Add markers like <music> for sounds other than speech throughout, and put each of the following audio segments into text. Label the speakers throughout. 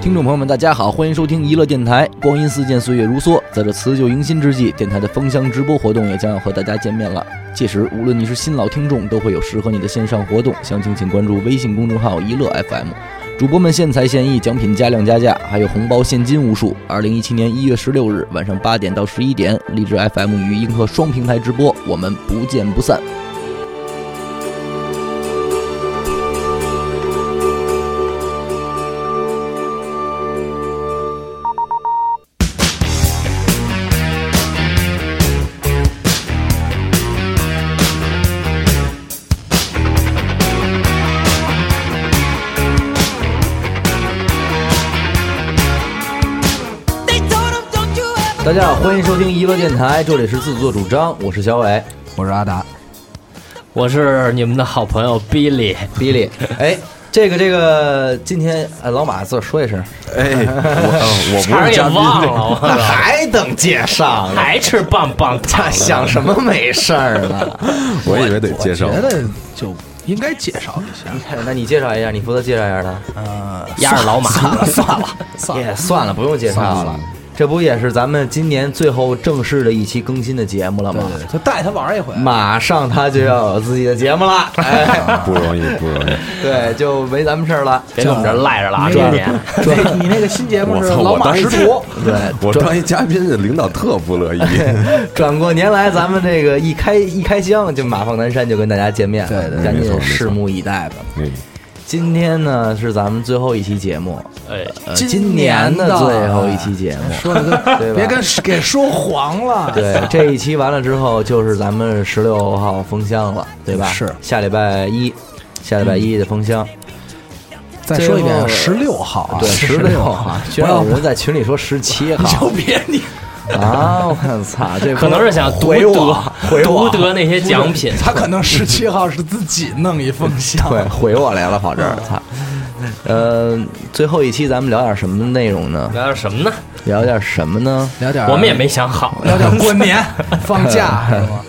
Speaker 1: 听众朋友们，大家好，欢迎收听娱乐电台。光阴似箭，岁月如梭，在这辞旧迎新之际，电台的封箱直播活动也将要和大家见面了。届时，无论你是新老听众，都会有适合你的线上活动，详情请关注微信公众号“一乐 FM”。主播们现采现艺，奖品加量加价，还有红包现金无数。二零一七年一月十六日晚上八点到十一点，荔枝 FM 与映客双平台直播，我们不见不散。大家好，欢迎收听娱乐电台，这里是自作主张，我是小伟，
Speaker 2: 我是阿达，
Speaker 3: 我是你们的好朋友 Billy，
Speaker 1: 比利，哎，这个这个，今天哎，老马自个儿说一声，
Speaker 4: <laughs>
Speaker 2: 哎，我我
Speaker 3: 茬儿也忘了，
Speaker 2: <laughs>
Speaker 3: 我
Speaker 1: 那
Speaker 3: 操
Speaker 1: 还等介
Speaker 4: <laughs>
Speaker 1: 绍呢？
Speaker 3: 还吃棒棒
Speaker 1: 他
Speaker 3: <laughs> 糖。
Speaker 1: 想什
Speaker 3: 哎
Speaker 1: 么没事儿呢？ <laughs>
Speaker 2: 我以为得介绍
Speaker 4: 觉，得就应该介绍一下。
Speaker 1: 哎那你介绍一下，你负责介绍一下他。
Speaker 4: 呃，
Speaker 3: 压着老马，
Speaker 4: 算了，算
Speaker 1: 也
Speaker 4: 了，
Speaker 1: 算了，不用介绍了。这不也是咱们今年最后正式的一期更新的节目了吗？
Speaker 4: 对，就带他玩一回。
Speaker 1: 马上他就要有自己的节目
Speaker 4: <laughs>
Speaker 1: 了，
Speaker 4: 啊
Speaker 1: 哎，
Speaker 2: 不容易不容易。
Speaker 1: 对，就没咱们事儿了。
Speaker 3: 别跟我们这儿赖着了啊！今年
Speaker 4: 你那 <laughs> 你那个新节目
Speaker 2: 我
Speaker 4: 是
Speaker 2: 操，
Speaker 4: 老
Speaker 2: 我
Speaker 4: 马
Speaker 2: 当一 <laughs>
Speaker 4: 识途，
Speaker 1: 对，
Speaker 2: 我当一嘉宾，这领导特不乐意。
Speaker 1: 转过年来，咱们这个一开一开箱，就马放南山就跟大家见面了，
Speaker 4: 对对
Speaker 1: 赶
Speaker 2: 没
Speaker 1: 紧
Speaker 2: 错没
Speaker 1: 拭
Speaker 2: 错
Speaker 1: 目以待吧。
Speaker 2: <laughs> 嗯，
Speaker 1: 今天呢是咱们最后一期节目，
Speaker 3: 哎，
Speaker 1: 呃
Speaker 4: 今
Speaker 1: 今年的
Speaker 4: 年的
Speaker 1: 最后一期节目。
Speaker 4: 说的
Speaker 2: <laughs>
Speaker 1: 对吧
Speaker 4: 跟别跟给说黄了。
Speaker 1: 对，这一期完了之后，就是咱们十六号封箱了，对吧？
Speaker 4: 是
Speaker 1: 下礼拜一，下礼拜一的封箱。
Speaker 4: 再说一
Speaker 1: 最后
Speaker 4: 遍，十六号啊，
Speaker 1: 对，十六号
Speaker 4: 啊，，
Speaker 1: 居然有人在群里说十七号
Speaker 4: 就别你
Speaker 1: 啊！我操，这
Speaker 3: 哎可能是想独
Speaker 4: 回
Speaker 3: 得
Speaker 4: 我回
Speaker 3: 独
Speaker 4: 我
Speaker 3: 得那些奖品。
Speaker 4: <laughs> 他可能十七号是自己弄一封箱，
Speaker 1: 对回我来了，跑这儿，操。呃，最后一期咱们聊点什么内容呢？
Speaker 3: 聊点什么呢？
Speaker 1: 聊点什么呢？
Speaker 4: 聊点儿
Speaker 3: 我们也没想好。
Speaker 4: 聊点儿 <laughs> 过年放假是吗？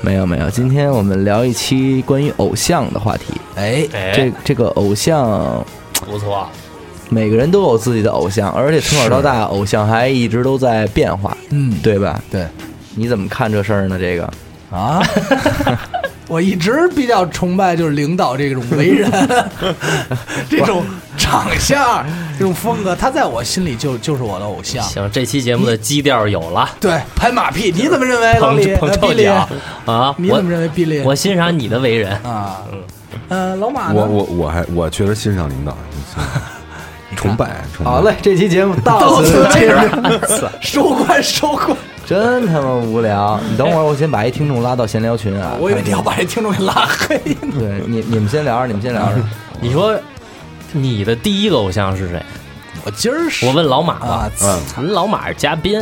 Speaker 1: 没有没有，今天我们聊一期关于偶像的话题。
Speaker 4: 哎，
Speaker 3: 哎
Speaker 1: 这，这个偶像，
Speaker 3: 不错，
Speaker 1: 每个人都有自己的偶像，而且从小到大，偶像还一直都在变化，
Speaker 4: 嗯，
Speaker 1: 对吧？
Speaker 4: 对
Speaker 1: 你怎么看这事儿呢？这个
Speaker 4: 啊。我一直比较崇拜就是领导这种为 <laughs> 人，这种长相，这种风格，他在我心里就就是我的偶像。
Speaker 3: 行，这期节目的基调有了，
Speaker 4: 对，拍马屁，你怎么认为老
Speaker 3: 捧
Speaker 4: 李？
Speaker 3: 捧
Speaker 4: 呃
Speaker 3: 臭
Speaker 4: 毕利
Speaker 3: 脚啊！
Speaker 4: 你怎么
Speaker 3: 我
Speaker 4: 认为毕利？
Speaker 3: 我欣赏你的为人，
Speaker 4: 啊，呃，老马呢？
Speaker 2: 我我我还我确实欣赏
Speaker 4: <laughs>
Speaker 2: 领导，崇拜崇拜。
Speaker 1: 好嘞，，这期节 <laughs> 目到
Speaker 4: 到
Speaker 1: 此
Speaker 4: 此
Speaker 1: 结
Speaker 4: 为
Speaker 1: 束，
Speaker 4: <laughs> 止，收官收官。
Speaker 1: 真他妈无聊！你等会儿，我先把一听众拉到闲聊群 <laughs> 啊。
Speaker 4: 我以为你要把这听众给拉黑呢。
Speaker 1: 对你你们先聊着，你们先聊着。 <laughs>
Speaker 3: 你说你的第一个偶像是谁？
Speaker 4: 我今儿是
Speaker 3: 我问老马吧嗯
Speaker 4: 啊，，操
Speaker 3: 咱们老马是嘉宾，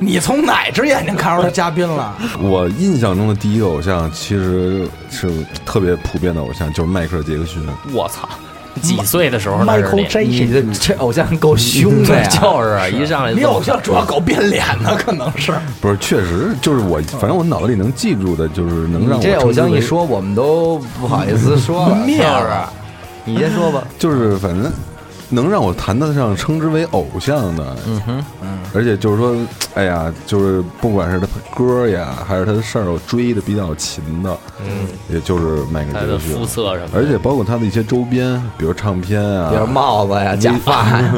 Speaker 4: 你从哪只眼睛看出他嘉宾了？
Speaker 2: 我印象中的第一个偶像其实是特别普遍的偶像，就是迈克尔·杰克逊。
Speaker 3: 我操，几岁的时候那是你？
Speaker 1: 你的这偶像够凶的呀！
Speaker 3: 就是啊一上来就
Speaker 4: 你偶像主要搞变脸呢，可能是。
Speaker 2: 不是，确实就是我，反正我脑子里能记住的，就是能让
Speaker 1: 你
Speaker 2: 我
Speaker 1: 这偶像
Speaker 2: 称之
Speaker 1: 一
Speaker 2: 为
Speaker 1: 说，我们都不好意思说 <laughs> 了。
Speaker 4: 灭
Speaker 1: 操
Speaker 4: 了，
Speaker 1: 你先说吧。
Speaker 2: 就是反正能让我谈得上称之为偶像的，嗯哼，嗯，而且就是说，哎呀，就是不管是他歌呀，还是他的事儿，我追的比较勤的，嗯，也就是迈克
Speaker 3: 他
Speaker 2: 尔·杰
Speaker 3: 的
Speaker 2: 克
Speaker 3: 肤
Speaker 2: 逊，
Speaker 3: 色什么的，
Speaker 2: 而且包括他的一些周边，比如唱片啊，
Speaker 1: 比如帽子呀、假发 <laughs> 呀，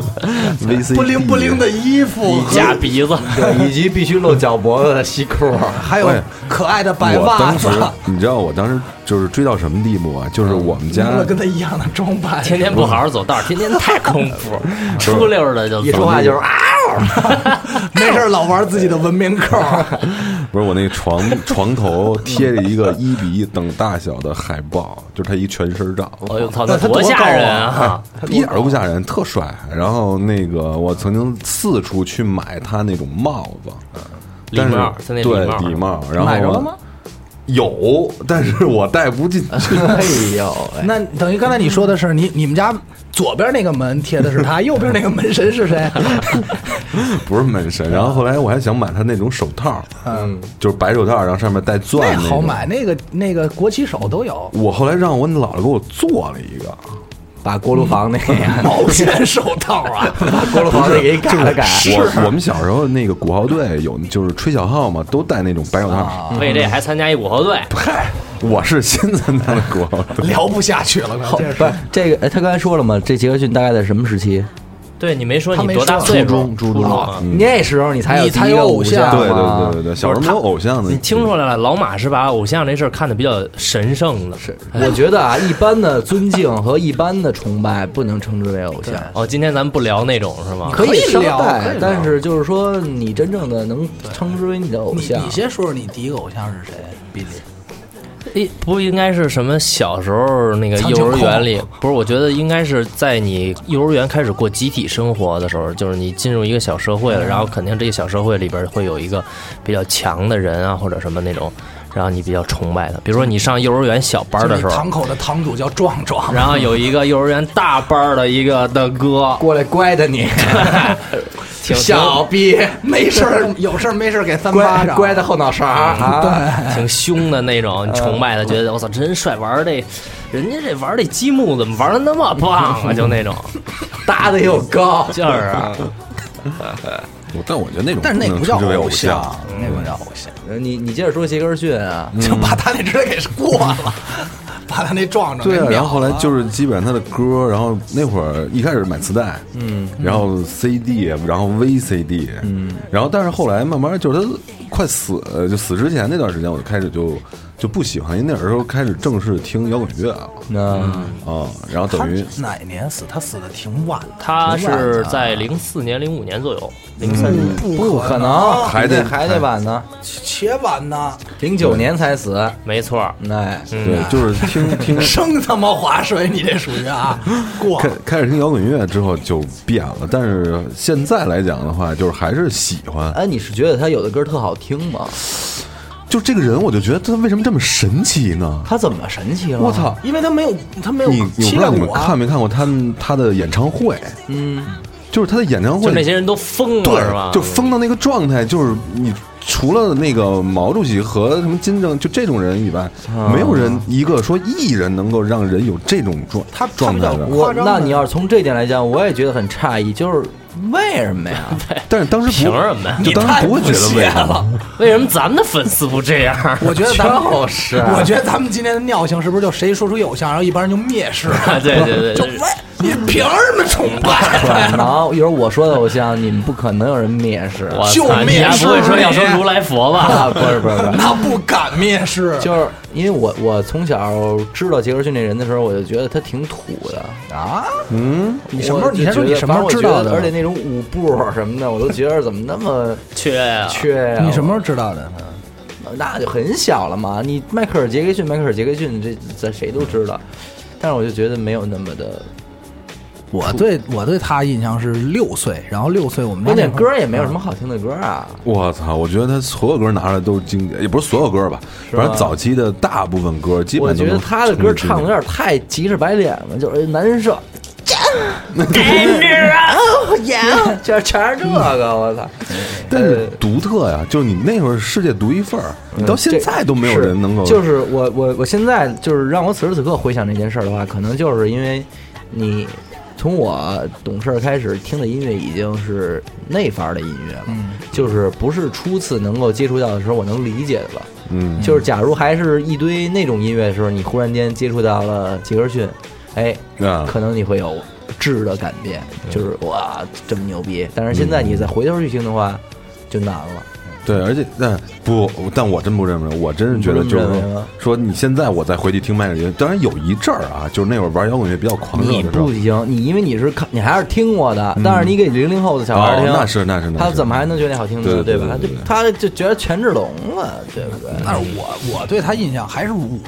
Speaker 2: VCD
Speaker 4: 不灵不灵的衣服，
Speaker 3: 夹鼻子，
Speaker 1: 对，以及必须露脚脖子的西裤。
Speaker 4: 还有
Speaker 2: 喂
Speaker 4: 可爱的白
Speaker 2: 我
Speaker 4: 袜
Speaker 2: 当时
Speaker 4: 子，，
Speaker 2: 你知道我当时就是追到什么地步啊？就是我们家
Speaker 4: 弄了跟他一样的装扮，
Speaker 3: 天天不好好走道，天天太空腹，出溜的就
Speaker 1: 一说
Speaker 3: 走。
Speaker 1: 话就是啊，
Speaker 4: 没事儿老玩自己的文明扣。
Speaker 2: 不是我那个床床头贴着一个一比一等大小的海报，就是他一全身照。
Speaker 3: 哎呦操，
Speaker 4: 那
Speaker 3: 那
Speaker 4: 他
Speaker 3: 多
Speaker 4: 多
Speaker 3: 吓
Speaker 4: 高
Speaker 3: 人
Speaker 4: 啊
Speaker 3: 啊！
Speaker 2: 一点都不吓人，特帅。然后那个我曾经四处去买他那种帽子，
Speaker 3: 礼
Speaker 2: 但是
Speaker 3: 帽现在礼
Speaker 2: 对
Speaker 3: 帽
Speaker 2: 礼帽，然后
Speaker 1: 买着了吗？
Speaker 2: 有，但是我戴不进去。
Speaker 1: 哎呦喂，
Speaker 4: 那等于刚才你说的是你你们家左边那个门贴的是他，右边那个门神是谁？
Speaker 2: 不是门
Speaker 4: 嗯
Speaker 2: 神。然后后来我还想买他那种手套，嗯，就是白手套，然后上面带钻
Speaker 4: 那
Speaker 2: 种
Speaker 4: 好买，。那个那个国旗手都有。
Speaker 2: 我后来让我姥姥给我做了一个，
Speaker 1: 把锅炉房那个呀， <laughs>
Speaker 4: 毛线手套啊，
Speaker 1: 把锅炉房那个给改了
Speaker 4: 哎
Speaker 1: 改。
Speaker 2: 我我们小时候那个鼓号队有就是吹小号嘛，都戴那种白手
Speaker 4: 啊
Speaker 3: 啊
Speaker 2: 套。
Speaker 3: 为这还参加一鼓号队，
Speaker 2: 嗨，我是新参加的鼓号队，
Speaker 4: 聊不下去了，
Speaker 1: 后
Speaker 4: 接着
Speaker 1: 不
Speaker 4: 说
Speaker 1: 是这个，哎，他刚才说了嘛，这杰克逊大概在什么时期？
Speaker 3: 对你没说
Speaker 4: 他
Speaker 3: 你
Speaker 4: 没
Speaker 3: 多大
Speaker 4: 说
Speaker 3: 岁数？
Speaker 4: 初中初中
Speaker 3: 啊
Speaker 1: 那时嗯候你才有
Speaker 4: 你
Speaker 1: 第
Speaker 4: 才
Speaker 1: 一个
Speaker 4: 有
Speaker 1: 偶
Speaker 4: 偶像
Speaker 2: 对对
Speaker 1: 嘛
Speaker 2: 对对对，小时候没有偶像的。
Speaker 3: 你听出来了，老马是把偶像这事儿看得比较神圣的。是
Speaker 1: 我觉得啊，一般的尊敬和一般的崇拜不能称之为偶像。
Speaker 3: 哦，今天咱们不聊那种是吗？
Speaker 4: 可以
Speaker 1: 商
Speaker 4: 聊可以
Speaker 1: 代
Speaker 4: 聊，
Speaker 1: 但是就是说，你真正的能称之为你的偶
Speaker 4: 你
Speaker 1: 像
Speaker 4: 你，先说说你第一个偶像是谁，比利？
Speaker 3: 诶，哎不应该是什么小时候那个
Speaker 4: 苍
Speaker 3: 幼
Speaker 4: 井
Speaker 3: 儿
Speaker 4: 空
Speaker 3: 园里？不是，我觉得应该是在你幼儿园开始过集体生活的时候，就是你进入一个小社会了，然后肯定这个小社会里边会有一个比较强的人啊，或者什么那种，然后你比较崇拜他。比如说你上幼儿园小班的时
Speaker 4: 就你
Speaker 3: 候
Speaker 4: 堂，口的堂主叫壮壮，
Speaker 3: 然后有一个幼儿园大班的一个的哥，
Speaker 1: 过来乖的你，
Speaker 3: 挺
Speaker 1: 小逼，
Speaker 4: 没事儿有事儿没事儿给三巴
Speaker 1: 乖
Speaker 4: 掌，
Speaker 1: 乖的后脑勺啊，
Speaker 3: 挺凶的那种，你崇拜他，觉得我操，真帅，玩儿这，人家这玩儿这积木怎么玩的那么棒啊？就那种
Speaker 1: 搭的又高，
Speaker 3: 劲儿啊，
Speaker 2: 我但我觉得那种
Speaker 4: 但是那
Speaker 2: 不
Speaker 4: 不
Speaker 2: 能嗯
Speaker 4: 叫
Speaker 2: 称之为
Speaker 4: 偶
Speaker 2: 偶
Speaker 4: 像，那不叫偶像，
Speaker 1: 呃你你接着说杰克逊啊，
Speaker 4: 就把他那直接给过 <laughs> 了，把他那壮壮
Speaker 2: 对
Speaker 4: 给
Speaker 2: 啊，然
Speaker 4: 秒
Speaker 2: 后后来就是基本上他的歌，然后那会儿一开始买磁带，嗯，然后 CD，然后 VCD，嗯，然后但是后来慢慢就是他快死呃就死之前那段时间，我就开始就就不喜欢，因为那时候开始正式听摇滚乐了
Speaker 1: 那
Speaker 2: 啊，然后
Speaker 4: 他
Speaker 2: 等于
Speaker 4: 哪年死？他死的挺晚的，
Speaker 3: 他是在零四年、零五年左右，零三年。
Speaker 1: 不可能，
Speaker 2: 还得
Speaker 1: 得嗯还得晚呢，
Speaker 4: 且晚呢，
Speaker 1: 零九年才死，
Speaker 3: 没错儿，
Speaker 1: 哎，
Speaker 2: 对，就是 <laughs> 听听
Speaker 4: 生他妈划水，你这属于 <laughs> 啊，过
Speaker 2: 开开始听摇滚乐之后就变了，但是现在来讲的话，就是还是喜欢，
Speaker 1: 哎，你是觉得他有的歌特好听吗？
Speaker 2: 就这个人，我就觉得他为什么这么神奇呢？
Speaker 1: 他怎么神奇了？
Speaker 2: 我操！
Speaker 4: 因为他没有他没有
Speaker 2: 你我
Speaker 4: 欺
Speaker 2: 不知道
Speaker 4: 骗
Speaker 2: 你们
Speaker 4: 哎我啊，
Speaker 2: 看没看过他们他的演唱会，嗯，就是他的演唱
Speaker 3: 就
Speaker 2: 会，
Speaker 3: 那些人都疯了是吧？
Speaker 2: 对，就疯到那个状态，就是你除了那个毛主席和什么金正就这种人以外，
Speaker 3: 啊
Speaker 2: 没有人一个说艺人能够让人有这种状
Speaker 4: 他他
Speaker 2: 状
Speaker 4: 比
Speaker 2: 态
Speaker 4: 较
Speaker 2: 的。
Speaker 1: 我
Speaker 4: 夸张的
Speaker 1: 那你要是从这点来讲，我也觉得很诧异，就是为什么呀？
Speaker 2: 但是当时
Speaker 3: 凭
Speaker 2: 不
Speaker 3: 什么呀
Speaker 2: 就当时不会觉得
Speaker 4: 你
Speaker 2: 为
Speaker 4: 太
Speaker 2: 什
Speaker 4: 不屑
Speaker 2: 么
Speaker 4: 了。
Speaker 3: 为什么咱们的粉丝不这样？ <laughs>
Speaker 4: 我觉得咱们
Speaker 1: 就是
Speaker 4: 我觉得咱们今天的尿性是不是就谁说出有像，然后一般人就蔑 <laughs> 视了？
Speaker 3: 对对对
Speaker 4: 就
Speaker 3: 对
Speaker 4: 喂，你凭什么崇 <laughs> 拜？
Speaker 1: 可能一会儿我说的偶像，你们不可能有人蔑视。
Speaker 3: 我
Speaker 4: 就
Speaker 3: 操，你
Speaker 4: 蔑
Speaker 3: 还
Speaker 4: 视
Speaker 3: 不会说
Speaker 4: 你
Speaker 3: 要说如来佛吧？
Speaker 1: <laughs> 啊，不是不是不是，
Speaker 4: 那不敢蔑视，
Speaker 1: 就是因为我我从小知道杰克逊这人的时候，我就觉得他挺土的。
Speaker 4: 啊，
Speaker 2: 嗯，
Speaker 4: 你什么时候？
Speaker 1: 我就
Speaker 4: 你先说
Speaker 1: 觉
Speaker 4: 你
Speaker 1: 得
Speaker 4: 什么时候
Speaker 1: 反正
Speaker 4: 知
Speaker 1: 我觉
Speaker 4: 道
Speaker 1: 得
Speaker 4: 的？
Speaker 1: 而且那种舞步什么的，我都觉得怎么那么
Speaker 3: 缺啊，
Speaker 1: 缺呀、
Speaker 4: 你什么时候知道的？
Speaker 1: 那就很小了嘛。你迈克尔·杰克逊，迈克尔·杰克逊，这这谁都知道。但是我就觉得没有那么的，
Speaker 4: 我对我对他印象是六岁，然后六岁我们家
Speaker 1: 关键
Speaker 4: 那会
Speaker 1: 歌
Speaker 4: 儿嗯
Speaker 1: 也没有什么好听的歌啊。
Speaker 2: <laughs> 我操！我觉得他所有歌拿出来都是经典，也不是所有歌吧，
Speaker 1: 吧
Speaker 2: 反正早期的大部分歌基
Speaker 1: 我
Speaker 2: 本都
Speaker 1: 觉
Speaker 2: 能
Speaker 1: 得他的歌唱的有
Speaker 2: 成为经典
Speaker 1: 点太急着白脸了，就是难受。
Speaker 2: <laughs>
Speaker 1: 就是 <coughs> 全是这个，我操！
Speaker 2: 但
Speaker 1: 呃
Speaker 2: 是独特呀，就是你那会儿世界独一份儿，你到现在都没有人能够
Speaker 1: 嗯是就是我我我现在就是让我此时此刻回想这件事儿的话，可能就是因为你从我懂事儿开始听的音乐已经是那范儿的音乐了，
Speaker 2: 嗯
Speaker 1: 就是不是初次能够接触到的时候我能理解的了。
Speaker 2: 嗯，
Speaker 1: 就是假如还是一堆那种音乐的时候，你忽然间接触到了杰克逊，哎，
Speaker 2: 啊
Speaker 1: 可能你会有质的改变，就是哇这么牛逼。但是现在你再回头去听的话，就难了。
Speaker 2: 对，而且但不，但我真不认为，我真是觉得就
Speaker 1: 你
Speaker 2: 是
Speaker 1: 不认为啊
Speaker 2: 说
Speaker 1: 吗
Speaker 2: 说你现在我再回去听迈克尔杰克，当然有一阵儿啊，就是那会儿玩摇滚乐比较狂热
Speaker 1: 你
Speaker 2: 的时候
Speaker 1: 不，行，你因为你是看，你还是听过的，但是你给零零后的小孩儿
Speaker 2: 嗯哦
Speaker 1: 听，啊
Speaker 2: 那是那是那是
Speaker 1: 他怎么还能觉得好听呢？
Speaker 2: 对对
Speaker 1: 吧？
Speaker 2: 对对对
Speaker 1: 他就他就觉得权志龙啊了，对不对？
Speaker 4: 但是我我对他印象还是舞，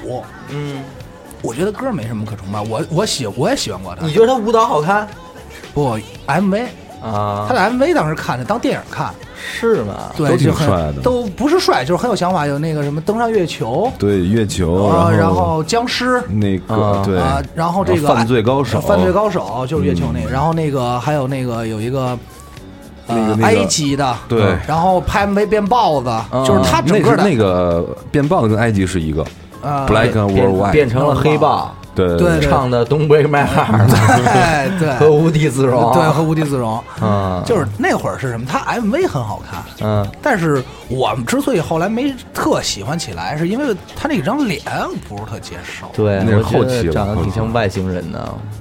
Speaker 4: 嗯，我觉得歌没什么可崇拜，我我喜我也喜欢过他
Speaker 1: 你，觉得他舞蹈好看
Speaker 4: 不 MV，他
Speaker 1: 啊？
Speaker 4: 的 MV 当时看着当电影看，
Speaker 1: 是吗？
Speaker 4: 对，
Speaker 2: 都挺
Speaker 4: 就很
Speaker 2: 帅的
Speaker 4: 都不是帅，就是很有想法，有那个什么登上月球，
Speaker 2: 对月球，
Speaker 4: 啊，然
Speaker 2: 哦后嗯
Speaker 4: 后僵尸，
Speaker 2: 那
Speaker 1: 啊
Speaker 2: 个对
Speaker 4: 啊，，然后这个啊
Speaker 2: 犯罪高手，啊嗯
Speaker 4: 犯罪高手就是月球那个，然后那个还有那个有一个。
Speaker 2: 那个
Speaker 4: 呃，
Speaker 2: 那个
Speaker 4: 埃及的
Speaker 2: 对嗯
Speaker 4: 然后拍 MV 变豹子，就是他整
Speaker 2: 那
Speaker 4: 个
Speaker 2: 是
Speaker 4: 的呃
Speaker 2: 那个变棒跟埃及是一个
Speaker 4: 啊
Speaker 2: ，Black
Speaker 1: 变
Speaker 2: Worldwide，
Speaker 1: 变成了黑豹，
Speaker 2: 对
Speaker 4: 对
Speaker 1: 唱的《Don't Break My Heart》
Speaker 4: 对 <laughs> 对，
Speaker 1: <laughs> 和无地自容，
Speaker 4: 对和无地自
Speaker 2: <laughs>
Speaker 4: 容，
Speaker 1: 嗯，
Speaker 4: 就是那会儿是什么？他 MV 很好看，
Speaker 1: 嗯
Speaker 4: 但是我们之所以后来没特喜欢起来，是因为他那张脸不是特接受，
Speaker 1: 对，
Speaker 2: 那是
Speaker 1: 我觉
Speaker 2: 后
Speaker 1: 得
Speaker 2: 期了
Speaker 1: 长得
Speaker 2: 后
Speaker 1: 挺
Speaker 2: 期
Speaker 1: 像外星人的，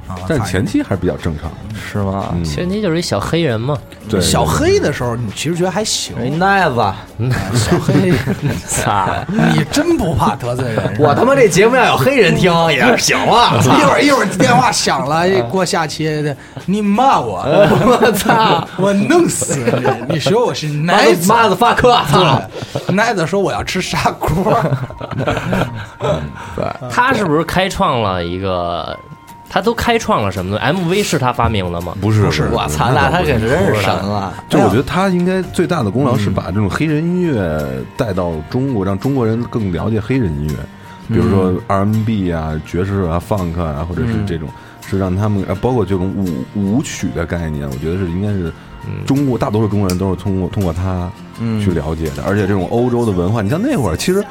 Speaker 4: 啊
Speaker 2: 但
Speaker 4: 反
Speaker 2: 前期嗯还是比较正常的。
Speaker 1: 是吗？
Speaker 3: 前提就是一小黑人嘛，
Speaker 2: 对，
Speaker 4: 小黑的时候，你其实觉得还行，
Speaker 1: 哎，奈子，
Speaker 4: 小黑，
Speaker 3: 操，
Speaker 2: <laughs>
Speaker 4: 你真不怕得罪人？
Speaker 1: 我他妈这节目要有黑人听也是啊行了， <laughs>
Speaker 4: 一会儿一会儿电话响了，
Speaker 1: 嗯
Speaker 4: 过下期你骂我，我操，我弄死你！你说我是
Speaker 1: 妈
Speaker 4: 奶
Speaker 1: 的
Speaker 4: 子，
Speaker 1: 妈的发克，操！
Speaker 4: 对，奶子说我要吃砂锅，
Speaker 1: <laughs>
Speaker 3: 他是不是开创了一个？他都开创了什么呢？MV 是他发明的吗？
Speaker 2: <laughs> 不是不
Speaker 1: <laughs> 我操，那他可真是神啊了，
Speaker 2: 就我觉得他应该最大的功劳是把这种黑人音乐带到中国，让中国人更了解黑人音乐，比如说 R&B 啊、爵士啊、funk 啊，或者是这种，是让他们呃，包括这种舞舞曲的概念，我觉得是应该是中国大多数中国人都是通过通过他去了解的，而且这种欧洲的文化，你像那会儿其实。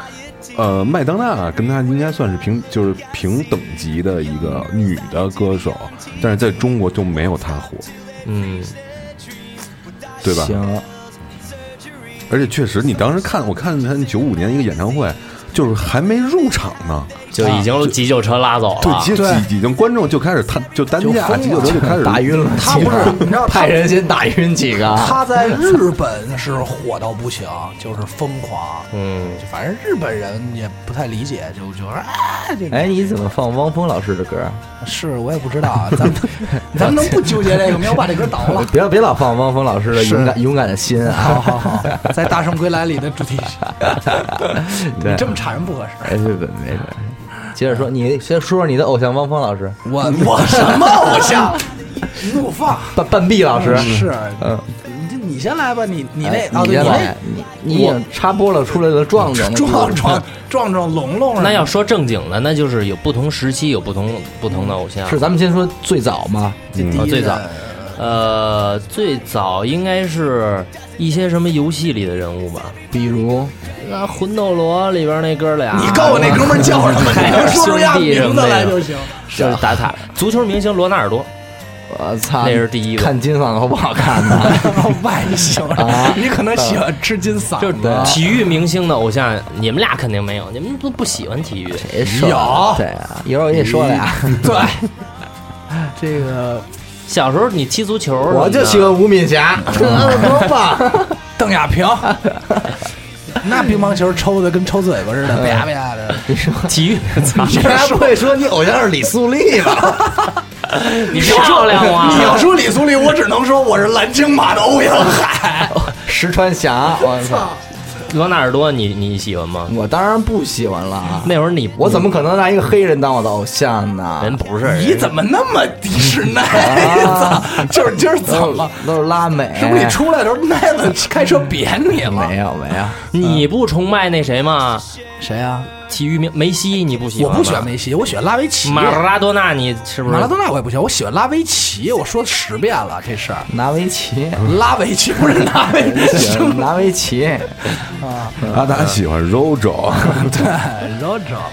Speaker 2: 呃，麦当娜跟她应该算是平，就是平等级的一个女的歌手，但是在中国就没有她火，
Speaker 3: 嗯，
Speaker 2: 对吧？
Speaker 1: 行，
Speaker 2: 而且确实，你当时看我看他九五年一个演唱会，就是还没入场呢，
Speaker 3: 啊就已经急救车拉走了。
Speaker 2: 就几
Speaker 4: 对
Speaker 2: 几已经观众就开始他就担
Speaker 4: 就
Speaker 2: 架，
Speaker 4: 疯了
Speaker 2: 急救车就开始
Speaker 1: 打晕了，
Speaker 4: 他不是，你知
Speaker 1: <laughs>
Speaker 4: 道
Speaker 1: 嗯
Speaker 4: 他
Speaker 1: 派人先打晕几个，啊
Speaker 4: 他在日本是火到不行，就是疯狂，
Speaker 3: 嗯，
Speaker 4: 反正日本人也不太理解，就就啊，这个
Speaker 1: 哎，你怎么放汪峰老师的歌？啊
Speaker 4: 是我也不知道啊，
Speaker 1: <laughs>
Speaker 4: 咱们咱们能不纠结这个吗？要把这歌倒了。
Speaker 1: 不要别老放汪峰老师的
Speaker 4: 是
Speaker 1: 勇敢勇敢的心啊！
Speaker 4: 好好好， <laughs> 在《大圣归来》里的主题曲，
Speaker 1: 对
Speaker 4: 你这么插人不合适。
Speaker 1: 哎，对对没事。接着说，你先说说你的偶像汪峰老师，
Speaker 4: 我我什么偶 <laughs> 像？怒放
Speaker 1: 半半壁老师，
Speaker 4: 是，啊
Speaker 1: 嗯，
Speaker 4: 你这你先来吧，你你那
Speaker 1: 哎
Speaker 4: 啊，
Speaker 1: 你
Speaker 4: 对
Speaker 1: 先
Speaker 4: 你
Speaker 1: 来
Speaker 4: 那，
Speaker 1: 你你已经插播了出来的壮壮，
Speaker 4: 撞撞撞撞龙龙，
Speaker 3: 那要说正经的，那就是有不同时期有不同不同的偶
Speaker 1: <laughs>
Speaker 3: 像。
Speaker 1: 是咱们先说最早嘛，
Speaker 4: 这第一
Speaker 3: 啊
Speaker 4: 个
Speaker 3: 最早呃，最早应该是一些什么游戏里的人物吧？
Speaker 1: 比如
Speaker 3: 那《魂斗罗》里边那哥俩，啊
Speaker 4: 你告诉我那哥们儿叫
Speaker 3: <laughs>
Speaker 4: 什么？你能说出
Speaker 3: 哎兄
Speaker 4: 样
Speaker 3: 弟什么
Speaker 4: 名字
Speaker 3: 的
Speaker 4: 来
Speaker 3: 呀
Speaker 4: 就行。
Speaker 3: 就是打塔，足球明星罗纳尔多，
Speaker 1: 我
Speaker 4: 啊
Speaker 1: 操，
Speaker 3: 那是第一个
Speaker 1: 呃看金嗓好不好看
Speaker 4: <laughs>
Speaker 1: 呢？
Speaker 4: 外形
Speaker 1: 啊，
Speaker 4: 你可能喜欢吃金嗓
Speaker 3: 就是
Speaker 4: 子。啊
Speaker 3: 体育明星的偶像。你们俩肯定没有，你们都不喜欢体育。
Speaker 1: 谁说的对啊，一会儿我给你说俩，
Speaker 4: <laughs> 对，
Speaker 1: <laughs>
Speaker 4: 这个
Speaker 3: 小时候你踢足球，
Speaker 1: 我就喜欢吴敏 <laughs> 霞，多棒！
Speaker 4: 邓亚
Speaker 1: <laughs>
Speaker 4: 萍，那乒乓球抽的跟抽嘴巴似的，
Speaker 1: 啊
Speaker 4: 啪啪的。
Speaker 3: 体育。 <laughs>
Speaker 1: 你还不会说你偶像是李素丽吧？
Speaker 4: <laughs>
Speaker 3: 你漂亮啊！
Speaker 4: 你要说李苏丽，我只能说我是蓝鲸马的欧阳海。
Speaker 1: 石川霞，我操！
Speaker 3: 罗纳尔多你，你喜欢吗？
Speaker 1: 我当然不喜欢了啊，
Speaker 3: 那会儿你
Speaker 1: 我怎么可能让一个黑人当我的偶像
Speaker 3: 人
Speaker 1: 呢？
Speaker 3: 不是人？
Speaker 4: 你怎么那么迪士尼？ <laughs> 就是今儿怎
Speaker 1: 都
Speaker 4: 么了？
Speaker 1: 都是拉美，
Speaker 4: 是不是你出来的时候奈子开车扁你了
Speaker 1: 哎没？有没有，
Speaker 3: 你不崇拜那谁吗？
Speaker 4: 谁啊？
Speaker 3: 体育名梅西你不喜
Speaker 4: 我
Speaker 3: 欢吗？
Speaker 4: 不喜欢梅西，我喜欢拉维奇。
Speaker 3: 马拉多纳，你是不是？
Speaker 4: 马拉多纳我也不喜欢，我喜欢拉维奇。我说十遍了这事儿，
Speaker 1: 拿维奇，
Speaker 4: 拉维奇不 <laughs> 是拉维
Speaker 1: <laughs>
Speaker 4: 奇。 <laughs>
Speaker 1: 拿维奇，
Speaker 2: 阿达喜欢 Rojo，
Speaker 4: 对，Roger，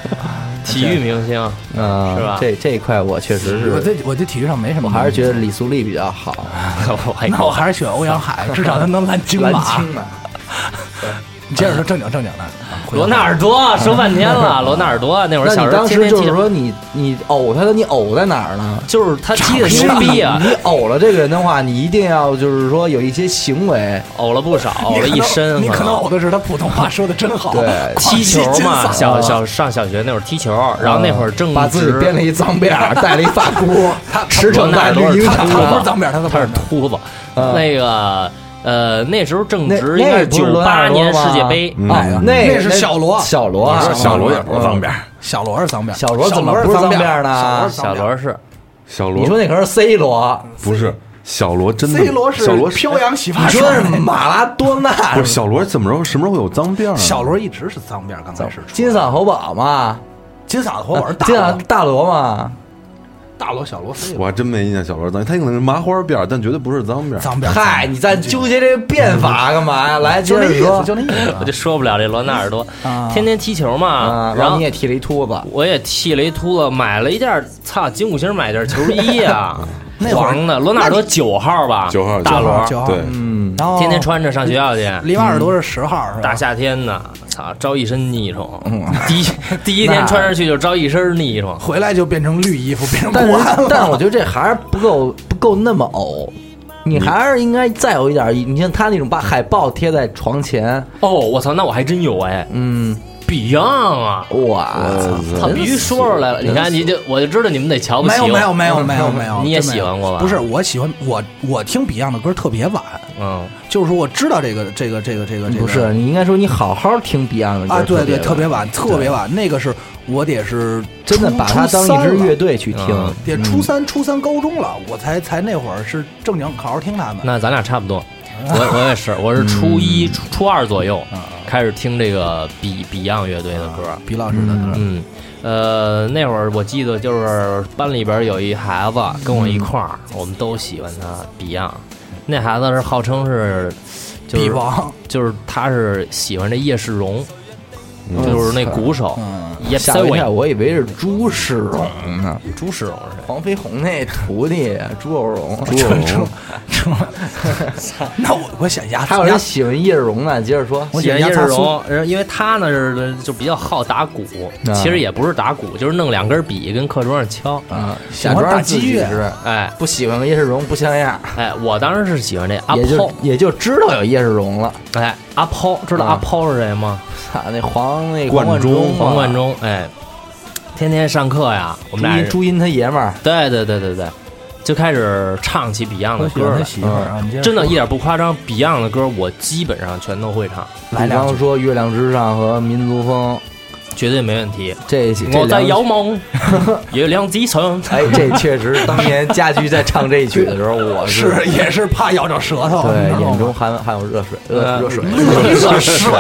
Speaker 3: 体育明星，
Speaker 1: 嗯，
Speaker 3: 是吧
Speaker 1: 这这一块我确实
Speaker 4: 我
Speaker 1: 是，
Speaker 4: 对我对体育上没什么，
Speaker 1: 我还是觉得李素丽比较好。
Speaker 3: 我还
Speaker 4: 那我还是喜欢欧阳海，至少他能拦金
Speaker 1: 蓝
Speaker 4: 马。
Speaker 1: 青嘛，
Speaker 4: 你接着说正经正经的，回
Speaker 3: 罗纳尔多说半天了，罗纳尔多那会儿
Speaker 1: 那
Speaker 3: 小
Speaker 1: 你
Speaker 3: 时候
Speaker 1: 当
Speaker 3: 天
Speaker 1: 时
Speaker 3: 天
Speaker 1: 就是
Speaker 3: 踢，
Speaker 1: 说你你呕他的，你呕在哪儿呢？
Speaker 3: 就是他踢的牛逼啊
Speaker 1: 你，呕了这个人的话，你一定要就是说有一些行为，
Speaker 3: 呕了不少，
Speaker 4: 你
Speaker 3: 呕
Speaker 4: 可
Speaker 3: 了
Speaker 4: 能
Speaker 3: 一身，
Speaker 4: 你可能呕的是他普通话说的真好，
Speaker 1: 对
Speaker 4: 狂
Speaker 3: 踢球
Speaker 4: 金
Speaker 3: 嘛，
Speaker 4: 嗓
Speaker 3: 小小上小学那会儿踢球，然后那会儿正
Speaker 1: 啊把自己
Speaker 3: 值
Speaker 1: 编了一脏辫
Speaker 3: <laughs>
Speaker 1: 儿，戴了一发箍，
Speaker 4: 他
Speaker 1: 驰骋在绿茵
Speaker 4: 他
Speaker 1: 场
Speaker 4: 他不是脏辫儿，他
Speaker 3: 他是
Speaker 4: 是
Speaker 3: 秃子，
Speaker 1: 嗯
Speaker 3: 那个呃那时候正
Speaker 1: 那
Speaker 3: 值应该
Speaker 1: 那不是
Speaker 3: 九
Speaker 1: 罗纳
Speaker 3: 八
Speaker 1: 尔多
Speaker 3: 年世
Speaker 1: 吗
Speaker 3: 界杯，
Speaker 2: 嗯
Speaker 1: 啊，那
Speaker 4: 那是小罗
Speaker 1: 小罗啊，
Speaker 2: <laughs> 小罗也嗯不是脏辫儿，
Speaker 4: 小罗是脏辫儿，
Speaker 1: 小罗怎么
Speaker 4: 小
Speaker 1: 不是
Speaker 4: 是
Speaker 1: 脏辫儿
Speaker 4: 儿
Speaker 1: 呢
Speaker 4: 小罗是
Speaker 3: 小
Speaker 4: 脏辫
Speaker 1: 你
Speaker 3: 罗是
Speaker 2: 小
Speaker 4: 儿
Speaker 1: 说
Speaker 2: 罗
Speaker 1: 那可是 C 罗，
Speaker 2: 不是小罗，真的
Speaker 4: ，C 罗
Speaker 2: 小
Speaker 4: 是
Speaker 2: 罗
Speaker 4: 飘扬洗
Speaker 1: 你
Speaker 4: 发水
Speaker 1: 说的是马拉多纳，
Speaker 2: 不是小罗怎么着什么时候会有脏辫儿啊？
Speaker 4: 小罗一直是脏辫儿，刚开始出
Speaker 1: 金嗓猴宝嘛，
Speaker 4: 金嗓子活宝是大
Speaker 1: 金嗓
Speaker 4: 罗，
Speaker 1: 大罗嘛，
Speaker 4: 大罗小罗非
Speaker 2: 我
Speaker 4: 罗，
Speaker 2: 还真没印象小罗脏，他可能是麻花辫儿，但绝对不是脏辫儿。
Speaker 4: 脏辫儿，
Speaker 1: 嗨，你在纠结这个变法干嘛呀？来，接
Speaker 4: 就那
Speaker 1: 着
Speaker 4: 意思，
Speaker 1: 说
Speaker 4: 就那意思
Speaker 3: 我就受不了这罗纳尔多
Speaker 4: 啊，，
Speaker 3: 天天踢球嘛
Speaker 1: 啊，，然
Speaker 3: 然
Speaker 1: 后
Speaker 3: 后
Speaker 1: 你也剃了一秃子，
Speaker 3: 我也剃了一秃子，买了一件，操，金五星买件球衣啊
Speaker 4: <laughs> 那会儿
Speaker 3: 黄的，罗纳尔多九号吧，
Speaker 2: 九号
Speaker 3: 大罗，
Speaker 4: 九号，嗯
Speaker 2: 对，
Speaker 1: 嗯，
Speaker 4: 然后
Speaker 3: 天天穿着上学校去。
Speaker 4: 里瓦尔多是十号是吧？
Speaker 3: 大夏天的，操，招一身腻虫。
Speaker 4: 嗯
Speaker 3: 第
Speaker 4: <laughs>
Speaker 3: 一第一天穿上去就招一身腻虫，
Speaker 4: 回来就变成绿衣服，变成
Speaker 1: 但
Speaker 4: 国安
Speaker 1: 是
Speaker 4: 了。
Speaker 1: 但是我觉得这还是不够不够那么偶。你还是应该再有一点，你像他那种把海报贴在床前，
Speaker 3: 哦，我操，那我还真有哎
Speaker 1: 嗯，
Speaker 3: ，Beyond 啊，
Speaker 1: 哇
Speaker 2: 我
Speaker 3: 操，
Speaker 1: 操，
Speaker 3: 必须说出来了。你看，你就我就知道你们得瞧不
Speaker 4: 没
Speaker 3: 起
Speaker 4: 有
Speaker 3: 我。
Speaker 4: 没有没有没有没有，
Speaker 3: 你也
Speaker 4: 真没
Speaker 3: 喜
Speaker 4: 有
Speaker 3: 欢过吧？
Speaker 4: 不是，，我喜欢我我听 Beyond 的歌特别晚，
Speaker 3: 嗯，
Speaker 4: 就是说我知道这个这个这个这个这个
Speaker 1: 不是，你应该说你好好听 Beyond 的歌
Speaker 4: 啊，对对，特
Speaker 1: 特
Speaker 4: 别晚，特别晚，那个是我得是
Speaker 1: 真的
Speaker 4: 初
Speaker 1: 把它当一支，乐
Speaker 4: 初三了
Speaker 1: 队去听
Speaker 3: 嗯，
Speaker 4: 得初三初三高中了，我才才那会儿是正经好好听他们。
Speaker 3: 那咱俩差不多。我我也是，我是初一、
Speaker 1: 嗯
Speaker 3: 初初二左右
Speaker 1: 啊
Speaker 3: 开始听这个 Be Beyond 乐队的歌。
Speaker 4: 毕老师的歌，
Speaker 3: 嗯，呃，那会儿我记得就是班里边有一孩子跟
Speaker 1: 嗯
Speaker 3: 我一块儿，我们都喜欢他 Beyond。那孩子是号称是，就
Speaker 4: 毕
Speaker 3: 是
Speaker 4: 王，
Speaker 3: 就是他是喜欢这叶世荣，
Speaker 2: 嗯
Speaker 3: 就是那鼓手
Speaker 4: 嗯，
Speaker 3: 叶
Speaker 1: 吓我一跳，
Speaker 3: 伟，
Speaker 1: 我以为是朱世荣呢，
Speaker 3: 朱世荣是谁？
Speaker 1: 黄飞鸿那徒弟朱有荣，
Speaker 2: 朱
Speaker 1: <laughs>
Speaker 4: 这
Speaker 2: 红，
Speaker 4: 这，那我我想牙
Speaker 1: 还有
Speaker 4: 牙
Speaker 1: 人喜欢叶荣呢，接着说，
Speaker 4: 我
Speaker 3: 喜
Speaker 4: 姐
Speaker 3: 欢
Speaker 4: 压
Speaker 3: 叶世
Speaker 4: 擦
Speaker 3: 荣，然后因为他呢是就比较好打鼓，
Speaker 1: 啊
Speaker 3: 其实也不是打鼓，就是弄两根笔跟课桌上敲。
Speaker 1: 啊，假装自己是
Speaker 3: 哎
Speaker 1: 不喜欢叶世荣不像样，
Speaker 3: 哎，我当时是喜欢这阿
Speaker 1: 也
Speaker 3: 抛
Speaker 1: 就，也就知道有叶世荣了。
Speaker 3: 哎，阿抛，知道
Speaker 1: 啊
Speaker 3: 阿抛是谁吗？
Speaker 1: 操，那黄那
Speaker 2: 冠
Speaker 1: 冠
Speaker 2: 中
Speaker 1: 中，啊
Speaker 3: 黄贯，中，哎，天天上课呀，我
Speaker 1: 朱
Speaker 3: 们俩
Speaker 1: 茵
Speaker 3: 人，
Speaker 1: 朱茵他爷们儿，
Speaker 3: 对对对对对，就开始唱起 Beyond 的歌来。
Speaker 4: 妇儿啊， <laughs> 你接着
Speaker 3: 真的，
Speaker 4: 说
Speaker 3: 一点不夸张，Beyond 的歌我基本上全都会唱，
Speaker 4: 来
Speaker 1: 比
Speaker 4: 两
Speaker 1: 方
Speaker 4: 句
Speaker 1: 说《月亮之上》和《民族风》
Speaker 3: 绝对没问题。
Speaker 1: 这这
Speaker 3: 我在
Speaker 1: 两
Speaker 3: 遥望
Speaker 1: <laughs>
Speaker 3: 月亮几层，
Speaker 1: 哎，这确实，当年家驹在唱这一曲的时候，我
Speaker 4: 是也是怕咬着舌头，
Speaker 1: 对
Speaker 4: 你知道吗
Speaker 1: 眼中含含有热水，热
Speaker 3: 呃
Speaker 1: 热水，嗯
Speaker 3: <laughs> 热
Speaker 4: 水
Speaker 3: 水，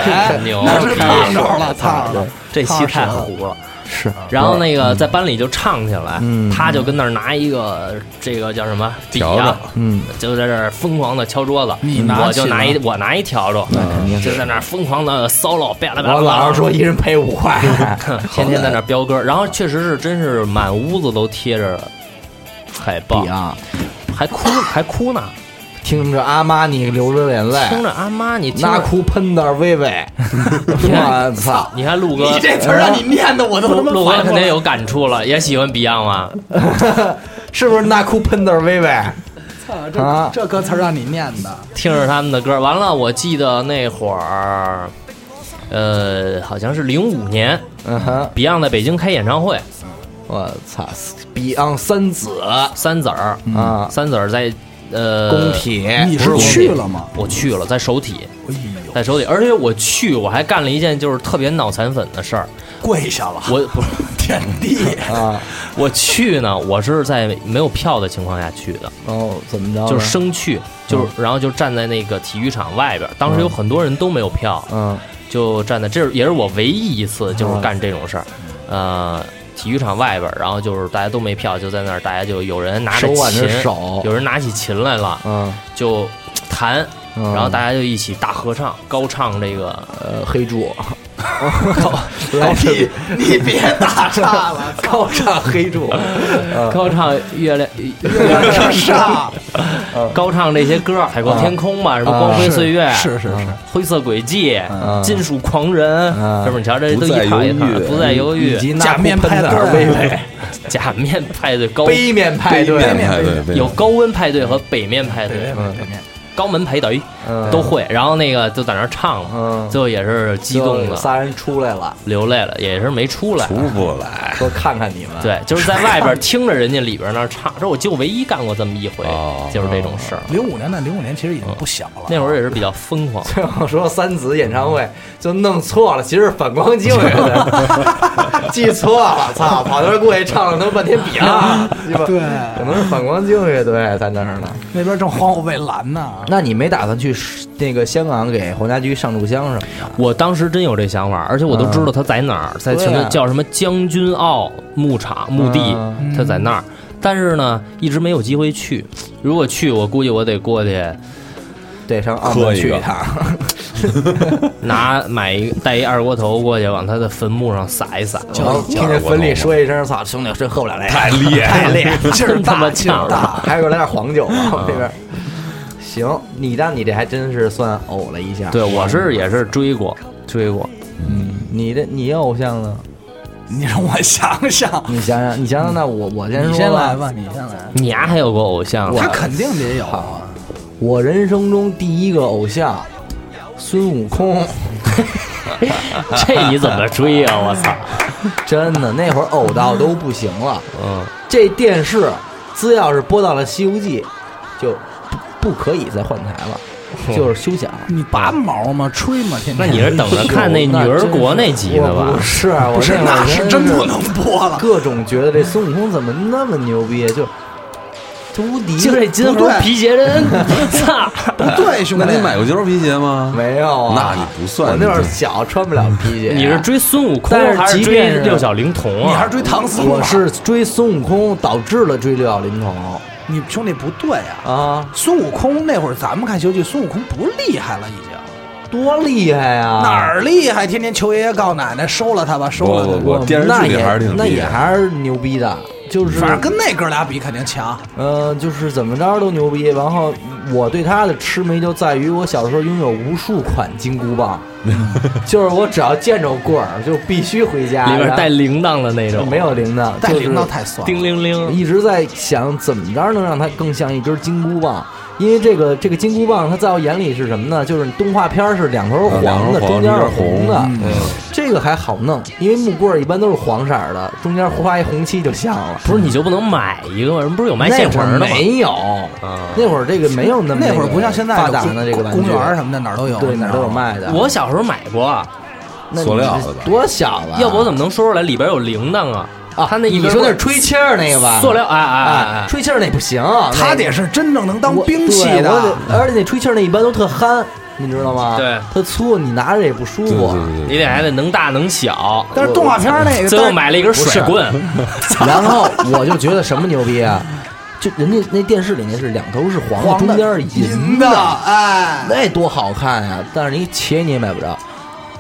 Speaker 3: 牛
Speaker 4: 那是烫
Speaker 3: 逼！
Speaker 4: 着了，烫着了。
Speaker 3: 这戏太糊了。
Speaker 1: 是。
Speaker 3: 然后那个在班里就唱起来
Speaker 1: 嗯，
Speaker 3: 他就跟那儿拿一个这个叫什么笔
Speaker 2: 笤
Speaker 3: 啊
Speaker 2: 帚，
Speaker 1: 嗯，
Speaker 3: 就在这儿疯狂的敲桌子。
Speaker 4: 你拿
Speaker 3: 我就
Speaker 4: 起
Speaker 3: 拿一
Speaker 4: 来
Speaker 3: 我拿一笤帚，
Speaker 1: 那肯定是
Speaker 3: 就在那儿疯狂的 solo，吧啦吧啦。
Speaker 1: 我老是说
Speaker 3: <laughs>
Speaker 1: 一人赔五块，
Speaker 3: 天天在那儿飙歌，然后确实是真是满屋子都贴着海报
Speaker 1: 比，啊，
Speaker 3: 还哭还哭呢，
Speaker 1: 听着阿玛尼流着眼
Speaker 3: 听
Speaker 1: 泪，
Speaker 3: 着阿妈你听
Speaker 1: 那
Speaker 3: 着，
Speaker 1: 哭喷的微微，我操！
Speaker 3: 你看陆哥。
Speaker 4: 你这词儿让你念的，我都他
Speaker 3: 陆
Speaker 4: 妈
Speaker 3: 陆哥
Speaker 4: 烦
Speaker 3: 肯
Speaker 4: 死
Speaker 3: 定
Speaker 4: 了。
Speaker 3: 有感触了，也喜欢 Beyond 啊嘛。
Speaker 1: 是不是那哭喷的微微？
Speaker 4: 操
Speaker 1: 啊
Speaker 4: 这这歌词儿让你念的，
Speaker 3: 听着他们的歌。完了，我记得那会儿，呃，好像是零五年
Speaker 1: 嗯哼，
Speaker 3: ，Beyond 在北京开演唱会，
Speaker 1: 我操！Beyond 三子
Speaker 3: 三子儿，
Speaker 1: 啊，
Speaker 3: 三子儿在呃
Speaker 1: 工，体，
Speaker 4: 你
Speaker 3: 不是
Speaker 4: 是
Speaker 3: 我
Speaker 4: 去了吗？
Speaker 3: 我去了，在首体，
Speaker 4: 哎呦，
Speaker 3: 在首体，而且我去，我还干了一件就是特别脑残粉的
Speaker 1: <laughs>
Speaker 3: 事儿，
Speaker 4: 跪下了，
Speaker 3: 我不是。
Speaker 4: 天地，
Speaker 1: 啊，
Speaker 3: 我去呢，我是在没有票的情况下去的，
Speaker 1: 哦，嗯怎么着呢？
Speaker 3: 就是生去，就是然后就站在那个体育场外边儿，当时有很多人都没有票，
Speaker 1: 嗯，哦
Speaker 3: 就站在这是也是我唯一一次就是干这种事儿，
Speaker 1: 嗯
Speaker 3: 呃，体育场外边儿，然后就是大家都没票，就在那儿，大家就有人拿着
Speaker 1: 手挽着
Speaker 3: 琴，
Speaker 1: 手
Speaker 3: 有人拿起琴来了，
Speaker 1: 嗯，
Speaker 3: 就弹，
Speaker 1: 嗯
Speaker 3: 然后大家就一起大合唱，高唱这个
Speaker 1: 呃，黑
Speaker 4: <laughs>
Speaker 1: 柱，哦来这里
Speaker 4: 哎你别打岔了，
Speaker 1: 高唱黑柱，嗯
Speaker 3: <laughs> 高唱
Speaker 1: <laughs>
Speaker 3: 月亮，
Speaker 4: 这上
Speaker 3: <laughs> 高唱这些歌儿，海阔天空嘛，什么
Speaker 1: 啊
Speaker 3: 光辉岁月，
Speaker 4: 是是是，
Speaker 3: 灰色轨迹
Speaker 1: 嗯、
Speaker 3: 金属狂人
Speaker 1: 嗯，
Speaker 3: 是不是？你瞧这都一
Speaker 2: 不再
Speaker 3: 趟一
Speaker 2: 犹豫
Speaker 3: 趟，不再犹豫
Speaker 1: 以。及
Speaker 4: 假面派对
Speaker 1: 微微，
Speaker 3: 假面派对高
Speaker 1: 杯面派
Speaker 2: 面
Speaker 1: 对，
Speaker 2: 派哎对，背面
Speaker 3: 有高温派对和北面派对，嗯高门派对
Speaker 1: 嗯
Speaker 3: 都会。然后那个就在那儿唱
Speaker 1: 嗯
Speaker 3: 嘛，最后也是激动
Speaker 1: 就
Speaker 3: 的
Speaker 1: 仨人出来了，
Speaker 3: 流泪了，也是没出来。
Speaker 2: 出不来
Speaker 1: 说看看你们，，
Speaker 3: 对，就是在外边听着人家里边那儿唱，这我就唯一干过这么一回
Speaker 2: 哦，
Speaker 3: 就是这种事儿。
Speaker 4: 零五年的零五年其实已经不小了，
Speaker 3: 那会儿也是比较疯狂，
Speaker 1: 最后 <laughs> 说三子演唱会就弄错了，其实是反光镜乐队， <laughs> 记错了，操，跑那儿过去唱了他妈半天比
Speaker 3: <laughs>
Speaker 1: 啊，鸡巴
Speaker 4: 对
Speaker 1: 可能是反光镜乐队在那儿呢。
Speaker 4: 那边正皇后蔚蓝呢，
Speaker 1: 那你没打算去那个香港给黄家驹上炷香什么的？
Speaker 3: 我当时真有这想法，而且我都知道他在哪儿，在什
Speaker 1: 对啊
Speaker 3: 么叫什么将军澳牧场墓地
Speaker 1: 嗯，
Speaker 3: 他在那儿。但是呢，一直没有机会去。如果去，我估计我得过去
Speaker 1: 得上澳
Speaker 2: 磕
Speaker 1: 门
Speaker 2: 一
Speaker 1: 去
Speaker 2: 个
Speaker 1: 一
Speaker 4: <laughs>
Speaker 1: 趟，
Speaker 3: 拿买一带一二锅头过去，往他的坟墓上撒一撒。
Speaker 1: 就
Speaker 4: 就
Speaker 1: 听见坟里说一声“操，兄弟，真喝不了这个，
Speaker 2: 太厉害
Speaker 3: <laughs>
Speaker 1: 太厉害，
Speaker 4: 劲儿
Speaker 3: 他妈
Speaker 4: 大，劲
Speaker 3: 呛
Speaker 4: 儿
Speaker 3: 了
Speaker 4: 大。
Speaker 1: 还有来点黄
Speaker 4: <laughs>
Speaker 1: 酒啊，我们这边。行，你但你这还真是算偶了一下。
Speaker 3: 对，我是也是追过，追过。
Speaker 1: 你的你偶像呢？
Speaker 4: 你让我想想，
Speaker 1: 你想想，你想想，那我我先说，
Speaker 4: 嗯你先来。吧，你先来。
Speaker 3: 你丫还有过偶像？
Speaker 4: 他肯定得有啊，
Speaker 1: 我人生中第一个偶像，孙悟空， <laughs>
Speaker 3: 这你怎么追啊？我操！
Speaker 1: 真的那会儿偶到都不行了。
Speaker 3: 嗯，
Speaker 1: 这电视只要是播到了《西游记》，就不不可以再换台了，就是休想。
Speaker 4: 哦你拔毛吗？吹吗？天天。
Speaker 3: 那你是
Speaker 1: <laughs>
Speaker 3: 等着看那女儿国那集呢
Speaker 1: 我
Speaker 3: 吧
Speaker 1: 不？是，啊我
Speaker 4: 不是？
Speaker 1: 那会
Speaker 4: 那
Speaker 1: 儿
Speaker 4: 是真不能播了。
Speaker 1: 各种觉得这孙悟空怎么那么牛逼，就就无敌。
Speaker 3: 就这金
Speaker 4: 不
Speaker 3: 猴
Speaker 4: 对
Speaker 3: 皮
Speaker 1: <laughs>
Speaker 3: 鞋人，操！
Speaker 4: 不对，兄弟，
Speaker 2: 那你买过胶皮鞋吗？
Speaker 1: 没有啊？
Speaker 2: 那你不算
Speaker 1: 我那会儿
Speaker 2: 你这
Speaker 1: 小，穿不了皮鞋。
Speaker 3: 你是追孙悟空
Speaker 1: 但是
Speaker 3: 还
Speaker 1: 即便
Speaker 3: 追
Speaker 1: 是
Speaker 3: 六小龄童
Speaker 4: 你还
Speaker 3: 啊
Speaker 4: 是？追唐僧吧
Speaker 1: 我是追孙悟空，导致了追六小龄童
Speaker 4: 你兄弟不对啊。
Speaker 1: 啊，
Speaker 4: 孙悟空那会儿，咱们看《西游记》，孙悟空不厉害了，已经
Speaker 1: 多厉害啊！
Speaker 4: 哪儿厉害？天天求爷爷告奶奶，收了他吧，收了
Speaker 2: 不
Speaker 4: 他嗯
Speaker 2: 不
Speaker 4: 吧。
Speaker 1: 我
Speaker 2: 电视
Speaker 1: 那
Speaker 2: 剧里
Speaker 1: 也
Speaker 2: 还是挺
Speaker 1: 那
Speaker 2: 厉
Speaker 1: 也
Speaker 2: 害
Speaker 1: 还是牛逼的，就是
Speaker 4: 反正跟那哥俩比，肯定强。
Speaker 1: 呃，就是怎么着都牛逼。然后我对他的痴迷就在于我小时候拥有无数款金箍
Speaker 3: <laughs>
Speaker 1: 棒，就是我只要见着棍儿就必须回家。
Speaker 3: 里边带
Speaker 1: 然
Speaker 3: 铃铛的那
Speaker 1: 后
Speaker 3: 种，
Speaker 1: 没有铃铛，
Speaker 4: 带
Speaker 1: 就是
Speaker 4: 铃铛太酸
Speaker 3: 叮
Speaker 4: 了。
Speaker 3: 铃铃。
Speaker 1: 一直在想怎么着能让它更像一根金箍棒，因为这个这个金箍棒，它在我眼里是什么呢？就是动画片儿是两头
Speaker 2: 啊两
Speaker 1: 黄
Speaker 2: 头
Speaker 1: 的，
Speaker 2: 黄
Speaker 1: 中间是
Speaker 2: 中间红
Speaker 1: 的，
Speaker 2: 嗯
Speaker 1: 这个还好弄，因为木棍儿一般都是黄色儿的，中间画一红漆就像了。
Speaker 3: 不是你就不能买一个吗？人不是有卖
Speaker 1: 那
Speaker 3: 现
Speaker 1: 会儿
Speaker 3: 成的吗？
Speaker 1: 没有，
Speaker 2: 啊
Speaker 1: 那会儿这个没有那么
Speaker 4: 那会儿
Speaker 1: 个
Speaker 4: 不像现在
Speaker 1: 发
Speaker 4: 有
Speaker 1: 达
Speaker 4: 公
Speaker 1: 的这个玩具
Speaker 4: 公园儿什么的，哪儿都有，
Speaker 1: 对
Speaker 4: 你知
Speaker 1: 哪
Speaker 4: 道
Speaker 1: 儿都有
Speaker 4: 吗。
Speaker 1: 卖的。
Speaker 3: 我小时候买过，啊
Speaker 1: 那你
Speaker 2: 塑料的吧
Speaker 1: 多小了，
Speaker 3: 要不我怎
Speaker 1: 么
Speaker 3: 么能说出来里边有铃铛啊？
Speaker 1: 啊？
Speaker 3: 他那一
Speaker 1: 你
Speaker 3: 根
Speaker 1: 说那
Speaker 3: 棍
Speaker 1: 是吹气儿那个吧？
Speaker 3: 塑料，哎哎哎
Speaker 1: 哎，，吹气儿那不行，
Speaker 4: 他
Speaker 1: 那
Speaker 4: 得是真正能当
Speaker 1: 我
Speaker 4: 兵器
Speaker 1: 对我
Speaker 4: 的
Speaker 1: 得。而且那吹气儿那一般都特憨，你知道吗？
Speaker 3: 对
Speaker 1: 特粗，你拿着也不舒
Speaker 2: 对
Speaker 1: 服。
Speaker 2: 对
Speaker 3: 你
Speaker 2: 对
Speaker 3: 得还得能大能小。
Speaker 4: 但是动画片儿那个，
Speaker 3: 最
Speaker 4: 但
Speaker 3: 后
Speaker 4: 是
Speaker 3: 买了一根甩棍，
Speaker 1: <laughs> 然后我就觉得什么牛逼啊？就人家那电视里面是两头是黄的，
Speaker 4: 黄
Speaker 1: 中
Speaker 4: 的
Speaker 1: 间 <laughs> 是
Speaker 4: 银
Speaker 1: 的
Speaker 4: 的，，哎，
Speaker 1: 那多好看呀、但是你钱你也买不着。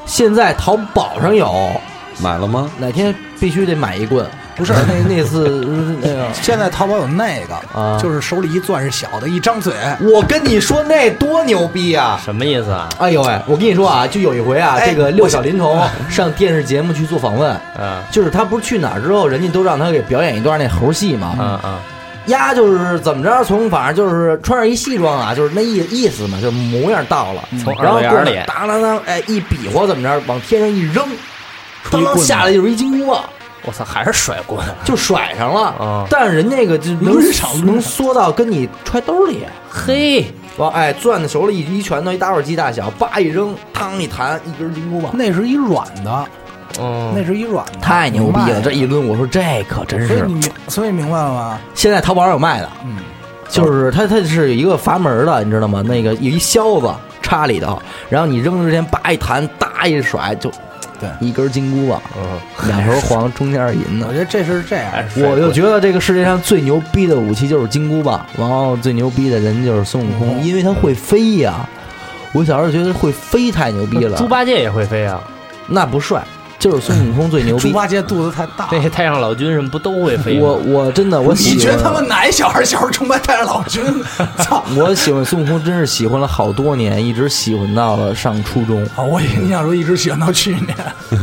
Speaker 1: 现在淘宝上有，
Speaker 2: 对，买了吗？
Speaker 1: 哪天必须得买一棍。 <laughs> 不是那那次那个，
Speaker 4: 现在淘宝有那个，
Speaker 1: 啊
Speaker 4: 就是手里一攥是小的，一张嘴，
Speaker 1: 我跟你说那多牛逼啊！
Speaker 3: 什么意思啊？
Speaker 1: 哎呦喂，我跟你说啊，就有一回啊，
Speaker 4: 哎
Speaker 1: 这个六小龄童上电视节目去做访问，
Speaker 3: 嗯
Speaker 1: 就是他不是去哪儿之后，人家都让他给表演一段那猴戏嘛。
Speaker 3: 嗯嗯，
Speaker 1: 丫就是怎么着，从反正就是穿上一西装啊，就是那意意思嘛，就是模样到了，
Speaker 3: 从
Speaker 1: 嗯然后
Speaker 3: 耳朵眼儿里
Speaker 1: 过来当当当，哎，一比划怎么着，往天上一扔，
Speaker 4: 一
Speaker 1: 当
Speaker 4: 棍
Speaker 1: 当
Speaker 4: 子
Speaker 1: 下来就是一金箍棒，
Speaker 3: 我操，还是甩棍，
Speaker 1: <laughs> 就甩上了。
Speaker 3: 啊
Speaker 1: 但是人那个就能
Speaker 4: 抡上抡上
Speaker 1: 能缩到跟你揣兜里，
Speaker 3: 嘿，
Speaker 1: 往哎攥在手里一一拳头，一打火机大小，叭一扔，嘡一弹，一根金箍棒，
Speaker 4: 那是一软的，那
Speaker 3: 嗯，
Speaker 4: 是一软的，
Speaker 1: 太牛逼
Speaker 4: 卖
Speaker 1: 了！
Speaker 4: 的
Speaker 1: 这一抡，我说这可真
Speaker 4: 所以
Speaker 1: 是
Speaker 4: 你明，所以明白了吗？
Speaker 1: 现在淘宝上有卖的，
Speaker 4: 嗯，
Speaker 1: 就是它它是有一个阀门的，你知道吗？那个有一销子插里头，然后你扔之前叭一弹，哒一甩，就
Speaker 4: 对
Speaker 1: 一根金箍棒，
Speaker 3: 嗯，
Speaker 1: <laughs> 两头黄，中间是银
Speaker 4: 我 <laughs>
Speaker 1: 的。
Speaker 4: 觉得这是这样
Speaker 2: 哎
Speaker 3: 还，是甩
Speaker 1: 我
Speaker 3: 棍
Speaker 1: 就觉得这个世界上最牛逼的武器就是金箍棒，然后最牛逼的人就是孙悟
Speaker 4: 嗯
Speaker 1: 空，因为他会飞呀、我小时候觉得会飞太牛逼
Speaker 4: <laughs>
Speaker 1: 了
Speaker 3: 猪，八戒也会飞啊，
Speaker 1: 那不帅，就是孙悟空最牛
Speaker 4: 猪
Speaker 1: 逼。
Speaker 4: 八戒肚子太大。
Speaker 3: 那些太上老君什么不都会飞吗？
Speaker 1: 我我真的我喜
Speaker 4: 你
Speaker 1: 欢
Speaker 4: 觉得他们哪一小孩小时候崇拜太上老君？
Speaker 1: <laughs>
Speaker 4: 操！
Speaker 1: 我喜欢孙悟空，真是喜欢了好多年，一直喜欢到了上初中。
Speaker 4: <laughs> 啊，我以为你想说一直喜欢到去年，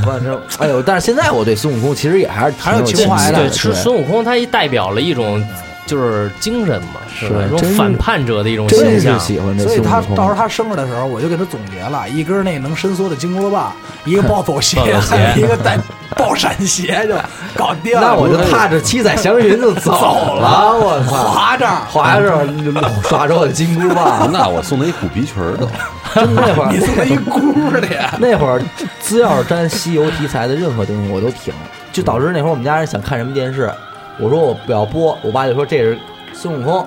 Speaker 1: 反正哎呦，但是现在我对孙悟空其实也还是挺
Speaker 4: 还是有
Speaker 1: 期
Speaker 4: 情怀
Speaker 1: 待
Speaker 4: 的
Speaker 1: 的。
Speaker 3: 对，是孙悟空，他一代表了一种就是精神嘛，是吧？
Speaker 1: 是
Speaker 3: 一种
Speaker 1: 真是
Speaker 3: 反叛者的一种
Speaker 1: 真
Speaker 3: 形
Speaker 1: 是
Speaker 3: 象。
Speaker 1: 喜欢这
Speaker 4: 所
Speaker 1: 孙悟
Speaker 4: 以他
Speaker 1: 空。
Speaker 4: 到时候他生日的时候，我就给他总结了一根那能伸缩的金箍棒，一个 <laughs> 暴走鞋，
Speaker 3: 暴走鞋
Speaker 4: 还有一个带爆闪鞋，就搞定了。
Speaker 1: 那我就踏着七彩祥云就走了，我 <laughs> 操！
Speaker 4: 滑着，
Speaker 1: 划着 <laughs> 耍着我的金箍棒，
Speaker 2: 啊那我送他一虎皮裙儿都，
Speaker 1: 真那会 <laughs>
Speaker 4: 你
Speaker 1: 儿
Speaker 4: 送他一箍的呀。
Speaker 1: 那会儿，只要是沾西游题材的任何东西我都挺，就导致那会儿我们家人想看什么电视，我说我不要播，我爸就说这是孙悟空，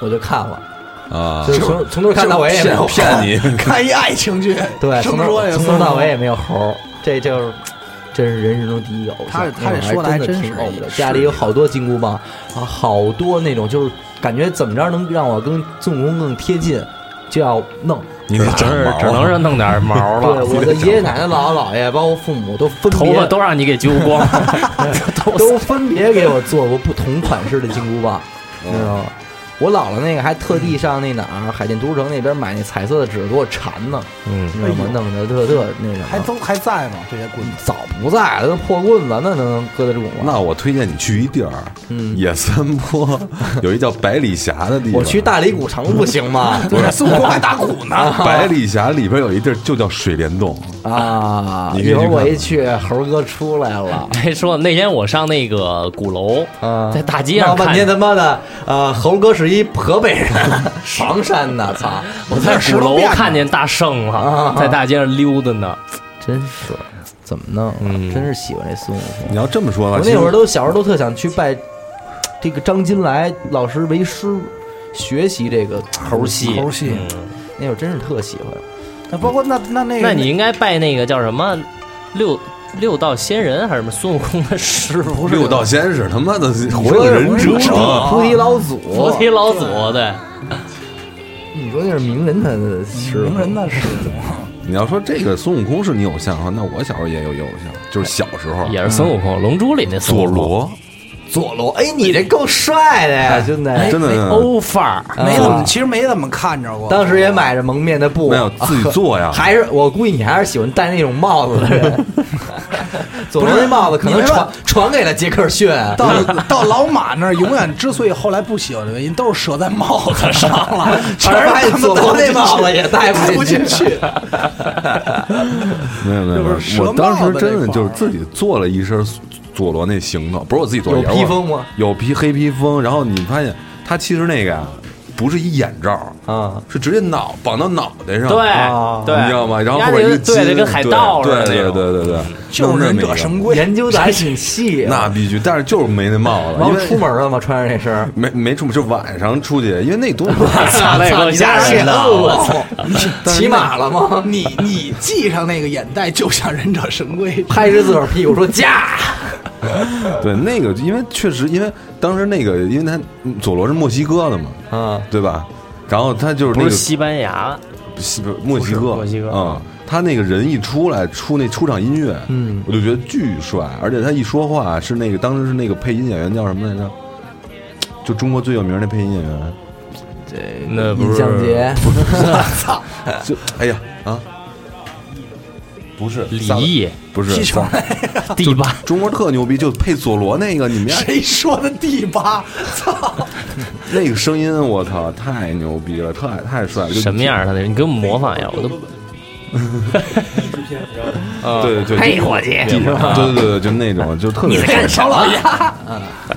Speaker 1: 我就看了，
Speaker 2: 啊
Speaker 1: <laughs> 就，是从从头看到尾也没有
Speaker 2: 骗
Speaker 1: <laughs>
Speaker 2: 骗你，
Speaker 4: <laughs> 看一爱情剧，
Speaker 1: 对，
Speaker 4: 生
Speaker 1: 从
Speaker 4: 说
Speaker 1: 头
Speaker 4: 也
Speaker 1: 从头到尾也没有猴儿，这就是真是人生中第一个偶像。
Speaker 4: 他他这说的
Speaker 1: 还
Speaker 4: 还
Speaker 1: 真
Speaker 4: 真
Speaker 1: 的
Speaker 4: 是
Speaker 1: 挺偶的，家里有好多金箍棒啊，好多那种就是感觉怎么着能让我跟孙悟空更贴近，就要弄。
Speaker 2: 你
Speaker 3: 只
Speaker 2: 得长
Speaker 3: 是
Speaker 2: 毛
Speaker 3: 只能
Speaker 2: 啊
Speaker 3: 是弄点毛
Speaker 1: 对，
Speaker 3: 了，
Speaker 1: 我
Speaker 3: <laughs>
Speaker 1: 的爷爷奶奶、姥姥姥爷，包括父母都分别
Speaker 3: 头发都让你给揪光，
Speaker 1: <laughs>
Speaker 3: <laughs> 都
Speaker 1: 都分别给我做过不同款式的金箍棒，你知道吗？我姥姥那个还特地上那哪儿海淀都市城那边买那彩色的纸给我缠呢，
Speaker 3: 嗯
Speaker 1: 你知道吗
Speaker 4: 哎？呦
Speaker 1: 弄得特特那什
Speaker 4: 还
Speaker 1: 么，
Speaker 4: 都还在吗？这些棍子
Speaker 1: 早不在了，都破棍子，那能搁得住啊吗？
Speaker 2: 那我推荐你去一地儿，
Speaker 1: 嗯
Speaker 2: 野三坡有一叫百里峡的地方。
Speaker 1: 我去大理古城不行吗？
Speaker 2: <laughs>
Speaker 4: 对，孙悟空还打鼓呢。
Speaker 2: 百里峡里边有一地儿就叫水帘洞，
Speaker 1: 啊，
Speaker 2: 你可以
Speaker 1: 一
Speaker 2: 去
Speaker 1: 会儿我
Speaker 2: 看
Speaker 1: 一去，猴哥出来了。
Speaker 3: 还说那天我上那个鼓楼，
Speaker 1: 啊，
Speaker 3: 在大街上
Speaker 1: 闹半
Speaker 3: 看
Speaker 1: 天他妈的，呃，猴哥是一河北人， <laughs> 房山的，操！
Speaker 3: 我在鼓楼看见大圣了
Speaker 1: 啊，
Speaker 3: 在大街上溜达呢。
Speaker 1: 真是怎么弄啊？
Speaker 3: 嗯
Speaker 1: 真是喜欢这孙悟空。
Speaker 2: 你要这么说吧，
Speaker 1: 我
Speaker 2: 其实
Speaker 1: 啊那会儿都小时候都特想去拜这个张金来老师为师，学习这个
Speaker 3: 猴戏，
Speaker 4: 猴戏
Speaker 3: 嗯
Speaker 1: 那会儿真是特喜欢。
Speaker 4: 那包括那那那个，
Speaker 3: 那你应该拜那个叫什么六六道仙人还是什么孙悟空的师傅？
Speaker 4: 不是
Speaker 2: 六道仙是他妈的火影忍者
Speaker 4: 不是，
Speaker 2: 啊
Speaker 1: 菩提老祖，
Speaker 3: 菩提老祖 <laughs> 对，
Speaker 1: 啊你说那是名人他的师
Speaker 4: 名
Speaker 1: 傅，
Speaker 4: 人那是
Speaker 2: 你要说这个孙悟空是你偶像的话，那我小时候也有一偶像，就是小时候
Speaker 3: 也是孙悟空，《龙珠》里那孙
Speaker 2: 佐
Speaker 3: 悟空，
Speaker 2: 罗，
Speaker 1: 佐罗。哎，你这够帅的呀，兄弟！
Speaker 2: 真
Speaker 1: 哦
Speaker 2: 的
Speaker 3: 欧范儿，
Speaker 4: 没怎
Speaker 1: 啊
Speaker 4: 么，其实没怎么看着过。
Speaker 1: 当时也买着蒙面的布，
Speaker 2: 没有自己
Speaker 1: <laughs>
Speaker 2: 做呀。
Speaker 1: 还是我估计你还是喜欢戴那种帽子的人。佐罗那帽子可能
Speaker 4: 你说
Speaker 1: 传传给了杰克逊，
Speaker 4: 到到老马那儿，永远之所以后来不喜欢的原因，都是折在帽子上
Speaker 1: <laughs>
Speaker 4: 了，全
Speaker 1: 而
Speaker 4: 是
Speaker 1: 且
Speaker 4: 他们
Speaker 1: 佐罗那
Speaker 4: 戴
Speaker 1: 帽子也戴
Speaker 4: 戴
Speaker 1: 不
Speaker 4: 不
Speaker 1: 进
Speaker 4: 进
Speaker 1: 去
Speaker 4: 去。
Speaker 2: 没有没有，没
Speaker 4: 就
Speaker 2: 有，
Speaker 4: 是蛇
Speaker 2: 我当时
Speaker 4: 帽子
Speaker 2: 真的
Speaker 4: 那块儿
Speaker 2: 就是自己做了一身佐罗那行头，不是我自己做的，
Speaker 1: 有
Speaker 2: 也是我
Speaker 1: 披风吗？
Speaker 2: 有披黑披风，然后你发现它其实那个呀，不是一眼罩，
Speaker 1: 啊，
Speaker 2: 是直接脑绑到脑袋
Speaker 3: 嗯
Speaker 2: 上，
Speaker 1: 啊
Speaker 3: 对对，
Speaker 2: 你知道吗？然后
Speaker 3: 压力
Speaker 2: 后边一个
Speaker 3: 对的
Speaker 2: 金
Speaker 3: 跟海盗似的
Speaker 2: 对
Speaker 3: 那种。
Speaker 2: 对
Speaker 3: 嗯
Speaker 2: 对对对，
Speaker 4: 就是忍者
Speaker 2: 么
Speaker 4: 神
Speaker 2: 一个。
Speaker 4: 龟，
Speaker 1: 研究的还挺细啊。
Speaker 2: <laughs> 那必须，但是就是没那帽子，因
Speaker 1: 王
Speaker 2: 为
Speaker 1: 出门了吗？穿上这身儿，
Speaker 2: 没没出门，就晚上出去，因为那啊东西
Speaker 3: <laughs> 操那也够吓人的！我操
Speaker 1: 骑马了吗？
Speaker 4: 你你系上那个眼带，就像忍者神龟。
Speaker 1: 拍着自个儿屁股说驾，
Speaker 2: <laughs> 对那个，因为确实，因为当时那个，因为他嗯佐罗是墨西哥的嘛，
Speaker 1: 啊，
Speaker 3: 嗯
Speaker 2: 对吧？然后他就是那
Speaker 3: 不
Speaker 2: 个
Speaker 3: 是西班牙，
Speaker 2: 西墨西哥，
Speaker 3: 不是墨西哥
Speaker 2: 啊、他那个人一出来，出那出场音乐，嗯，我就觉得巨帅，而且他一说话是那个当时是那个配音演员叫什么来着？就中国最有名的配音演员，
Speaker 3: 那不
Speaker 1: 尹相
Speaker 3: 是
Speaker 1: 杰，
Speaker 3: 呃
Speaker 2: 就哎呀啊，不是
Speaker 3: 李
Speaker 2: 仨字
Speaker 3: 毅、
Speaker 2: 不是
Speaker 4: 踢球
Speaker 2: 仨
Speaker 3: 地霸，
Speaker 2: 中国特牛逼，就配佐罗那个，
Speaker 3: <laughs>
Speaker 2: 你们家
Speaker 4: 谁说的第八？操！
Speaker 2: 那个声音，我操，太牛逼了，太太帅了，就
Speaker 3: 什么样儿？他那？你给我们模仿一下，我都
Speaker 2: 对对，嘿，伙计，对对对，对就那种，就特别。你在干什么？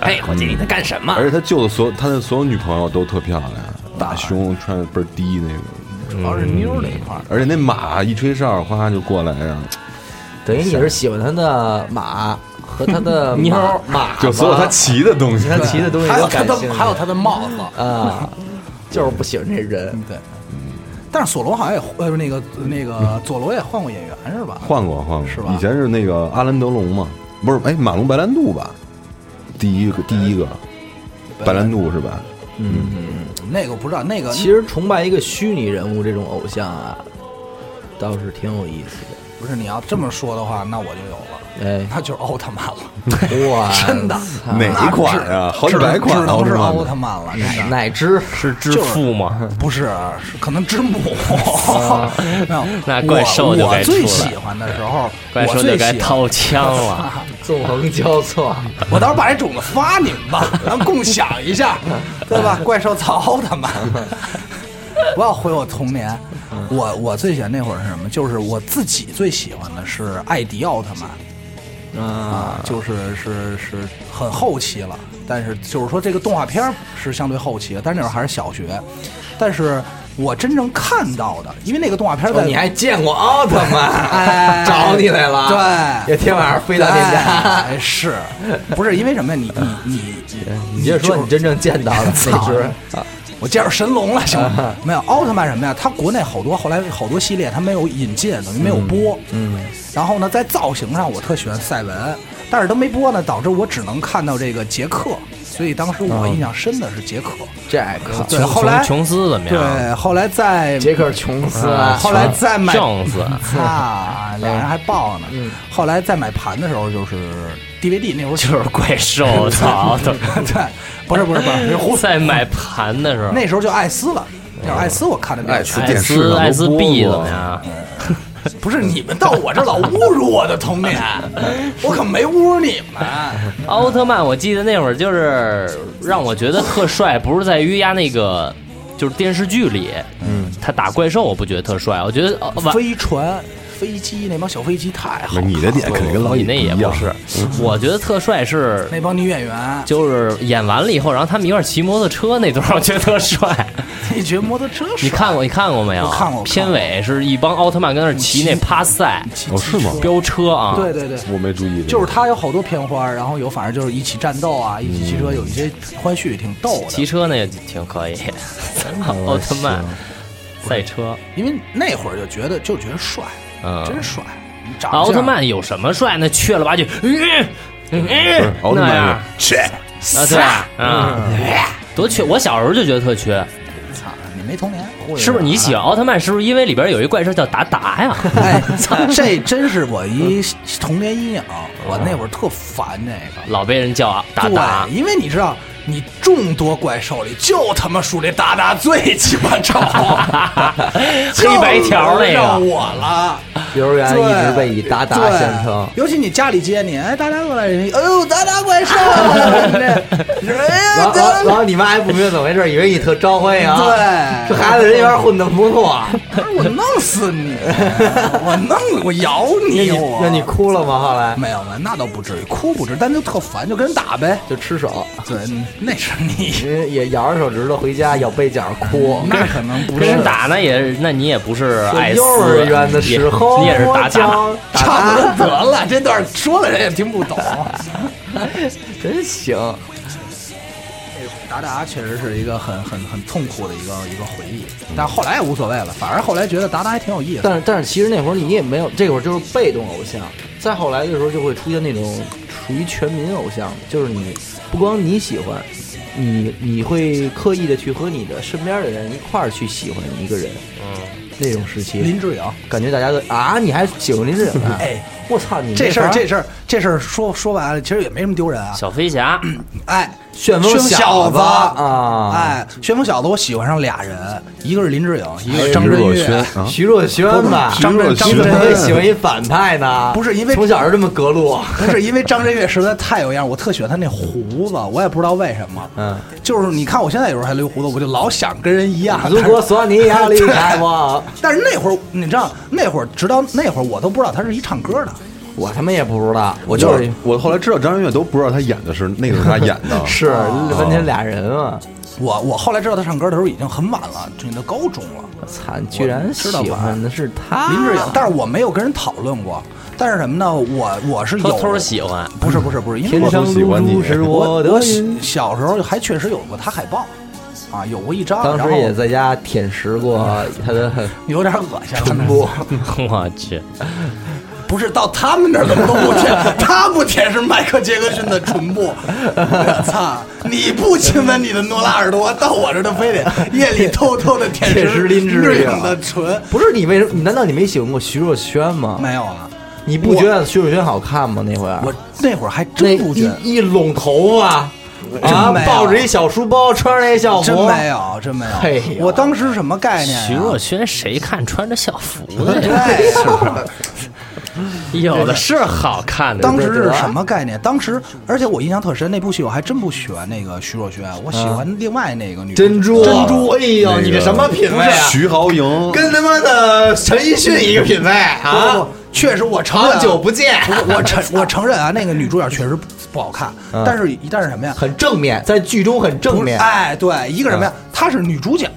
Speaker 2: 嘿，伙计，你在干什么？而且他救的所有，他的所有女朋友都特漂亮，大胸，穿的倍儿低那个，
Speaker 4: 主要是妞儿那一块儿，
Speaker 2: 而且那马一吹哨，哗就过来啊，
Speaker 1: 等于你是喜欢他的马和他的
Speaker 3: 妞儿
Speaker 1: 马马吧，
Speaker 2: 就所有他骑的东西
Speaker 1: 他。骑的东西
Speaker 4: 还
Speaker 1: 都
Speaker 4: 有他
Speaker 1: 感
Speaker 4: 的
Speaker 1: 兴趣，
Speaker 4: 还有他的帽子。
Speaker 1: 啊，就是不喜欢这人。
Speaker 4: 对，但是索隆好像也换呃那个那个佐罗也换过演员是吧？
Speaker 2: <laughs> 换过换过，
Speaker 4: 是吧
Speaker 2: 以前是那个阿兰德龙嘛，不是，哎，马龙白兰度吧，第一个第一个白兰度是吧？
Speaker 4: 那个不知道那个
Speaker 1: 其实崇拜一个虚拟人物这种 <laughs> 偶像啊，倒是挺有意思
Speaker 4: 不是你要这么说的话，那我就有了，
Speaker 1: 的。哎，
Speaker 4: 那就是奥特曼了，
Speaker 1: 哇，
Speaker 4: <laughs> 真的
Speaker 1: 操
Speaker 2: 哪一款啊？好几百款
Speaker 4: 只能
Speaker 2: 奥
Speaker 4: 是
Speaker 2: 特曼
Speaker 4: 奥
Speaker 2: 呢
Speaker 4: 特曼了，真的
Speaker 1: 乃知
Speaker 3: 是致富吗？
Speaker 4: 不是，是可能之母。 <laughs> 没有
Speaker 3: 啊那怪兽
Speaker 4: 我
Speaker 3: 就该
Speaker 4: 我最
Speaker 3: 出来
Speaker 4: 喜欢的时候，
Speaker 3: 怪
Speaker 4: 我
Speaker 3: 兽
Speaker 4: 最
Speaker 3: 就该
Speaker 4: 喜欢。
Speaker 3: 掏枪了。
Speaker 1: 纵横交错，
Speaker 4: 我到时候把这种子发你们吧，咱们共享一下，对吧？怪兽操奥特曼，不要毁我童年。我我最喜欢那会儿是什么？就是我自己最喜欢的是艾迪奥特曼。啊，就是是是很后期了，但是就是说这个动画片儿是相对后期的，但是那会儿还是小学。但是我真正看到的，因为那个动画片儿在、
Speaker 1: 哦你还见过奥特
Speaker 4: 哎
Speaker 1: 曼，找你来了，
Speaker 4: 对
Speaker 1: 也天晚上飞到你家。
Speaker 4: 哎是，不是因为什么呀？你你你啊
Speaker 5: <laughs>
Speaker 1: 你接着说，你真正见到的那时候
Speaker 4: 操我介绍神龙了，行吗？没有奥特曼什么呀？它国内好多后来好多系列它没有引进，等于没有播。嗯。然后呢，在造型上我特喜欢赛文，但是都没播呢，导致我只能看到这个杰克。所以当时我印象深的是杰克。
Speaker 5: Jack，
Speaker 4: 对，
Speaker 3: 琼
Speaker 4: 后来
Speaker 3: 琼琼斯怎么样？
Speaker 4: 对，后来在
Speaker 5: 杰克琼斯啊，
Speaker 4: 后来再买
Speaker 3: 琼斯，
Speaker 4: <laughs> 啊，俩人还抱呢。 <laughs> 后来再买盘的时候，就是 DVD 那时候
Speaker 3: 就是怪
Speaker 4: <laughs>
Speaker 3: 兽，操！都
Speaker 4: 对，不是不是不是，
Speaker 3: 在买盘的时候，
Speaker 4: 那时候就艾斯了。那会儿艾斯我看的比较全，
Speaker 2: 艾电
Speaker 3: 啊艾
Speaker 2: 视上
Speaker 3: 斯
Speaker 2: 都
Speaker 3: 艾斯
Speaker 2: 播
Speaker 3: B
Speaker 2: 过
Speaker 3: 怎么样？
Speaker 4: 不是你们到我这儿老侮辱我的
Speaker 3: <laughs>
Speaker 4: 童年，我可没侮辱你们。
Speaker 3: 奥特曼，我记得那会儿就是让我觉得特帅，不是在于压那个，就是电视剧里，嗯，他打怪兽，我不觉得特帅，我觉得呃完。
Speaker 4: 飞船、飞机那帮小飞机太
Speaker 2: 不是
Speaker 4: 好看了，
Speaker 2: 你的点肯定跟老
Speaker 3: 你
Speaker 2: 尹
Speaker 3: 那也
Speaker 2: 一
Speaker 3: 不
Speaker 2: 样，
Speaker 3: 是，我觉得特帅是
Speaker 4: 那帮女演员，
Speaker 3: 就是演完了以后，然后他们一块儿骑摩托车那段儿，我 <laughs> 觉得特帅。
Speaker 4: 你觉得摩托车
Speaker 3: 你看过你看过没有？
Speaker 4: 我看过我看过
Speaker 3: 片尾是一帮奥特曼跟那儿骑那趴赛
Speaker 2: 哦是吗？
Speaker 3: 飙车啊，
Speaker 4: 对对对，
Speaker 2: 我没注意这个，
Speaker 4: 就是它有好多片花，然后有反正就是一起战斗
Speaker 3: 嗯
Speaker 4: 啊，一起骑车，有一些欢絮挺逗的。
Speaker 3: 骑车那也挺可以。奥特曼赛车，
Speaker 4: 因为那会儿就觉得就觉得帅，
Speaker 3: 嗯
Speaker 4: 真帅。你长
Speaker 3: 奥特
Speaker 4: 相
Speaker 3: 曼有什么帅？那缺了吧唧，嗯嗯嗯，
Speaker 2: 奥特曼
Speaker 3: 那
Speaker 2: 哦是
Speaker 3: 样啊，
Speaker 2: 切，
Speaker 3: 对啊，嗯多缺！我小时候就觉得特缺，
Speaker 4: 操，你没童年，
Speaker 3: 是不是？你喜欢奥特曼，是不是因为里边有一怪兽叫达达呀？
Speaker 4: <laughs>
Speaker 3: <laughs>
Speaker 4: 哎，这真是我一童年阴影。我那会儿特烦这个，
Speaker 3: 老被人叫啊达达
Speaker 4: 对，，因为你知道，你众多怪兽里就他妈数这达达最鸡巴丑，
Speaker 3: <laughs> 黑白条那
Speaker 4: 就轮着
Speaker 3: 个，
Speaker 4: 我了，
Speaker 5: 幼儿园一直被以达达
Speaker 4: 对
Speaker 5: 先称。
Speaker 4: 尤其你家里接你，哎，达达过来，人家哎呦，达达怪兽过来
Speaker 5: <laughs>
Speaker 4: 了，你这你说哎
Speaker 5: 然
Speaker 4: 呀，
Speaker 5: 后，然后，
Speaker 4: 达
Speaker 5: 然后你妈还不明白怎么回事，以为你特招欢迎。 <laughs>
Speaker 4: 对
Speaker 5: 这孩子人缘混得不错。
Speaker 4: 我弄死
Speaker 5: <laughs>
Speaker 4: 你，我弄我咬
Speaker 5: 那
Speaker 4: 你，
Speaker 5: 你
Speaker 4: 我
Speaker 5: 那你哭了吗？后来
Speaker 4: 没有没有，那倒不至于，哭不至于，但就特烦，就跟人打呗。
Speaker 5: 就吃手，
Speaker 4: 对，那是 <laughs> 你，
Speaker 5: 人也咬着手指头回家，咬被角哭。
Speaker 4: 那可能 <laughs> 不
Speaker 3: 跟
Speaker 4: 是
Speaker 3: 人。打那也，那你也不是艾斯，
Speaker 5: 幼儿园的时候，
Speaker 3: 你也你也是达达。
Speaker 5: 我讲
Speaker 4: 差不
Speaker 5: 达达
Speaker 4: 多得了，这段说的人也听不懂。
Speaker 5: 真行。
Speaker 4: 达达啊确实是一个很很很痛苦的一个一个回忆，但后来也无所谓了，反而后来觉得达达还挺有意思。
Speaker 5: 但是但是其实那会儿你也没有，这会儿就是被动偶像。再后来的时候就会出现那种属于全民偶像，就是你不光你喜欢，你你会刻意的去和你的身边的人一块儿去喜欢一个人。嗯，那种时期，
Speaker 4: 林志颖，
Speaker 5: 感觉大家都啊，你还喜欢林志颖啊？
Speaker 4: 哎，
Speaker 5: 我操你
Speaker 4: 这事儿
Speaker 5: 法
Speaker 4: 这事儿这事儿 <laughs> 说说白了，其实也没什么丢人啊。
Speaker 3: 小飞侠，
Speaker 4: 哎，
Speaker 5: 旋风
Speaker 4: 小
Speaker 5: 小子啊
Speaker 4: 哎，旋风小子，我喜欢上俩人，一个是林志颖，一个是张
Speaker 2: 徐
Speaker 4: 震
Speaker 2: 若
Speaker 4: 岳啊
Speaker 2: 瑄。哎啊，
Speaker 5: 徐若瑄吧，
Speaker 4: 张震
Speaker 2: 徐
Speaker 4: 张
Speaker 5: 你
Speaker 2: 若
Speaker 5: 怎么会
Speaker 4: 震
Speaker 2: 瑄
Speaker 5: 喜欢一反派呢？
Speaker 4: 不是因为
Speaker 5: 从小就这么隔 <laughs> 路，
Speaker 4: <laughs> 不是因为张震岳实在太有样，我特喜欢他那胡子，我也不知道为什么。
Speaker 5: 嗯，
Speaker 4: 就是你看我现在有时候还留胡子，我就老想跟人一样。
Speaker 5: 如果索尼要离开我，
Speaker 4: 但是那会儿你知道，那会儿直到那会儿我都不知道他是一唱歌的，
Speaker 5: 我他妈也不知道，我
Speaker 2: 我
Speaker 5: 就是
Speaker 2: 我后来知道张震岳都不知道他演的是那个是他演
Speaker 5: <laughs>
Speaker 2: 的，
Speaker 5: 是完全俩人啊！
Speaker 4: 我我后来知道他唱歌的时候已经很晚了，就到高中了。
Speaker 5: 我操，你居然喜欢的是他，
Speaker 4: 林志颖，但是我没有跟人讨论过。但是什么呢？我我是有
Speaker 3: 偷偷喜欢，
Speaker 4: 不是不是不是，因为
Speaker 5: 天
Speaker 4: 我
Speaker 5: 生露珠是
Speaker 4: 我
Speaker 5: 的
Speaker 4: 我
Speaker 5: 心。
Speaker 4: 小时候还确实有过他海报，啊，有过一张，
Speaker 5: 当
Speaker 4: 然
Speaker 5: 时
Speaker 4: 后
Speaker 5: 也在家舔食过他的
Speaker 4: 有点恶心了。
Speaker 5: 臀部，
Speaker 3: 我去，
Speaker 4: 不是到他们那儿怎么都不 <laughs> 舔，他不舔是迈克杰克逊的唇部。我操！你不亲吻你的诺拉耳朵，到我这儿都非得夜里偷偷的 <laughs> 舔
Speaker 5: 舔食林志
Speaker 4: 志
Speaker 5: 颖
Speaker 4: 颖的唇。
Speaker 5: <laughs> 不是你为什么？你难道你没喜欢过徐若瑄吗？
Speaker 4: 没有啊，
Speaker 5: 你不觉得徐若瑄好看吗？那会儿
Speaker 4: 我那会儿还
Speaker 5: 那
Speaker 4: 真不觉得，
Speaker 5: 一一拢头发啊，
Speaker 4: 没有
Speaker 5: 抱着一小书包，穿着一校服，
Speaker 4: 真没有，真没
Speaker 5: 哎
Speaker 4: 有。
Speaker 5: 呦
Speaker 4: 我当时什么概念、啊？
Speaker 3: 徐若瑄谁看穿着校服的
Speaker 4: 对 <laughs>
Speaker 3: 呀？
Speaker 4: 啊，
Speaker 3: 有的是好看的，
Speaker 4: 当时是什么概念？当时，而且我印象特深，那部戏我还真不喜欢那个徐若瑄，我喜欢另外那个女
Speaker 5: 珍珠，
Speaker 4: 珍珠。
Speaker 5: 哎呦，
Speaker 2: 个
Speaker 5: 你这什么品味啊？
Speaker 2: 徐濠萦，
Speaker 5: 跟他妈的陈奕迅一个品味
Speaker 4: 不
Speaker 5: 啊
Speaker 4: 不！，哦确实我承认
Speaker 5: 好久不见，
Speaker 4: 不是我承我承认啊，那个女主角确实不好看，但是但是什么呀？
Speaker 5: 嗯很正面，在剧中很正面。嗯
Speaker 4: 哎，对，一个什么呀？她是女主角，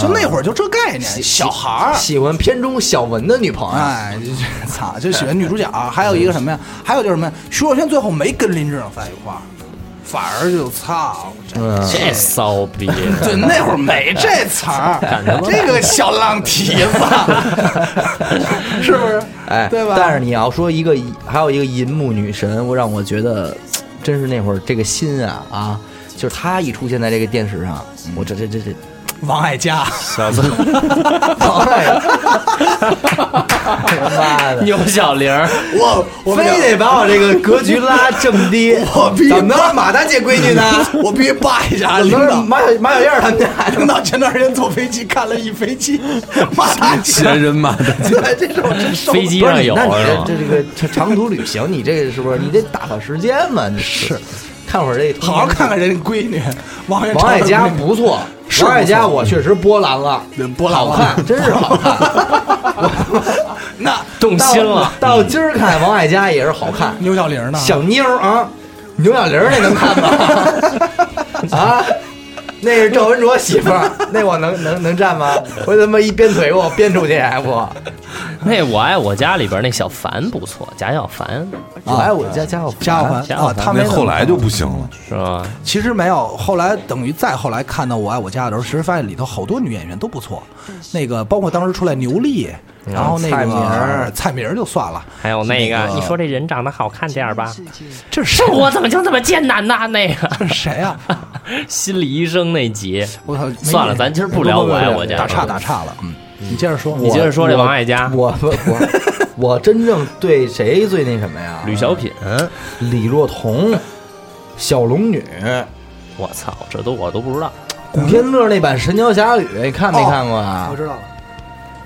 Speaker 4: 就那会儿就这概念，小孩儿。
Speaker 5: 喜欢片中小文的女朋友，
Speaker 4: 哎，就操，
Speaker 5: <laughs>
Speaker 4: 就喜欢女主角。还有一个什么呀？还有就是什么呀？徐若瑄最后没跟林志颖在一块儿，反而就操，这
Speaker 3: 这骚逼，
Speaker 4: 对，那会儿没这词儿，这个小浪蹄
Speaker 5: <laughs>
Speaker 4: 子，是不是？
Speaker 5: 哎，
Speaker 4: 对吧？
Speaker 5: 但是你要说一个，还有一个银幕女神，我让我觉得，真是那会儿这个心啊啊，就是她一出现在这个电视上，我这这这这，
Speaker 4: 王爱佳，
Speaker 3: 小子，
Speaker 5: 他妈的，
Speaker 3: 牛小玲儿，
Speaker 4: 我我
Speaker 5: 非得把我这个格局拉这么低，
Speaker 4: 我必须
Speaker 5: 怎么是马大姐闺女呢？
Speaker 4: 我必须扒一下
Speaker 5: 怎
Speaker 4: 领
Speaker 5: 么是
Speaker 4: 导。
Speaker 5: 马小马小燕儿他们家？
Speaker 4: 领导前段时间坐飞机看了一飞机，马
Speaker 5: <laughs>
Speaker 4: 大姐，
Speaker 2: 闲人嘛，
Speaker 4: <laughs> 对，这是我真受不了
Speaker 3: 飞机
Speaker 5: 不是
Speaker 3: 上
Speaker 5: 你
Speaker 3: 有啊
Speaker 5: 那你
Speaker 3: 是
Speaker 5: 这
Speaker 3: 吗？
Speaker 5: 这这个长长途旅行，你这个是不是你得打发时间嘛？你是，看会儿这
Speaker 4: 好好看看人家闺女王源
Speaker 5: 王爱
Speaker 4: 超
Speaker 5: 佳
Speaker 4: 的闺女
Speaker 5: 不错，
Speaker 4: 是不错
Speaker 5: 王爱佳我确实波澜了，
Speaker 4: 波澜了
Speaker 5: 好看，真是好
Speaker 4: <laughs>
Speaker 5: 看。我
Speaker 4: 那
Speaker 3: 动嗯心了，嗯
Speaker 5: 到到今儿看王爱佳也是好看，
Speaker 4: 牛小玲呢？
Speaker 5: 小妞儿啊，牛小玲儿那能看吗？ <laughs> 啊，那是赵文卓媳妇儿，那我能能能站吗？我他妈一鞭腿给我鞭出去，啊我
Speaker 3: 那我爱我家里边那小凡不错，贾小凡
Speaker 5: 我爱哎我家家有
Speaker 4: 贾小
Speaker 3: 贾
Speaker 4: 凡
Speaker 3: 小
Speaker 4: 啊，
Speaker 3: 凡
Speaker 4: 他没
Speaker 2: 那
Speaker 4: 怎么
Speaker 2: 后来就不行了。
Speaker 3: 是吧？
Speaker 4: 其实没有，后来等于再后来看到《我爱我家》的时候，其实发现里头好多女演员都不错，那个包括当时出来牛莉，然后那个
Speaker 5: 嗯蔡明儿
Speaker 4: 蔡明儿就算了，
Speaker 3: 还有那个
Speaker 4: 那，个
Speaker 3: 你说这人长得好看点儿吧，
Speaker 4: 这是
Speaker 3: 生
Speaker 4: 谁
Speaker 3: 活怎么就这啊么艰难呐？那个
Speaker 4: 这是谁啊？
Speaker 3: <laughs> 心理医生那集，
Speaker 4: 我操！没
Speaker 3: 算了咱今儿不
Speaker 5: 啊
Speaker 3: 聊我爱我家
Speaker 4: 打岔打岔了，嗯，你接着说，
Speaker 3: 你接着说这王爱佳
Speaker 5: 我我我我真正对谁最那什么呀？
Speaker 3: 吕小品，
Speaker 5: 李若彤、小龙女、
Speaker 3: 我操，这都我都不知道。
Speaker 5: 古天乐那版《神雕侠侣》，你看没
Speaker 4: 哦
Speaker 5: 看过啊？
Speaker 4: 我知道了，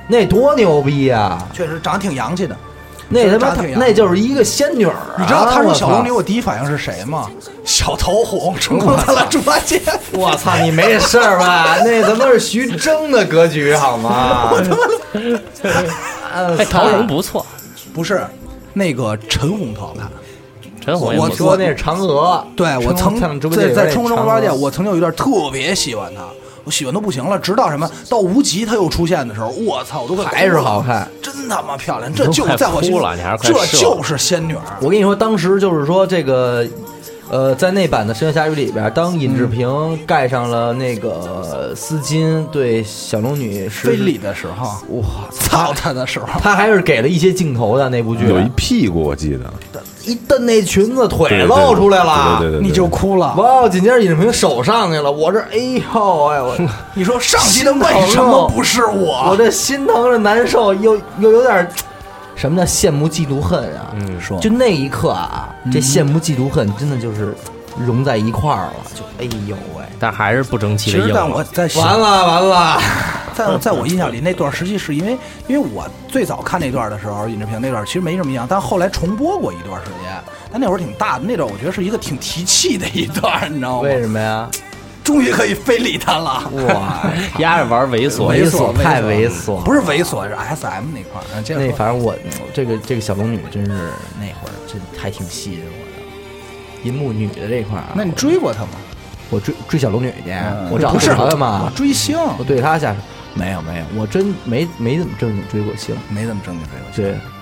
Speaker 5: 那多牛逼啊！
Speaker 4: 确实长得挺洋气的。
Speaker 5: 那他妈
Speaker 4: 扎
Speaker 5: 她
Speaker 4: 挺洋
Speaker 5: 那就是一个仙女儿啊、
Speaker 4: 啊你知道他说小龙女，
Speaker 5: 我
Speaker 4: 我第一反应是谁吗？小桃红成功他了猪八戒，
Speaker 5: 操，我
Speaker 3: 哎
Speaker 5: 操，你没事儿吧？那他妈是徐峥的格局
Speaker 4: <laughs>
Speaker 5: 好吗？我
Speaker 3: 哎，陶蓉不错，
Speaker 4: <laughs> 不是，那个陈红特好看。
Speaker 3: 陈红也
Speaker 4: 我
Speaker 3: 不
Speaker 5: 我
Speaker 3: 错。
Speaker 5: 说那是嫦娥，
Speaker 4: 对我曾
Speaker 5: 看直播间
Speaker 4: 在
Speaker 5: 有
Speaker 4: 在
Speaker 5: 那
Speaker 4: 《冲
Speaker 5: 嫦
Speaker 4: 冲
Speaker 5: 娥
Speaker 4: 猪八戒》，我曾经有一段特别喜欢他，我喜欢都不行了。直到什么到无极他又出现的时候，我操，我都快哭了
Speaker 5: 还是好看，
Speaker 4: 真他妈漂亮！这就
Speaker 3: 都快
Speaker 4: 在我心
Speaker 3: 哭
Speaker 4: 里
Speaker 3: 了你还是快
Speaker 4: 这
Speaker 3: 射了
Speaker 4: 就是仙女儿。
Speaker 5: 我跟你说，当时就是说这个，呃，在那版的《神雕侠侣》里边，当尹志平盖上了那个丝巾对小龙女实
Speaker 4: 非礼，的时候，
Speaker 5: 哇
Speaker 4: 操他的时候，
Speaker 5: 他还是给了一些镜头的那部剧，
Speaker 2: 有一屁股，我记得，
Speaker 5: 一蹬那裙子
Speaker 2: 对
Speaker 5: 腿
Speaker 2: 对
Speaker 5: 露出来了，
Speaker 2: 对对对对对，
Speaker 4: 你就哭了。
Speaker 5: 哇！紧接着尹志平手上去了，我这哎呦哎我。
Speaker 4: 你说上期的为什么不是我？
Speaker 5: 我这心疼着难受，又又有点儿什么叫羡慕嫉妒恨啊？
Speaker 3: 嗯
Speaker 4: 说
Speaker 5: 就那一刻啊，这羡慕嫉妒恨真的就是融在一块儿了，就哎呦
Speaker 3: <laughs>
Speaker 5: 喂，
Speaker 3: 但还是不争气
Speaker 4: 其
Speaker 3: 的硬
Speaker 4: 实，但
Speaker 3: 了。
Speaker 4: 我在想
Speaker 5: 完了完了，
Speaker 4: 在在我印象里，那段实际是因为，因为我最早看那段的时候，尹志平那段其实没什么印象，但后来重播过一段时间。但那会儿挺大的，那段我觉得是一个挺提气的一段，你知道吗？
Speaker 5: 为什么呀？
Speaker 4: 终于可以非礼他了，
Speaker 5: 哇，
Speaker 3: 压着玩猥琐，
Speaker 5: 猥琐太猥琐，
Speaker 4: 不是猥琐，是 S M 那块儿。啊接着
Speaker 5: 那
Speaker 4: 说
Speaker 5: 反正我这个这个小龙女真是那会儿真还挺吸引我的，银幕女的这块儿啊，
Speaker 4: 那你追过他吗？
Speaker 5: 我追追小龙女去，我找
Speaker 4: 不是
Speaker 5: 她
Speaker 4: 我
Speaker 5: 嘛，
Speaker 4: 追星
Speaker 5: 我对她下手，没有没有，我真没没怎么
Speaker 3: 嗯
Speaker 5: 正经追过星，
Speaker 4: 没怎么正经追过星。
Speaker 5: 对。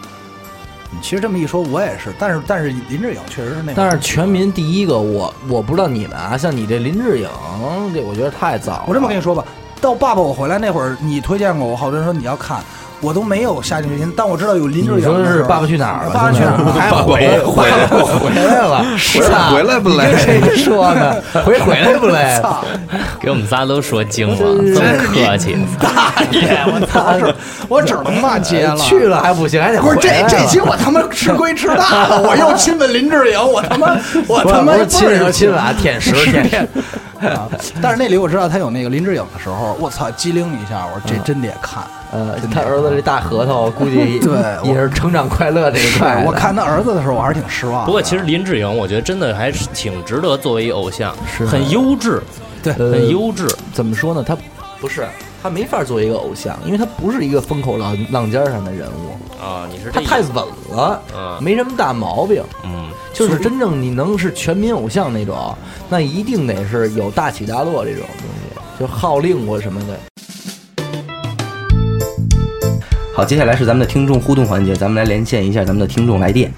Speaker 4: 其实这么一说，我也是，但是但是林志颖确实是那会儿，
Speaker 5: 但是全民第一个，我我不知道你们啊，像你这林志
Speaker 4: <laughs>
Speaker 5: 颖，这我觉得太早了。
Speaker 4: 我这么跟你说吧，到《爸爸我回来》那会儿，你推荐过我，好多人说你要看，我都没有下定决心。但我知道有林志颖的
Speaker 5: 你
Speaker 4: 时候，
Speaker 5: 说的是《爸爸去哪儿》了？
Speaker 4: 爸爸去哪
Speaker 2: <laughs>
Speaker 4: 儿》哎
Speaker 5: 还
Speaker 2: 爸爸
Speaker 5: 回
Speaker 2: 回来啊
Speaker 5: 爸爸回来了，是吧？
Speaker 2: 回来不来啊
Speaker 5: 你跟谁说呢？回回来不来？
Speaker 4: 操
Speaker 3: 给我们仨都说精了，这么客气。
Speaker 4: 大爷！哎我操，是 <laughs> 我只能骂街了。
Speaker 5: 哎去了还不行，还得
Speaker 4: 不
Speaker 5: 回
Speaker 4: 是这
Speaker 5: 来了
Speaker 4: 这期我他妈吃亏吃大了，我又亲吻林志颖，我他妈我
Speaker 5: 不是
Speaker 4: 他妈
Speaker 5: 不是亲
Speaker 4: 倍
Speaker 5: 是
Speaker 4: 儿
Speaker 5: 亲了啊，舔食舔食。
Speaker 4: 啊！但是那里我知道他有那个林志颖的时候，我操，机灵一下，我说这
Speaker 5: 嗯
Speaker 4: 真得看。
Speaker 5: 呃，他儿子这大核桃，估计
Speaker 4: <laughs> 对我
Speaker 5: 也是成长快乐这一
Speaker 4: 是
Speaker 5: 块的。
Speaker 4: 我看他儿子的时候，我还是挺失望的。
Speaker 5: 啊
Speaker 3: 不过其实林志颖，我觉得真的还是挺值得作为偶像，
Speaker 5: 是
Speaker 3: 很优质，
Speaker 4: 对
Speaker 3: 很优质。
Speaker 5: 怎么说呢？他不是他没法做一个偶像，因为他不是一个风口浪浪尖儿上的人物。
Speaker 3: 啊，你是
Speaker 5: 他
Speaker 3: 这
Speaker 5: 太
Speaker 3: 意思
Speaker 5: 稳了，
Speaker 3: 嗯
Speaker 5: 没什么大毛病。
Speaker 3: 嗯，
Speaker 5: 就是真正你能是全民偶像那种，那一定得是有大起大落这种东西，就号令或什么的。好，接下来是咱们的听众互动环节，咱们来连线一下咱们的听众来电。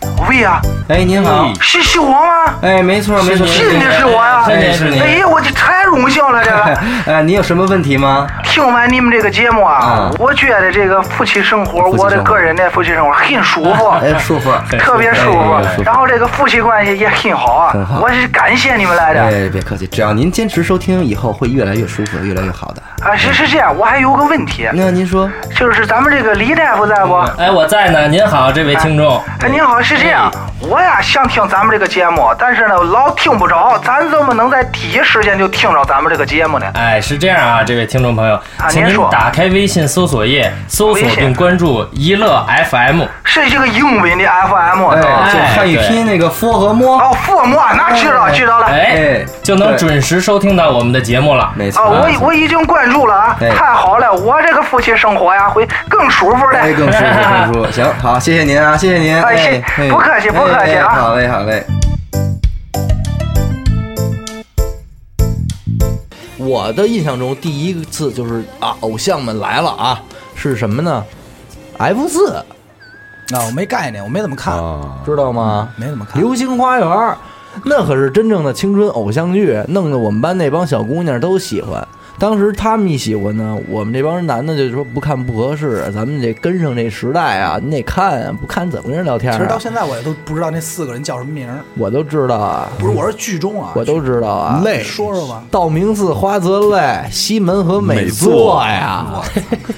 Speaker 6: We 壁啊？
Speaker 5: 哎，您好，
Speaker 6: 是是我吗？
Speaker 5: 哎，没错没错，
Speaker 6: 是你是我呀、
Speaker 5: 真的是
Speaker 6: 哎
Speaker 5: 您。
Speaker 6: 呀，我这太荣幸了，
Speaker 5: <laughs>
Speaker 6: 这个。
Speaker 5: 呃，您有什么问题吗？
Speaker 6: 听完你们这个节目啊，
Speaker 5: 嗯
Speaker 6: 我觉得这个夫妻生活，我的个人的夫妻生活很舒服，
Speaker 5: 哎，舒服，
Speaker 6: 特别舒服
Speaker 5: 哎哎哎。
Speaker 6: 然后这个夫妻关系也很好
Speaker 5: 很
Speaker 6: 啊
Speaker 5: 好，
Speaker 6: 我是感谢你们来的。
Speaker 5: 哎，别客气，只要您坚持收听，以后会越来越舒服，越来越好的。
Speaker 6: 啊，是是这样，我还有个问题，
Speaker 5: 那您说，
Speaker 6: 就是咱们这个李大夫在不？
Speaker 5: 嗯
Speaker 3: 哎，我在呢，您好，这位听众。
Speaker 6: 哎，您好，是这样，
Speaker 5: 嗯
Speaker 6: 我呀想听咱们这个节目，但是呢老听不着，咱怎么能在第一时间就听着咱们这个节目呢？
Speaker 3: 哎，是这样啊，这位听众朋友，
Speaker 6: 啊
Speaker 3: 请
Speaker 6: 您
Speaker 3: 您
Speaker 6: 说
Speaker 3: 打开微信搜索页，搜索
Speaker 6: 微信
Speaker 3: 并关注“一乐 FM”。
Speaker 6: 是这个英文的 FM，
Speaker 5: 哎，
Speaker 6: 知道吧
Speaker 5: 哦就汉语拼音那个“佛”和“摸
Speaker 6: 哦，父母啊，那知道知道了。
Speaker 3: 哎
Speaker 5: 哎，
Speaker 3: 就能
Speaker 5: 对
Speaker 3: 准时收听到我们的节目了”，。
Speaker 5: 没错
Speaker 6: 啊，。我已我已经关注了啊，
Speaker 5: 哎
Speaker 6: 太好了，我这个夫妻生活呀会更舒服的。
Speaker 5: 哎，更舒服，更舒服。行，好，谢谢您啊，谢谢您。
Speaker 6: 哎谢
Speaker 5: 哎
Speaker 6: 不客气不客气啊
Speaker 5: 哎好嘞，好嘞。
Speaker 1: 我的印象中，第一次就是啊，偶像们来了啊，是什么呢？F 四，
Speaker 4: 啊，我没概念，我没怎么
Speaker 5: 哦
Speaker 4: 看，
Speaker 2: 啊，
Speaker 1: 知道吗？
Speaker 4: 没怎么看。
Speaker 1: 流星花园儿》，那可是真正的青春偶像剧，弄得我们班那帮小姑娘都喜欢。当时他们一喜欢呢，我们这帮男的就说不看不合适，咱们得跟上这时代啊，你得看啊，不看怎么跟人聊天、
Speaker 4: 其实到
Speaker 1: 啊？
Speaker 4: 现在我也都不知道那四个人叫什么名儿，
Speaker 1: 我都知道啊，
Speaker 4: 不是我是剧中啊，
Speaker 1: 我都知道
Speaker 4: <laughs>
Speaker 1: 啊。
Speaker 4: 累，说说吧，
Speaker 1: 道明寺花泽类、西门和美作呀，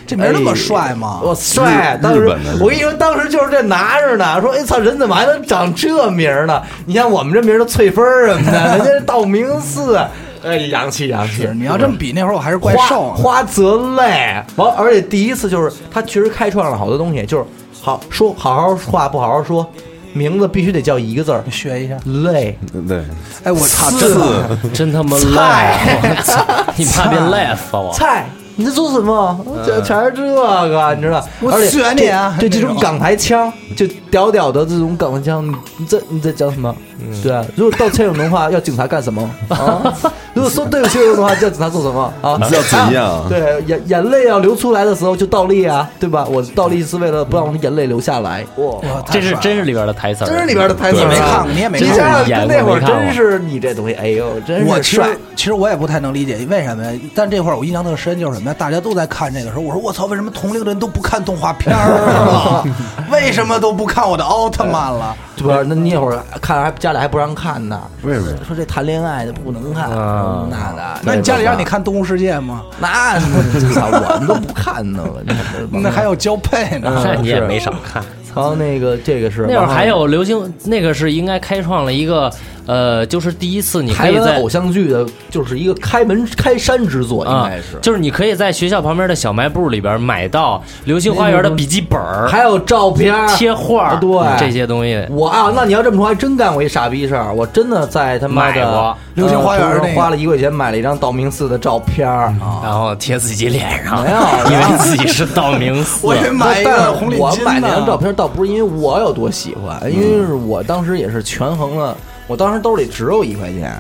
Speaker 4: 这名儿那么帅吗？
Speaker 1: 哎我帅！
Speaker 2: 日
Speaker 1: 当时
Speaker 2: 日本的
Speaker 1: 我跟你说，当时就是这拿着呢，说哎操，人怎么还能长这名儿呢？你像我们这名儿都翠芬儿什么的，人家是道明寺，哎，洋气洋气
Speaker 4: 是，。你要这么比，那会儿我还是怪啊
Speaker 1: 花
Speaker 4: 兽呢。
Speaker 1: 花泽类，完，而且第一次就是他确实开创了好多东西，就是好说好好话不好好说，名字必须得叫一个字儿
Speaker 4: 你学一下。
Speaker 1: 累。
Speaker 2: 对，
Speaker 4: 哎，我操，真的，
Speaker 3: 真他妈累！啊我操，你妈别累死我！
Speaker 1: 菜，你在做什么？这全是这个，你知道？
Speaker 4: 我
Speaker 1: 而且
Speaker 4: 选你啊
Speaker 1: 这这这
Speaker 4: 那种
Speaker 1: 种港台腔，就屌屌的这种港台腔，你你在你在讲什么？
Speaker 3: 嗯
Speaker 1: 对啊，如果道歉的话，要警察干什么啊？如果说对不起的话，叫警察做什么啊？
Speaker 2: 要怎样
Speaker 1: 啊对，眼眼泪要流出来的时候就倒立啊，对吧？我倒立是为了不让我的眼泪流下来。哇，
Speaker 4: 我
Speaker 3: 这是真是里边的台词儿，
Speaker 1: 真是里边的台词
Speaker 4: 你
Speaker 1: 儿
Speaker 4: 没看
Speaker 1: 啊
Speaker 4: 过，！你也没
Speaker 1: 这
Speaker 4: 看过。
Speaker 1: 下
Speaker 3: 演
Speaker 1: 那会
Speaker 3: 过
Speaker 1: 儿
Speaker 3: 没看过
Speaker 1: 真是你这东西，哎呦，真
Speaker 4: 我
Speaker 1: 是
Speaker 4: 其
Speaker 1: 帅
Speaker 4: 实！其实我也不太能理解为什么，但这会儿我印象特深就是什么呀？大家都在看这个时候，我说我操，为什么同龄人都不看动画片儿了？ <laughs> 为什么都不看我的奥特曼了？
Speaker 1: 不是，那那会儿看还家里还不让看呢，
Speaker 2: 为什么呀
Speaker 1: 说这谈恋爱的不能看，
Speaker 3: 啊
Speaker 1: 那的，
Speaker 4: 那你家里让你看《动物世界》吗？
Speaker 1: 那至少我们都不看呢，我这
Speaker 4: 那还有交配
Speaker 1: 嗯
Speaker 4: 呢。
Speaker 3: 那 <laughs> 你也没少看。
Speaker 1: 然后那个这个是
Speaker 3: 嗯那会儿还
Speaker 1: 然后
Speaker 3: 有流行，那个是应该开创了一个，呃，就是第一次你可
Speaker 1: 台
Speaker 3: 以
Speaker 1: 湾
Speaker 3: 在
Speaker 1: 偶像剧的，就是一个开门开山之作，应
Speaker 3: 啊
Speaker 1: 该是，。
Speaker 3: 就是你可以在学校旁边的小卖部里边买到流星花园的笔记本儿、
Speaker 1: 还有照片儿
Speaker 3: 贴画儿，嗯
Speaker 1: 对
Speaker 3: 这些东西。
Speaker 1: 我啊，那你要这么说，还真干过一傻逼事儿。我真的在他妈
Speaker 3: 买过
Speaker 1: 的
Speaker 4: 流星花园
Speaker 1: 呃
Speaker 4: 那个
Speaker 1: 途中花了一块钱买了一张道明寺的照片儿。
Speaker 3: 然后贴自己脸上
Speaker 1: 没
Speaker 3: <laughs>
Speaker 1: 有，啊
Speaker 3: 以为自己是道明寺
Speaker 4: 我。得买一
Speaker 1: 但
Speaker 4: 个红领
Speaker 1: 我
Speaker 4: 巾
Speaker 1: 买那张照
Speaker 4: 呢。
Speaker 1: 片倒不是因为我有多喜欢，因为是我当时也是权衡了，我当时兜里只有一块钱，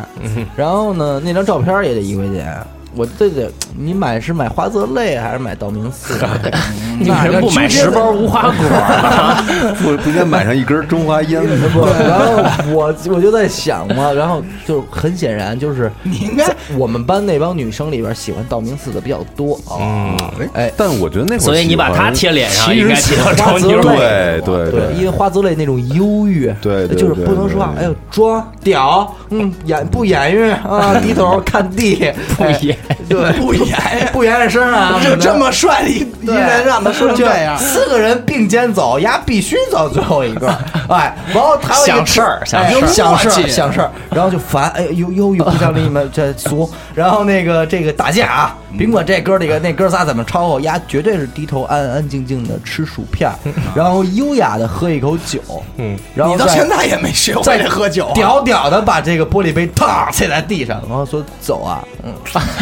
Speaker 1: 然后呢，那张照片也得一块钱。我这得，你买是买花泽类还是买道明寺？啊
Speaker 3: 你为什么不买十包无 <laughs> 花果啊？
Speaker 2: 不不应该买上一根中华烟吗？
Speaker 5: <laughs>
Speaker 1: 不，然后我我就在想嘛，然后就很显然就是
Speaker 4: 你应该
Speaker 1: 我们班那帮女生里边喜欢道明寺的比较多啊。
Speaker 2: 哎，但我觉得那会儿喜欢，
Speaker 3: 所以你把它贴脸上，
Speaker 2: 其
Speaker 3: 应
Speaker 2: 实
Speaker 3: 该贴到
Speaker 1: 花
Speaker 3: 超
Speaker 1: 泽
Speaker 3: 妞
Speaker 1: 类
Speaker 3: 儿。
Speaker 2: 对对
Speaker 1: 对，因为花泽类那种优越，
Speaker 2: 对对
Speaker 1: 就是
Speaker 2: 对
Speaker 1: 不能说话，
Speaker 2: 对
Speaker 1: 哎呦装屌，嗯，眼不言语啊，低头看地，
Speaker 3: 不言
Speaker 1: 哎对，
Speaker 4: 不言
Speaker 1: <laughs> 不言语声 <laughs> 啊，
Speaker 4: 就这么帅的一一
Speaker 1: 对。
Speaker 4: 人，让他说成这样
Speaker 1: 就，四个人并肩走，丫必须走最后一
Speaker 4: <laughs>
Speaker 1: 个。哎，然后他哎
Speaker 3: 想事儿想
Speaker 1: 想
Speaker 3: 事儿
Speaker 1: 想事
Speaker 4: 有默
Speaker 1: 儿，
Speaker 4: 契
Speaker 1: 想事儿，然后就烦，哎呦呦呦，不想理你们这俗。然后那个这个打架啊，
Speaker 4: 嗯
Speaker 1: 甭管这哥几个那哥仨怎么吵吼，丫绝对是低头安安静静的吃薯
Speaker 4: <laughs>
Speaker 1: 片儿，然后优雅的喝一口酒，嗯，然后
Speaker 4: 你到
Speaker 1: 再
Speaker 4: 现在也没学会
Speaker 1: 再
Speaker 4: 这喝酒啊。
Speaker 1: 屌屌的把这个玻璃杯嘡踩在地上，然后说走啊，
Speaker 4: <laughs>
Speaker 1: 嗯，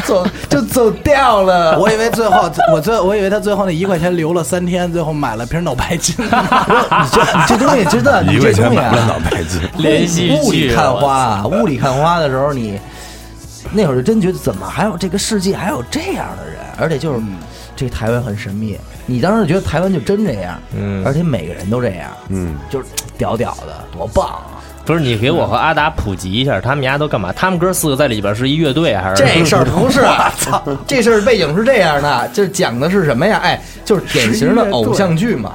Speaker 1: 走就走掉了。
Speaker 4: 我以为最后，我最我以为他最后那一块钱留了三天，最后买了瓶脑白金。啊
Speaker 1: 你这你这东西真 <laughs> 的，你
Speaker 2: 一
Speaker 1: 这
Speaker 2: 块钱
Speaker 1: 东西
Speaker 2: 买不了
Speaker 1: 啊
Speaker 2: 脑，白金，
Speaker 3: 连续剧
Speaker 1: 雾里看花，啊，雾里看花的时候你。那会儿就真觉得怎么还有这个世界还有这样的人，而且就是、这台湾很神秘。你当时觉得台湾就真这样，
Speaker 3: 嗯
Speaker 1: 而且每个人都这样，
Speaker 2: 嗯，
Speaker 1: 就是屌屌的，多棒啊！
Speaker 3: 不是你给我和阿达普及一下，他们家都干嘛？他们哥四个在里边是一乐队还是？
Speaker 1: <laughs> 这
Speaker 3: <laughs>
Speaker 1: 事儿不是，我操， <laughs> 这事儿背景是这样的，就是讲的是什么呀？哎，就是典型的偶像剧嘛。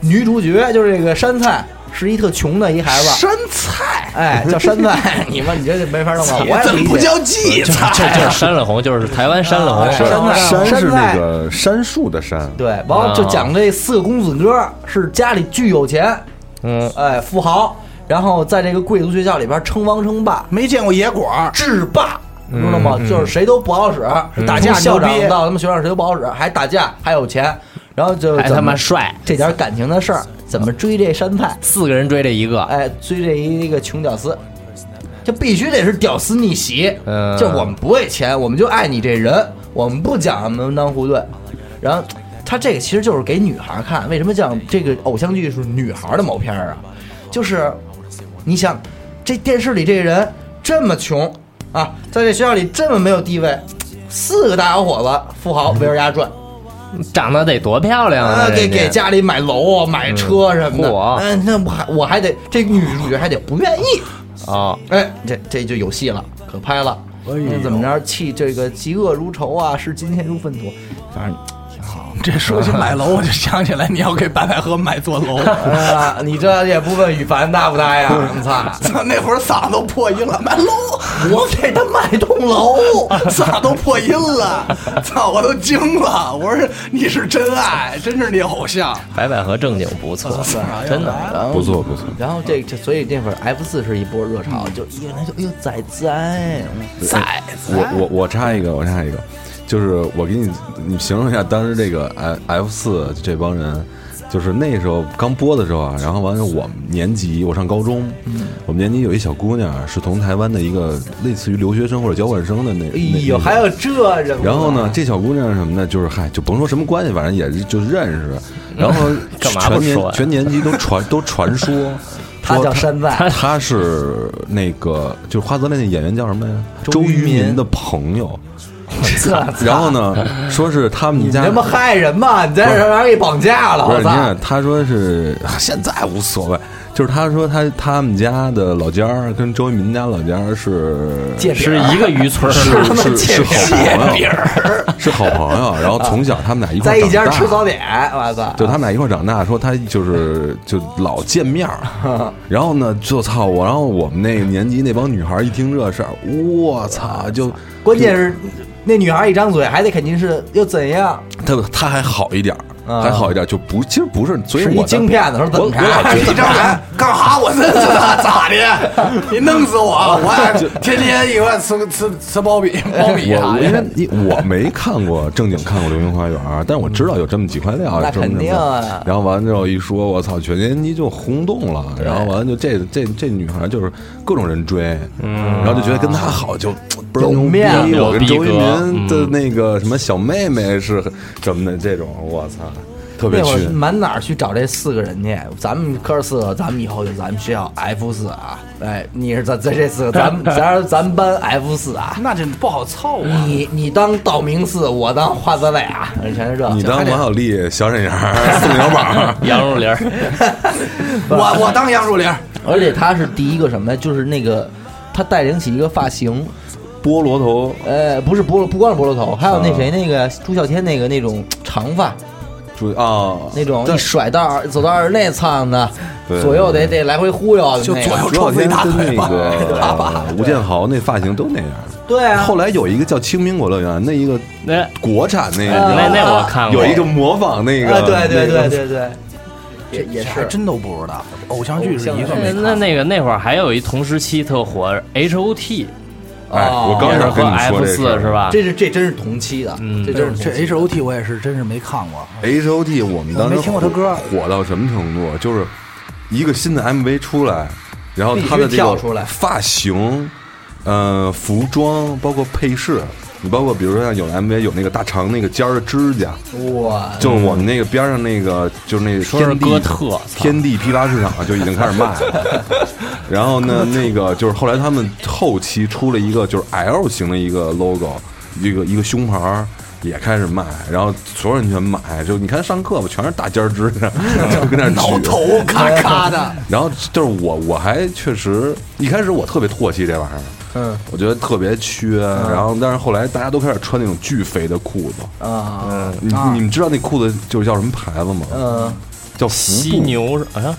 Speaker 1: 女主角就是这个山菜，是一特穷的一孩子，
Speaker 4: 山菜，
Speaker 1: 哎，叫山菜， <laughs> 你妈，你这就没法弄了。我也
Speaker 4: 怎么
Speaker 1: 理
Speaker 4: 不
Speaker 1: 解。
Speaker 4: 叫荠
Speaker 3: 就
Speaker 4: 菜？
Speaker 3: 就就是山里红，就是台湾山里红，
Speaker 1: 是 <laughs> 山菜
Speaker 2: 山啊是
Speaker 1: 山
Speaker 2: 那
Speaker 1: 菜
Speaker 2: 个杉树的杉，
Speaker 1: 对，完了就讲这四个公子哥是家里巨有钱，
Speaker 3: 嗯，
Speaker 1: 哎，富豪，然后在这个贵族学校里边称王称霸，
Speaker 4: 没见过野果，
Speaker 1: 制霸，
Speaker 3: 嗯
Speaker 1: 知道吗？就是谁都不好使，是打架
Speaker 4: 从校
Speaker 1: 校长
Speaker 4: 逼
Speaker 1: 到他们学校谁都不好使，还打架，还有钱，然后就
Speaker 3: 还
Speaker 1: 怎
Speaker 3: 哎他
Speaker 1: 么
Speaker 3: 妈帅，
Speaker 1: 这点感情的事儿，怎么追这山菜？
Speaker 3: 四个人追这一个，
Speaker 1: 哎，追这一个穷屌丝，这必须得是屌丝逆袭。
Speaker 3: 嗯
Speaker 1: 就我们不为钱，我们就爱你这人，我们不讲什么门当户对。然后他这个其实就是给女孩儿看，为什么讲这个偶像剧是女孩儿的毛片儿啊？就是你想，这电视里这人这么穷啊，在这学校里这么没有地位，四个大小伙子富豪围着家转。
Speaker 3: 长得得多漂亮
Speaker 1: 啊
Speaker 3: 啊！，
Speaker 1: 给
Speaker 3: 人家
Speaker 1: 给家里买楼啊，买车什么的。
Speaker 3: 嚯
Speaker 1: 嗯，那我还我还得这女主角还得不愿意，
Speaker 3: 哦，
Speaker 1: 哎，这这就有戏了，可拍了。那怎么着？弃这个嫉恶如仇啊，视金钱如粪土。反正
Speaker 4: <laughs> 这说起买楼，我就想起来你要给白百合买座楼。
Speaker 1: <laughs> 啊，你这也不问羽凡搭不搭 <laughs> 呀？我操！
Speaker 4: <laughs> 操，那会儿嗓子都破音了，买楼，
Speaker 1: 我给他买栋楼，
Speaker 4: 楼，嗓都破音了，操，我都惊了。我说你是真爱，真是你偶 <laughs> 像。
Speaker 3: 白百合正经不
Speaker 4: 哦
Speaker 3: 错，真的。
Speaker 1: 然后
Speaker 2: 不错不错。
Speaker 1: 然后这这，所以那会儿 F 四是一波热潮，就一来就哎呦仔仔，
Speaker 2: 哎我我我插一个，我插一个，就是我给你你形容一下当时这个 F F 四这帮人，就是那时候刚播的时候啊，然后完了我们年级我上高中，
Speaker 1: 嗯
Speaker 2: 我们年级有一小姑娘是从台湾的一个类似于留学生或者交换生的那，
Speaker 1: 哎
Speaker 2: 那
Speaker 1: 呦，还有这人物。
Speaker 2: 然后呢，这小姑娘什么的，就是嗨，就甭说什么关系，反正也是就认识。然后
Speaker 3: 干嘛不说
Speaker 2: 全年
Speaker 3: 呀
Speaker 2: 全年级都传都传说，
Speaker 1: 他
Speaker 2: 说
Speaker 1: 叫山寨，
Speaker 2: 他是那个就是花泽类那演员叫什么呀？
Speaker 1: 周
Speaker 2: 周
Speaker 1: 渝
Speaker 2: 渝
Speaker 1: 民
Speaker 2: 民的朋友。
Speaker 1: 操
Speaker 2: <laughs> 然后呢，说是他们
Speaker 1: 哎你
Speaker 2: 家
Speaker 1: 他妈害人吧！你在这让人给绑架了，
Speaker 2: 不是，
Speaker 1: 我
Speaker 2: 你
Speaker 1: 操！
Speaker 2: 看他说是啊现在无所谓，就是他说他他们家的老家儿跟周渝民家老家儿是
Speaker 1: 借
Speaker 3: 是一个渔村儿，
Speaker 2: 是是是好朋友， <laughs> 是好朋友。然后从小他们俩一块
Speaker 1: 在
Speaker 2: 儿
Speaker 1: 一
Speaker 2: 长
Speaker 1: 家
Speaker 2: 大，
Speaker 1: 吃早点，我操！
Speaker 2: 就他们俩一块儿长大，说他就是就老见
Speaker 1: <laughs>
Speaker 2: 面儿，然后呢，就操我，然后我们那个年级那帮女孩儿一听这事儿，我操，就
Speaker 1: 关键是那女孩一张嘴还得肯定是又怎样？
Speaker 2: 他他还好一点儿。
Speaker 1: 啊
Speaker 2: 还好一点儿，就不其实不是，所以
Speaker 1: 是一
Speaker 2: 我在
Speaker 1: 京片子，说怎
Speaker 2: 我
Speaker 1: 么 <laughs>
Speaker 2: 我
Speaker 1: 着？
Speaker 2: 老觉
Speaker 4: 一
Speaker 2: 得
Speaker 4: 张脸 <laughs> 干哈？我这咋的？你弄死我！我还天天一块吃吃吃苞米，苞米
Speaker 2: 我
Speaker 1: 啊
Speaker 4: 啥
Speaker 2: 我因为
Speaker 4: 的。
Speaker 2: 你我没看过正经看过《流星花园》，但是我知道有这么几块料，
Speaker 1: 那
Speaker 2: 这么
Speaker 1: 肯定啊
Speaker 2: 这么然后完了之后一说，我操，全年级就轰动了。然后完了就这这这女孩就是各种人追，然后就觉得跟她好就倍儿
Speaker 1: 有
Speaker 2: 牛逼
Speaker 1: 面子
Speaker 2: 我跟周
Speaker 3: 嗯有逼
Speaker 2: 渝民
Speaker 3: 格嗯
Speaker 2: 的那个什么小妹妹是什么的这种，我操，特别
Speaker 1: 那会
Speaker 2: 缺
Speaker 1: 儿。满哪儿去找这四个人去？咱们哥四个，咱们以后就咱们学校 F 四啊！哎，你是咱咱这四个，咱
Speaker 3: <laughs>
Speaker 1: 们咱咱们班 F 四啊！
Speaker 4: 那这不好凑啊！
Speaker 1: 你你当道明寺，我当花泽类啊！全是这。
Speaker 2: 你当王小利、小沈阳、宋小宝，
Speaker 3: <laughs> 羊肉林儿，
Speaker 4: <laughs> 我我当杨树林，
Speaker 1: 而且他是第一个什么呀？就是那个他带领起一个发型，
Speaker 2: 菠萝头，
Speaker 1: 呃，不是菠萝，不光是菠萝头，还有那
Speaker 2: 啊
Speaker 1: 谁那个朱孝天那个那种长发，
Speaker 2: 注意啊，
Speaker 1: 那种一甩到二走到二内仓的，
Speaker 2: 对
Speaker 1: 左右得得来回忽悠的那个，
Speaker 4: 就左右
Speaker 2: 朱
Speaker 4: 抽
Speaker 2: 傲
Speaker 4: 自己
Speaker 2: 天
Speaker 4: 大腿
Speaker 2: 跟
Speaker 4: 吧
Speaker 2: 那。
Speaker 4: <laughs>
Speaker 2: 个呃吴建豪那发型都那样。
Speaker 1: 对啊，
Speaker 2: 后来有一个叫《青苹果乐园》，那一个
Speaker 3: 那
Speaker 2: 国产那个，
Speaker 3: 嗯那
Speaker 2: 你知
Speaker 3: 那
Speaker 2: 道吗啊
Speaker 3: 我看过，
Speaker 2: 有一个模仿那个，
Speaker 1: 啊，对对
Speaker 2: 那
Speaker 1: 对
Speaker 2: 个
Speaker 1: 对对，也也
Speaker 4: 还
Speaker 1: 是
Speaker 4: 真都不知道，偶像剧是一个 <laughs>
Speaker 3: 那
Speaker 4: 没看
Speaker 3: 那那个那会儿还有一同时期特火 H O T，
Speaker 2: 哎，我刚
Speaker 3: 哦也是
Speaker 2: 想
Speaker 3: 和
Speaker 2: 跟你
Speaker 3: F
Speaker 2: 说这
Speaker 3: 四
Speaker 2: 事
Speaker 3: 是
Speaker 2: 儿？
Speaker 3: 吧？
Speaker 1: 这是这真是同期的，
Speaker 3: 嗯
Speaker 1: 这真是
Speaker 4: 这
Speaker 1: 同
Speaker 4: 这
Speaker 1: 期
Speaker 4: H O T 我也是真是没看过，
Speaker 2: H O T，我们当时
Speaker 4: 我没听过他歌
Speaker 2: 火到什么程度？就是一个新的 M V 出来，然后他的
Speaker 1: 必须
Speaker 2: 这
Speaker 1: 跳出来
Speaker 2: 个发型、呃，服装，包括配饰，你包括比如说像有的 MV 有那个大长那个尖儿的指甲，
Speaker 4: 哇，
Speaker 2: 就我们那个边上那个就是那
Speaker 3: 说是
Speaker 2: 天地
Speaker 3: 哥特操
Speaker 2: 天地批发市场就已经开始卖了。然后呢，那个就是后来他们后期出了一个就是 L 型的一个 logo，一个一个胸牌儿也开始卖，然后所有人全买，就你看上课吧，全是大尖儿指甲， <laughs> 就跟那儿挠头。
Speaker 4: 头咔咔的，
Speaker 2: 然后就是我，我还确实一开始我特别唾弃这玩意儿，
Speaker 4: 嗯
Speaker 2: 我觉得特别缺。然后，但是后来大家都开始穿那种巨肥的裤子，
Speaker 4: 啊，
Speaker 2: 你
Speaker 4: 啊
Speaker 2: 你们知道那裤子就是叫什么牌子吗？
Speaker 4: 嗯，
Speaker 2: 叫福
Speaker 3: 犀
Speaker 2: 布。
Speaker 3: 牛是啊，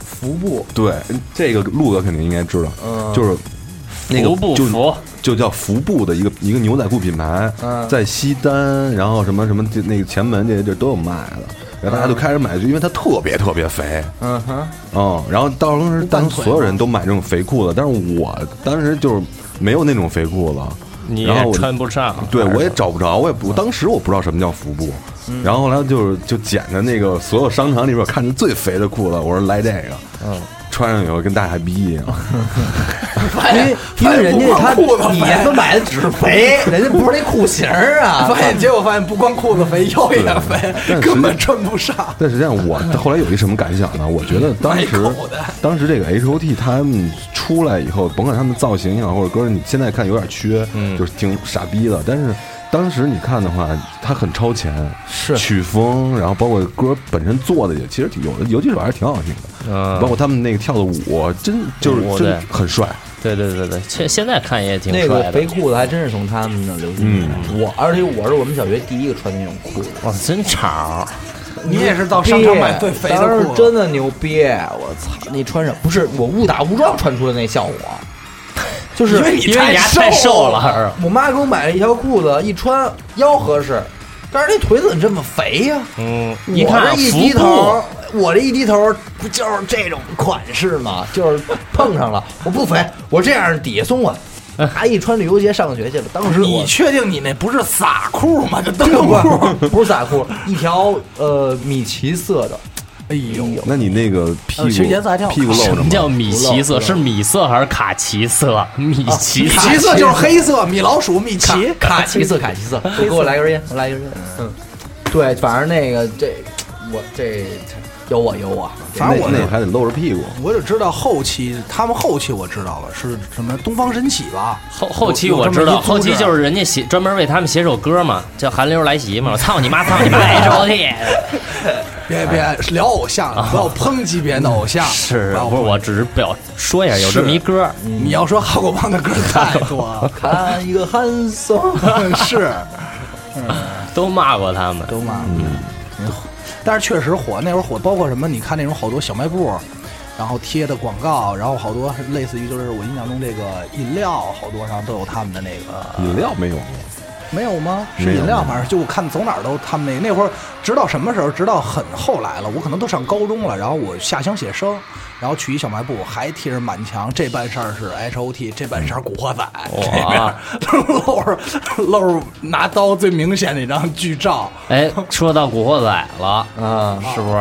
Speaker 4: 服部
Speaker 2: 对，这个鹿哥肯定应该知道，
Speaker 4: 嗯
Speaker 2: 就是那个
Speaker 3: 服不
Speaker 2: 就
Speaker 3: 服
Speaker 2: 就叫服部的一个一个牛仔裤品牌，
Speaker 4: 嗯
Speaker 2: 在西单，然后什么什么这那个前门这些地儿都有卖的，然后大家就开始买，就因为它特别特别肥，
Speaker 4: 嗯哼，
Speaker 2: 嗯，然后到时候当时所有人都买这种肥裤子，但是我当时就是没有那种肥裤子，
Speaker 3: 你
Speaker 2: 然后
Speaker 3: 也
Speaker 2: 我
Speaker 3: 穿不
Speaker 4: 啊
Speaker 3: 上。
Speaker 2: 对，我也找不着，我也不，我当时我不知道什么叫服部，
Speaker 4: 嗯
Speaker 2: 然后后来就是就捡着那个所有商场里边看着最肥的裤子，我说来这个，嗯，穿上以后跟大傻逼一
Speaker 4: <laughs>
Speaker 2: 样，
Speaker 5: 因
Speaker 4: 哎
Speaker 5: 为因为人家他你他买的
Speaker 4: <laughs>
Speaker 5: 只是肥，人家不是那裤型儿啊
Speaker 4: 发。现结果发现不光裤子肥，腰也肥，
Speaker 2: 对
Speaker 4: 根本穿不上。
Speaker 2: 但实际上我后来有一什么感想呢？我觉得当时
Speaker 4: 卖口的
Speaker 2: 当时这个 H O T 他们出来以后，甭管他们造型也好，或者歌，你现在看有点缺，就是挺傻逼的，但是。当时你看的话，它很超前，是曲风，然后包括歌本身做的也，其实挺有的，有几首还是挺好听的，
Speaker 3: 嗯
Speaker 2: 包括他们那个跳的舞，真就是
Speaker 3: 舞
Speaker 2: 真
Speaker 3: 对
Speaker 2: 很帅，
Speaker 3: 对对对对，现现在看也挺
Speaker 5: 那个
Speaker 3: 帅的。
Speaker 5: 肥
Speaker 3: 嗯
Speaker 5: 裤子还真是从他们那流行的。我而且我是我们小学第一个穿那种裤子，
Speaker 3: 哇，真潮！
Speaker 4: 你也是到商场买最肥的
Speaker 5: 当时
Speaker 4: 裤子，
Speaker 5: 真的牛逼！我操，那穿上不是我误打误撞穿出的那效果，就是
Speaker 4: 因为你
Speaker 3: 因为你
Speaker 4: 太
Speaker 3: 丫太瘦了，是吧
Speaker 5: 我妈给我买了一条裤子，一穿腰合适，但是那腿怎么这么肥呀、
Speaker 3: 嗯，一
Speaker 5: 我
Speaker 4: 啊
Speaker 5: 这
Speaker 3: 看
Speaker 5: 一
Speaker 3: 服
Speaker 5: 低
Speaker 3: 部
Speaker 5: 头，我这一低头不就是这种款式吗？就是碰上了，我不肥，我这样底下松啊，
Speaker 4: 嗯
Speaker 5: 还一穿旅游鞋上学去了。当时我
Speaker 4: 你确定你那不是撒裤吗？这灯
Speaker 5: 不
Speaker 4: 裤，
Speaker 5: 是不是散裤，一条呃米奇色的，
Speaker 4: 哎呦，
Speaker 2: 那你那个屁
Speaker 4: 呃
Speaker 2: 股
Speaker 4: 其实颜色还挺好看
Speaker 2: 屁股露
Speaker 3: 什
Speaker 2: 着
Speaker 3: 么
Speaker 2: 吗？
Speaker 3: 叫米奇
Speaker 5: 不
Speaker 3: 色？
Speaker 5: 露
Speaker 3: 是米色还是卡其色？米奇
Speaker 4: 米奇色就是黑色，米老鼠、米奇、
Speaker 1: <laughs>
Speaker 5: 卡其色卡其色，我给我来 <laughs> 根烟，我来根烟。嗯，对，反正那个这我这有我有我，
Speaker 4: 反正我
Speaker 2: 那
Speaker 4: 那
Speaker 2: 那还得露着屁股，
Speaker 4: 我只知道后期，他们后期我知道了是什么东方神起吧？
Speaker 3: 后后期
Speaker 4: 有
Speaker 3: 我知道，后期就。
Speaker 4: 有这么一组织
Speaker 3: 是人家写专门为他们写首歌嘛，叫《寒流来袭》嘛。我操你妈，操你妈，H 哎 O T。
Speaker 4: 别别聊偶像，不要抨击别人的偶像。
Speaker 3: <laughs> 哎哦 <laughs> 是，
Speaker 4: 不要
Speaker 3: 不是，我只是表说一下，有这么一歌，
Speaker 4: 你要说哈狗帮的歌太多
Speaker 3: <laughs>
Speaker 4: 了，
Speaker 5: 看一个憨松。
Speaker 1: <laughs>
Speaker 4: <laughs> 是
Speaker 3: 都骂过他们。
Speaker 4: 都嘛。但是确实火，那会儿火，包括什么？你看那种好多小卖部，然后贴的广告，然后好多类似于就是我印象中这个饮料，好多上都有他们的那个
Speaker 2: 饮料没有吗？
Speaker 4: 没有吗？是
Speaker 2: 没有
Speaker 4: 饮料，
Speaker 2: 没有
Speaker 4: 反正就我看走哪儿都他们那那会儿，直到什么时候？直到很后来了，我可能都上高中了，然后我下乡写生，然后去一小卖部，还贴着满墙，这半扇儿是 H O T，这半扇儿古惑仔，
Speaker 2: 嗯
Speaker 4: 这边儿 <laughs> 露着露着拿刀最明显的一张剧照。
Speaker 3: 哎，说到古惑仔了，
Speaker 5: 啊，
Speaker 3: 是不是？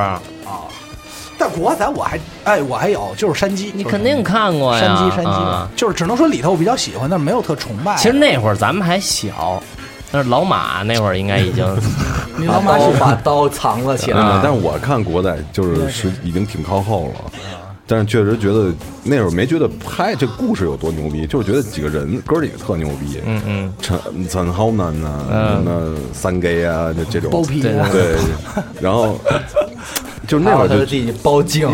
Speaker 4: 但古惑仔我还哎我还有就是山鸡，
Speaker 3: 你肯定看过呀。
Speaker 4: 山鸡山鸡，
Speaker 3: 啊
Speaker 4: 就是只能说里头我比较喜欢，但是没有特崇拜。
Speaker 3: 其实那会儿咱们还小，但是老马那会儿应该已经
Speaker 4: 你
Speaker 5: 把
Speaker 4: 老马
Speaker 5: 刀
Speaker 4: 喜
Speaker 5: 把刀藏了 <laughs> 起
Speaker 2: 真的，
Speaker 4: 啊
Speaker 5: 来。
Speaker 2: 但是我看国代就是是已经挺靠后
Speaker 4: 啊
Speaker 2: 了，但是确实觉得那会儿没觉得拍这故事有多牛逼，就是觉得几个人哥儿几个特牛逼，嗯嗯，陈陈浩南呐，什么三 gay 啊，这这种
Speaker 4: 包皮嗯啊
Speaker 2: 对，然后就是那会儿
Speaker 4: <laughs>
Speaker 5: 他
Speaker 2: 就
Speaker 5: 的弟弟包茎，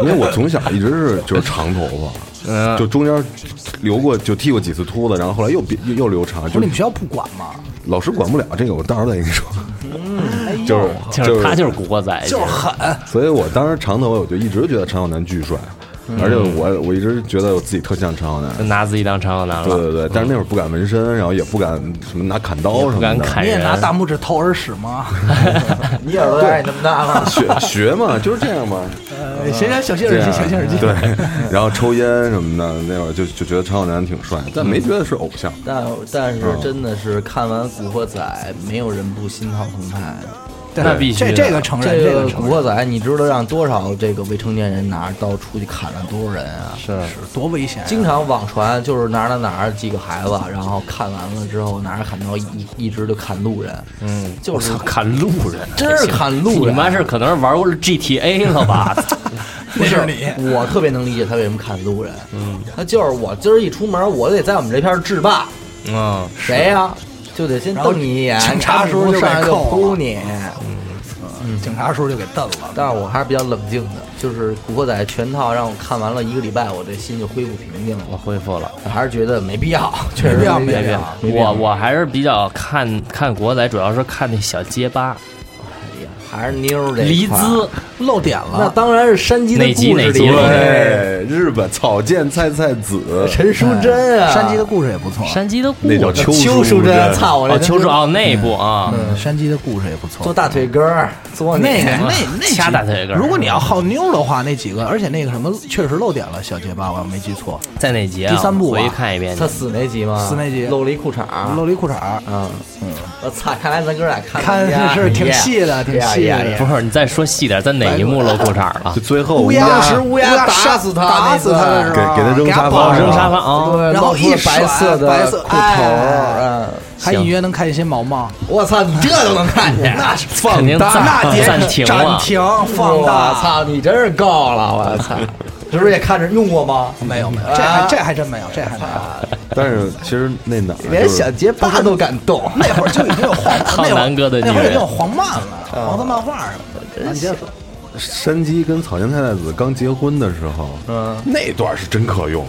Speaker 2: 因为我从小一直是就是长头
Speaker 4: <laughs> 嗯
Speaker 2: 发，就中间留过就剃过几次秃子，然后后来又变又又留长，
Speaker 4: 不
Speaker 2: 就是
Speaker 4: 哦你
Speaker 2: 是
Speaker 4: 们学校不管吗？
Speaker 2: 老师管不了这个，我到时候再跟你说，
Speaker 4: 哎呦
Speaker 2: <laughs> 就是
Speaker 3: 就
Speaker 2: 就是
Speaker 3: 他就是古惑仔，
Speaker 4: 就是狠，
Speaker 2: 所以我当时长头发，我就一直觉得陈浩南巨帅，而且我我一直觉得我自己特像陈浩南
Speaker 3: 就。拿自己当常有男
Speaker 2: 对
Speaker 3: 了。
Speaker 2: 对对，但是那会儿不敢纹身，然后也不敢什么拿砍刀
Speaker 3: 也
Speaker 2: 什
Speaker 3: 不
Speaker 2: 么
Speaker 3: 敢
Speaker 2: 的。
Speaker 3: 砍
Speaker 4: 你也
Speaker 3: 人，
Speaker 4: 拿大拇指掏耳屎吗？
Speaker 5: 你耳朵大，你那么
Speaker 1: <laughs>
Speaker 5: 大吗？
Speaker 2: <laughs> 学学嘛，就是这样嘛，
Speaker 4: 呃 <laughs> 行行，小心
Speaker 2: 这
Speaker 4: 耳
Speaker 2: 样
Speaker 4: 机，小心耳机。
Speaker 2: 哎对，啊然后抽烟什么的，那会儿就就觉得陈浩南挺帅，但没觉得是偶像。
Speaker 5: 但但是真的是看完《古惑仔》，没有人不心潮澎湃。
Speaker 4: 对
Speaker 3: 那必须
Speaker 4: 这
Speaker 3: 的
Speaker 4: 这个承认，
Speaker 1: 这
Speaker 4: 这
Speaker 1: 个
Speaker 4: 个
Speaker 1: 古
Speaker 4: 承认
Speaker 1: 惑仔，你知道让多少这个未成年人拿着刀出去砍了多少人啊？是，
Speaker 4: 是多危险啊！
Speaker 1: 经常网传就是哪儿哪儿哪儿几个孩子，然后看完了之后拿着砍刀一一直就砍路人，嗯，就是
Speaker 3: 砍路人，
Speaker 1: 真是砍路人
Speaker 3: 你妈是可能是玩过 GTA 了
Speaker 4: <laughs>
Speaker 3: 吧？
Speaker 1: 不
Speaker 4: 那是你，
Speaker 1: 我特别能理解他为什么砍路人，嗯，那就是我今儿一出门，我得在我们这片儿制霸，
Speaker 3: 嗯，
Speaker 1: 谁呀、就得先
Speaker 4: 然后
Speaker 1: 瞪你一眼，
Speaker 4: 警察
Speaker 1: 叔
Speaker 4: 叔就
Speaker 1: 上来
Speaker 4: 给
Speaker 1: 就
Speaker 4: 扣了
Speaker 1: 扑你。
Speaker 4: 警察叔就给瞪了。
Speaker 1: 但是我还是比较冷静的，就是《古惑仔》全套让我看完了一个礼拜，我这心就恢复平静
Speaker 3: 我
Speaker 1: 了。
Speaker 3: 恢复了。
Speaker 1: 还是觉得没必要，确实
Speaker 4: 必要
Speaker 1: 没
Speaker 4: 没必
Speaker 1: 要
Speaker 4: 要。
Speaker 1: 没必
Speaker 3: 我
Speaker 1: 要
Speaker 3: 我还是比较看看国仔，主要是看那小结巴
Speaker 1: 还是妞儿这
Speaker 3: 黎
Speaker 1: 一块儿
Speaker 3: 姿，
Speaker 4: 漏点
Speaker 1: 那
Speaker 4: 了，
Speaker 1: 当然是山鸡的
Speaker 3: 哪集
Speaker 1: 故事
Speaker 3: 哪集
Speaker 1: 里
Speaker 3: 了
Speaker 2: 对，日本草间菜菜子，
Speaker 1: 陈淑贞啊，
Speaker 4: 哎山鸡的故事也不错，
Speaker 3: 山鸡的故
Speaker 2: 那叫
Speaker 3: 事，
Speaker 2: 秋
Speaker 1: 邱淑贞，
Speaker 2: 贞，
Speaker 1: 操我
Speaker 3: 哦，
Speaker 1: 这
Speaker 3: 邱主哦那一部啊，
Speaker 4: 嗯山鸡的故事也不错。
Speaker 1: 做大腿根儿，做
Speaker 4: 那
Speaker 1: 个
Speaker 4: 个那哎那几
Speaker 3: 掐大腿根儿
Speaker 4: 如果你要好妞的话，那几个，而且那个什么确实漏点了，小结巴，我要没记错，
Speaker 3: 在哪集啊？
Speaker 4: 第三部吧
Speaker 3: 回去看一遍去。
Speaker 1: 他死那集吗？
Speaker 4: 死那集
Speaker 1: 露了一裤衩儿，
Speaker 4: 漏了一裤衩儿。
Speaker 1: 嗯，我操！看来咱哥俩看
Speaker 4: 看
Speaker 1: 得一样
Speaker 4: 是挺
Speaker 1: 一样
Speaker 4: 细的挺细的
Speaker 1: 一样一样
Speaker 3: 不是，你再说细点，在哪一幕露裤衩
Speaker 4: <laughs>
Speaker 3: 了
Speaker 2: 就？最后
Speaker 4: 乌
Speaker 1: 当
Speaker 4: 鸦
Speaker 1: 时乌鸦打死他
Speaker 4: 打死他的时候，
Speaker 2: 给给他扔沙
Speaker 4: 爆
Speaker 2: 发
Speaker 4: 了
Speaker 2: 上
Speaker 3: 扔沙发啊！
Speaker 1: 对
Speaker 4: 然后
Speaker 1: 露出
Speaker 4: 一
Speaker 1: 了白
Speaker 4: 甩
Speaker 1: 色的
Speaker 4: 白色
Speaker 1: 裤头
Speaker 4: 哎
Speaker 1: 儿，嗯，
Speaker 4: 还隐约能看见些毛毛。
Speaker 1: 我操，你这都能看见？那是
Speaker 3: 肯定暂
Speaker 4: 那节
Speaker 3: 暂停
Speaker 4: 哎
Speaker 3: 啊
Speaker 4: 暂
Speaker 3: 了。
Speaker 4: 停放
Speaker 1: 我
Speaker 4: 大，
Speaker 1: 操，你真是够了！我操，是不是也看着用过吗？
Speaker 4: 没有没有，这还这还真没有，这还没有。
Speaker 2: 但是其实那哪儿
Speaker 1: 连
Speaker 2: 就是
Speaker 1: 小结巴都敢动，
Speaker 4: 那会儿就已经有黄
Speaker 1: <laughs>
Speaker 3: 浩
Speaker 4: 那会儿
Speaker 3: 南哥的
Speaker 4: 那会
Speaker 3: 女
Speaker 4: 儿已
Speaker 3: 人
Speaker 4: 经有黄漫了，
Speaker 1: 嗯
Speaker 4: 黄色漫画什么的。啊你接着说，
Speaker 2: 山鸡跟草间太太子刚结婚的时候，嗯，啊那段是真可用，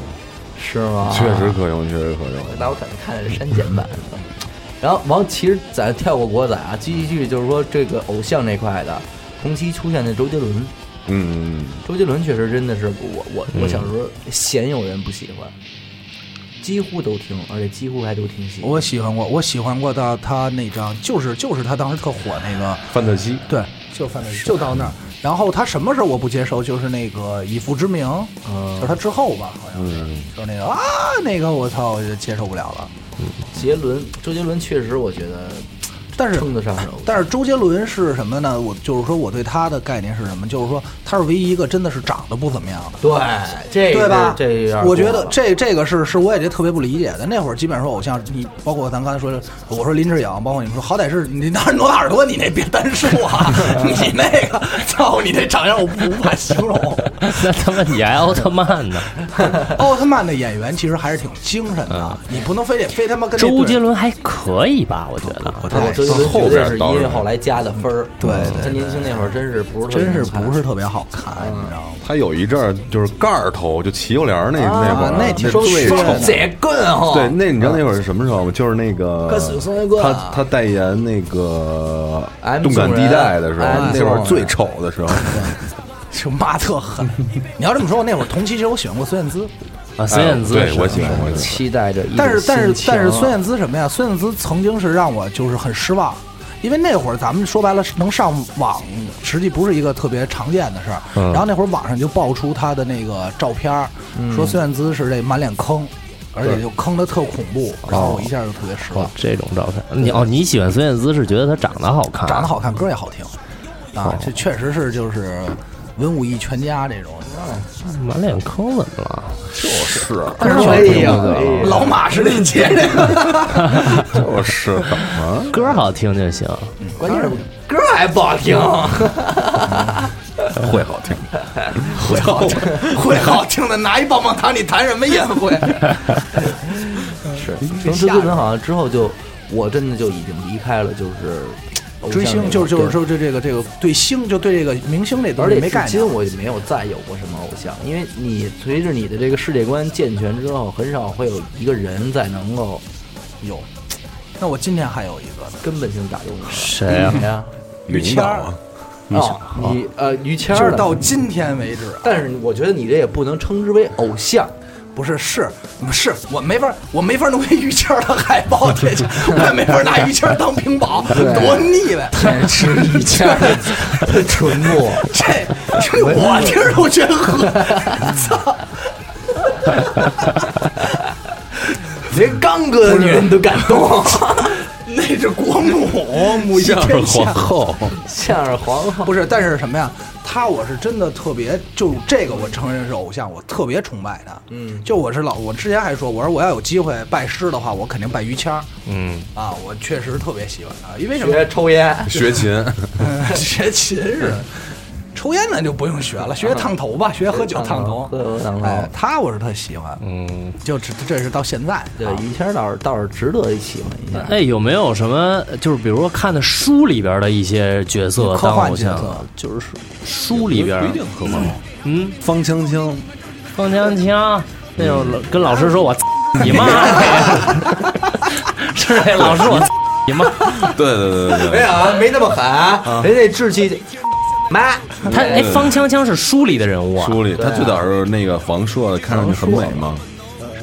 Speaker 1: 是吗？
Speaker 2: 确实可用，确实可用。
Speaker 1: 那我可能看的是删减版。然后王，其实咱跳过国仔啊，继续就是说这个偶像这块的，同期出现的周杰伦，
Speaker 2: 嗯，
Speaker 1: 周杰伦确实真的是我我我小时候鲜有人不喜欢，几乎都听，而且几乎还都听喜欢。
Speaker 4: 我喜欢过，我喜欢过他他那张，就是就是他当时特火那个，
Speaker 2: 范特西
Speaker 4: 对，就反正就到那儿。然后他什么时候我不接受，就是那个以父之名，就是他之后吧，好像是，就是那个啊，那个我操，我就接受不了了。
Speaker 1: 杰伦，周杰伦确实我觉得
Speaker 4: 但是
Speaker 1: 称得上是偶像，
Speaker 4: 但是周杰伦是什么呢？我就是说我对他的概念是什么？就是说他是唯一一个真的是长得不怎么样的。
Speaker 1: 对这
Speaker 4: 对吧？
Speaker 1: 这有点过了
Speaker 4: 我觉得这这个是是我也觉得特别不理解的。那会儿基本上说偶像，你包括咱刚才说的，我说林志颖，包括你们说，好歹是你当时挪大耳朵，你那别单说
Speaker 1: <laughs>
Speaker 4: 啊，你那个操，你那长相我不无法形容。
Speaker 3: <laughs> 那他妈你还奥特曼
Speaker 4: <laughs>
Speaker 3: 呢？
Speaker 4: 奥特曼的演员其实还是挺精神
Speaker 1: 嗯
Speaker 4: 的，你不能非得非他妈跟那
Speaker 3: 周
Speaker 4: 对
Speaker 3: 杰伦还可以吧？我觉得。
Speaker 4: 我
Speaker 1: 他
Speaker 4: 太
Speaker 1: 周杰伦
Speaker 2: 后
Speaker 1: 绝对
Speaker 2: 边
Speaker 1: 是
Speaker 2: 倒
Speaker 1: 音
Speaker 2: 是
Speaker 1: 乐后来加的分儿。
Speaker 4: 对对
Speaker 1: 他年轻那会儿真是不是特别
Speaker 4: 真是
Speaker 1: 能看
Speaker 4: 不是特别好看，
Speaker 1: 嗯
Speaker 4: 你知道吗？
Speaker 2: 他有一阵儿就是盖儿头，就齐腰帘儿那啊那会儿，
Speaker 4: 那挺
Speaker 2: 特别
Speaker 4: 双
Speaker 2: 丑。
Speaker 1: 这棍
Speaker 4: 啊
Speaker 1: 哈，
Speaker 2: 对，那你知道那会儿是什么时候吗？就是那个
Speaker 1: 该死宋元哥
Speaker 2: 他
Speaker 1: 啊
Speaker 2: 他代言那个
Speaker 1: M
Speaker 2: 动感地带的时候，
Speaker 1: 宋人
Speaker 2: 那会儿最丑的 <laughs> 时候，
Speaker 4: 就骂特狠。你要这么说，我那会儿同期其实我喜欢过孙燕姿，
Speaker 3: 啊，孙燕
Speaker 4: 哎
Speaker 3: 姿
Speaker 2: 对
Speaker 3: 是吧
Speaker 2: 我喜欢我喜
Speaker 1: 期待着一种
Speaker 4: 但是但
Speaker 1: 心
Speaker 4: 是
Speaker 1: 情啊，
Speaker 4: 但是孙燕姿什么呀？孙燕姿曾经是让我就是很失望，因为那会儿咱们说白了是能上网，实际不是一个特别常见的事儿。
Speaker 2: 嗯
Speaker 4: 然后那会儿网上就爆出她的那个照片儿，说孙燕姿是这满脸坑，而且就坑的特恐怖，然后我一下就特别失望
Speaker 3: 哦。这种照片，你哦，你喜欢孙燕姿是觉得她长得好看，
Speaker 4: 长得好看，歌也好听，啊，这确实是就是文武艺全家这种。
Speaker 3: 满脸坑怎么了？
Speaker 2: 就是
Speaker 4: 但是
Speaker 1: 哎呀，
Speaker 4: 老马是那姐这个，
Speaker 2: 就是怎 <laughs> 么
Speaker 3: 歌好听就行。
Speaker 1: 关键是歌还不好听，
Speaker 2: 会好听？
Speaker 4: 会好听，会好听的，拿一棒棒糖，你弹什么宴会？
Speaker 1: 从周杰伦好像之后就，我真的就已经离开了，就是偶像
Speaker 4: 追星
Speaker 1: 那
Speaker 4: 就是
Speaker 1: 个
Speaker 4: 就
Speaker 1: 对
Speaker 4: 是说这这个这个对星就对这个明星这东
Speaker 1: 而
Speaker 4: 西
Speaker 1: 且
Speaker 4: 没
Speaker 1: 至
Speaker 4: 概
Speaker 1: 今
Speaker 4: 念。
Speaker 1: 我也没啊有再有过什么偶像，因为你随着你的这个世界观健全之后，很少会有一个人再能够有
Speaker 4: 那我今天还有一个呢，
Speaker 1: 根本性打动你了。
Speaker 3: 谁呀
Speaker 1: 谁呀？
Speaker 2: 领导啊，
Speaker 1: 哦，你呃于谦
Speaker 4: 就
Speaker 1: 儿
Speaker 4: 是
Speaker 1: 的
Speaker 4: 到今天为止啊，
Speaker 1: 但是我觉得你这也不能称之为偶像，
Speaker 4: 不是是是我没法我没法弄一于谦儿的海
Speaker 1: <laughs>
Speaker 4: 报贴去，我也没法拿于谦儿当屏保，多腻歪。
Speaker 1: 但是于谦儿的 <laughs> 纯朴。
Speaker 4: 这这我听着我觉得恶操，
Speaker 1: 连刚哥的女人都敢动，
Speaker 4: <laughs> 那是国母，母仪
Speaker 2: 相
Speaker 4: 天
Speaker 2: 声
Speaker 4: 下
Speaker 2: 皇。后，
Speaker 1: 相声皇后
Speaker 4: 不是，但是什么呀？他我是真的特别，就这个我承认是偶像，我特别崇拜他。嗯，就我是老，我之前还说，我说我要有机会拜师的话，我肯定拜于谦儿
Speaker 3: 嗯，
Speaker 4: 啊，我确实特别喜欢他，因为什么？
Speaker 1: 学抽烟，
Speaker 2: 学琴，
Speaker 4: <laughs> 嗯学琴是，
Speaker 1: 嗯
Speaker 4: 抽烟咱就不用学了，学烫头吧，学嗯喝酒烫头。
Speaker 1: 喝酒烫头
Speaker 4: 哎，他我是特喜欢，嗯，就这这是到现在。
Speaker 1: 对
Speaker 4: 啊
Speaker 1: 于谦儿倒是倒是值得喜欢一下。
Speaker 3: 哎，有没有什么就是比如说看的书里边的一些角色
Speaker 4: 刻
Speaker 3: 当
Speaker 4: 画
Speaker 3: 偶
Speaker 4: 角
Speaker 3: 像
Speaker 4: 色，
Speaker 3: 就是书里边
Speaker 2: 不一定可能。
Speaker 3: 嗯，
Speaker 2: 方枪 <laughs> 枪，
Speaker 3: 方枪枪那种
Speaker 2: 嗯
Speaker 3: 跟老师说我 <laughs> 你妈，
Speaker 2: <laughs>
Speaker 3: 是这老师我 <laughs> 你妈，
Speaker 2: 对对对对
Speaker 1: 没
Speaker 2: 对，
Speaker 1: 有啊，没那么狠啊，人家志气，妈，
Speaker 3: 他哎方枪枪是书里的人物啊，
Speaker 2: 嗯书里他最早是那个王朔的，看上去很美嘛。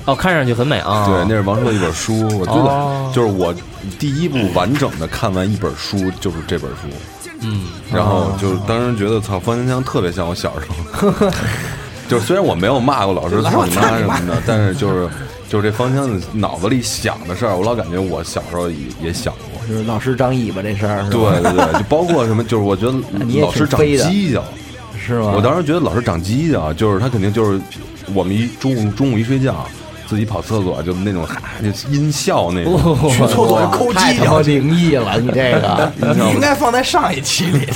Speaker 3: 哦，看上去很美啊，
Speaker 2: 对，那是王朔的一本书，我觉
Speaker 3: 哦
Speaker 2: 得就是我第一部完整的看完一本书就是这本书，嗯，然后就是当时觉得操方清枪特别像我小时候， <laughs> 就是虽然我没有骂过老师操你妈什么
Speaker 3: <laughs>
Speaker 2: 的，但是就是就是这方清枪脑子里想的事儿，我老感觉我小时候也也想过，
Speaker 1: 就是老师张尾巴这事儿，是吧
Speaker 2: 对对对，就包括什么，就是我觉得
Speaker 1: <laughs> 你也
Speaker 2: 老师
Speaker 1: 挺
Speaker 2: 长
Speaker 1: 飞的
Speaker 2: 犄角，
Speaker 1: 是吗？
Speaker 2: 我当时觉得老师长犄角，就是他肯定就是我们一中午中午一睡觉，自己跑厕所就那种哈就音效那种，
Speaker 1: 哦
Speaker 4: 去厕所就抠
Speaker 1: 太
Speaker 4: 犄
Speaker 1: 他妈
Speaker 4: 角，
Speaker 1: 灵异了，你这个
Speaker 4: 你应该放在上一
Speaker 2: <laughs>
Speaker 4: 期里。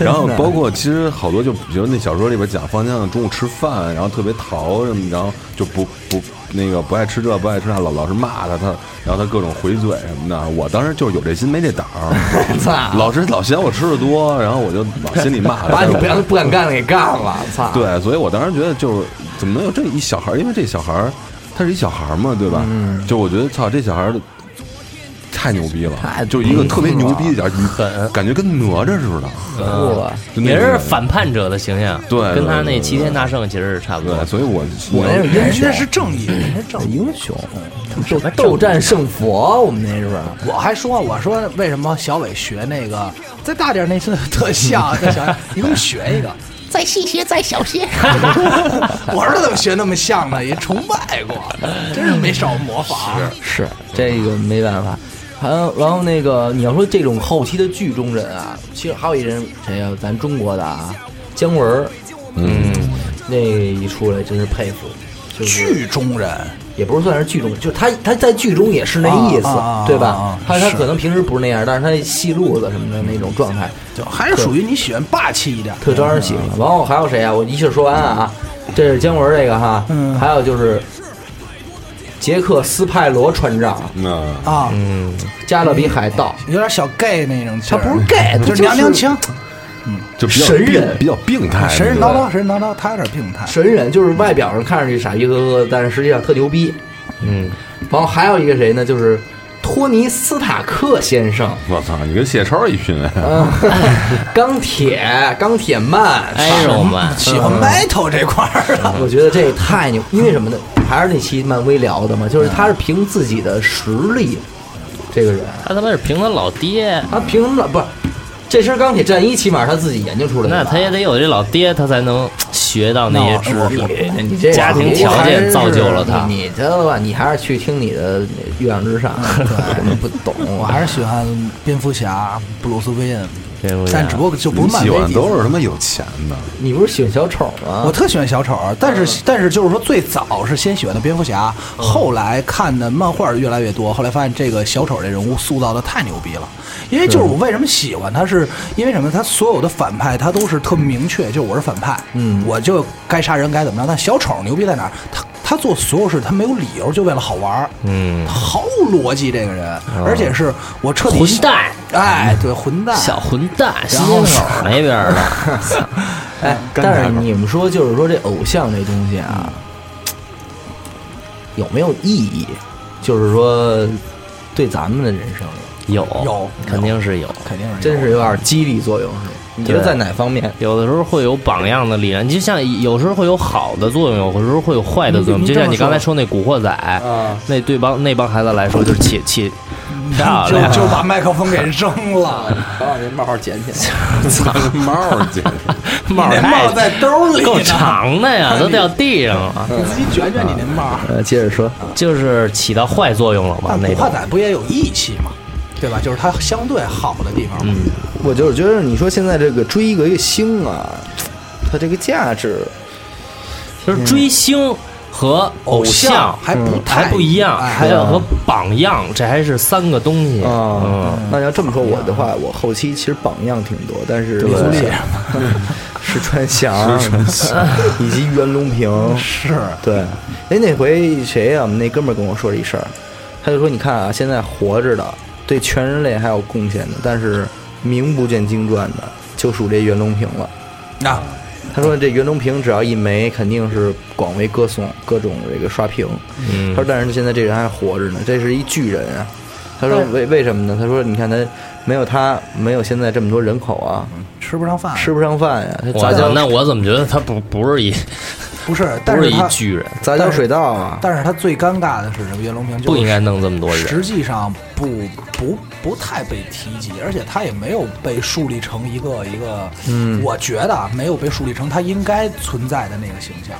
Speaker 2: 然后包括其实好多就比如那小说里边讲方向中午吃饭，然后特别淘什么，然后就不不那个不爱吃这不爱吃那，老老是骂他他，然后他各种回嘴什么的。我当时就是有这心没这胆
Speaker 4: <laughs>
Speaker 2: 儿，
Speaker 1: 操，
Speaker 2: 老师老嫌我吃的多，然后我就老心里
Speaker 4: <laughs>
Speaker 2: 骂他。
Speaker 1: 把你
Speaker 2: 但
Speaker 1: 不
Speaker 2: 是我
Speaker 1: 敢不敢干的给干了，操！
Speaker 2: 对，所以我当时觉得就是怎么能有这一小孩儿？因为这小孩儿他是一小孩儿嘛，对吧？就我觉得操，这小孩儿太牛逼了，就是一个特别牛逼的小孩儿，感觉跟哪吒似的，
Speaker 1: 酷了，
Speaker 2: 就那
Speaker 3: 也
Speaker 2: 种
Speaker 3: 是
Speaker 2: 感觉
Speaker 3: 反叛者的形象，
Speaker 2: 对对
Speaker 3: 跟他那
Speaker 2: 对对
Speaker 3: 齐天大圣其实是差不多
Speaker 2: 对，。所以我
Speaker 1: 我那是英
Speaker 4: 人
Speaker 1: 雄
Speaker 4: 家是正义，人家正义。
Speaker 1: 英雄，斗斗战胜佛，我们那是
Speaker 4: 我还说，我说为什么小伟学那个再大点那次特
Speaker 1: <laughs>
Speaker 4: 像，再小点你给我学一个，
Speaker 7: 再细些，再小些。
Speaker 4: 我说他怎么学那么像呢？也崇拜过，真是没少啊模仿。
Speaker 1: 是这个没办法。还有，然后那个你要说这种后期的剧中人啊，其实还有一人谁呀、咱中国的啊，姜文儿，
Speaker 2: 嗯，
Speaker 1: 那一出来真是佩服。就是
Speaker 4: 剧中人，
Speaker 1: 也不是算是剧中，就是他他在剧中也是那意思，
Speaker 4: 啊啊啊
Speaker 1: 对
Speaker 4: 啊
Speaker 1: 吧
Speaker 4: 啊？
Speaker 1: 他他
Speaker 4: 是
Speaker 1: 可能平时不是那样，但是他戏路子什么的那种状态，
Speaker 4: 就还是属于你喜欢霸气一点。
Speaker 1: 特招人喜
Speaker 4: 嗯
Speaker 1: 欢。然后还有谁啊？我一气儿说完啊，这是姜文儿这个哈，
Speaker 4: 嗯
Speaker 1: 还有就是杰克斯派罗船长，
Speaker 2: 那
Speaker 4: 啊，
Speaker 1: 嗯加勒比海盗，
Speaker 4: 有点小 gay 那种劲
Speaker 1: 他
Speaker 4: 儿，
Speaker 1: 不是 gay，他
Speaker 4: 就是娘娘腔，
Speaker 2: 就比较
Speaker 1: 神
Speaker 2: 病
Speaker 1: 人
Speaker 2: 比较病态，
Speaker 4: 神神
Speaker 2: 那
Speaker 4: 叨
Speaker 2: 个
Speaker 4: 叨，神神叨叨，他有点病态。
Speaker 1: 神人，就是外表上看上去傻逼呵呵，但是实际上特牛逼。
Speaker 3: 嗯，
Speaker 1: 然后还有一个谁呢？就是托尼斯塔克先生。
Speaker 2: 我操，你跟谢超一拼， <laughs>
Speaker 1: 钢铁钢铁曼，
Speaker 3: 哎
Speaker 2: <laughs>
Speaker 3: 呦们，
Speaker 4: 喜欢 metal 这块儿的，
Speaker 1: 我觉得这太牛，因为什么呢？还是那期漫威聊的嘛，就是他是凭自己的实力，这个人，
Speaker 3: 他他妈是凭他老爹，
Speaker 1: 他凭什么老不是？这身钢铁战衣起码他自己研究出来的吧，
Speaker 3: 那他也得有这老爹，他才能学到那些知识。
Speaker 1: 你你这样
Speaker 3: 家庭条件造就了他
Speaker 1: 你你的吧，你还是去听你的《月亮之上》，
Speaker 3: <laughs>
Speaker 1: 根本不懂。
Speaker 4: <laughs> 我还是喜欢蝙蝠侠、布鲁斯·韦恩，
Speaker 3: 蝙蝠侠
Speaker 4: 但只不过就不
Speaker 2: 你
Speaker 4: 是漫
Speaker 2: 喜欢
Speaker 4: 威。
Speaker 2: 都是他妈有钱的，
Speaker 1: 你不是喜欢小丑吗？
Speaker 3: 啊
Speaker 4: 我特喜欢小丑，但是
Speaker 3: 嗯
Speaker 4: 但是就是说，最早是先喜欢的蝙蝠侠，后来看的漫画越来越多，后来发现这个小丑这人物塑造的太牛逼了。因为就是我为什么喜欢他是，因为什么？他所有的反派他都是特明确，就我是反派，嗯，我就该杀人该怎么着。但小丑牛逼在哪儿？他他做所有事他没有理由，就为了好玩儿，
Speaker 3: 嗯啊
Speaker 4: 他毫无逻辑这个人，而且是我彻底
Speaker 3: 混蛋，
Speaker 4: 哎，对混蛋，
Speaker 3: 小混蛋，心
Speaker 4: 然后
Speaker 3: 手那边儿
Speaker 4: <laughs>
Speaker 3: 的，
Speaker 1: 哎，但是你们说，就是说这偶像这东西啊，有没有意义？就是说，对咱们的人生，
Speaker 3: 有
Speaker 4: 有
Speaker 3: 肯定是有。
Speaker 4: 肯定是
Speaker 1: 真是有点激励作用，是吗？你觉得在哪方面？
Speaker 3: 有的时候会有榜样的力量，就像有时候会有好的作用，有时候会有坏的作用。
Speaker 4: 你你
Speaker 3: 就
Speaker 4: 这么啊
Speaker 3: 像你刚才说那《古惑仔》那对帮那帮孩子来说，就是起起漂
Speaker 4: <laughs> 就
Speaker 3: 亮。啊
Speaker 4: 就 <laughs> 把麦克风给扔了。
Speaker 1: 把我这帽捡起来。
Speaker 2: 操猫儿姐，
Speaker 3: 帽 <laughs> 儿
Speaker 4: 那
Speaker 3: 太
Speaker 4: 帽在兜
Speaker 3: 哎
Speaker 4: 里呢嗯
Speaker 3: 够长的
Speaker 4: <laughs>
Speaker 3: 呀，都掉地上了。
Speaker 4: 你自己卷卷你那帽儿。
Speaker 1: 呃，接着说，
Speaker 3: 就是起到坏作用了嘛？哎那
Speaker 4: 但古
Speaker 3: 种
Speaker 4: 惑仔不也有义气吗？对吧？就是它相对好的地方
Speaker 3: 嗯
Speaker 4: 嘛。
Speaker 1: 我就是觉得你说现在这个追一个一个星啊，它这个价值，
Speaker 3: 就是追星和偶像
Speaker 4: 嗯
Speaker 3: 嗯
Speaker 4: 偶像还不太
Speaker 3: 还不一样，
Speaker 4: 哎
Speaker 3: 还有和榜样，这还是三个东西。嗯
Speaker 1: 啊，那要这么说我的话，我后期其实榜样挺多，但是
Speaker 4: 李
Speaker 1: 我
Speaker 4: 宗力
Speaker 1: 石川翔，以及袁隆平 <laughs> 是，对，哎，那回谁呀、我们那哥们儿跟我说了一事儿，他就说，你看啊，现在活着的对全人类还有贡献的，但是名不见经传的，就属这袁隆平了。
Speaker 4: 啊，
Speaker 1: 他说这袁隆平只要一没，肯定是广为歌颂，各种这个刷屏。他说，但是现在这人还活着呢，这是一巨人啊。他说为为什么呢？他说你看他没有他没有现在这么多人口啊，
Speaker 4: 吃不上饭，
Speaker 1: 吃不上饭呀、他
Speaker 3: 我
Speaker 1: 杂
Speaker 3: 操
Speaker 1: 交
Speaker 3: 那我怎么觉得他不不是一
Speaker 4: 不是？
Speaker 3: 不
Speaker 4: 但是
Speaker 3: 一
Speaker 4: 它，
Speaker 3: 巨人，
Speaker 1: 杂交水稻啊，
Speaker 4: 但是它最尴尬的是什么？袁隆平就是
Speaker 3: 不应该弄这么多人。
Speaker 4: 实际上不不不太被提及，而且他也没有被树立成一个一个，嗯，我觉得啊，没有被树立成他应该存在的那个形象。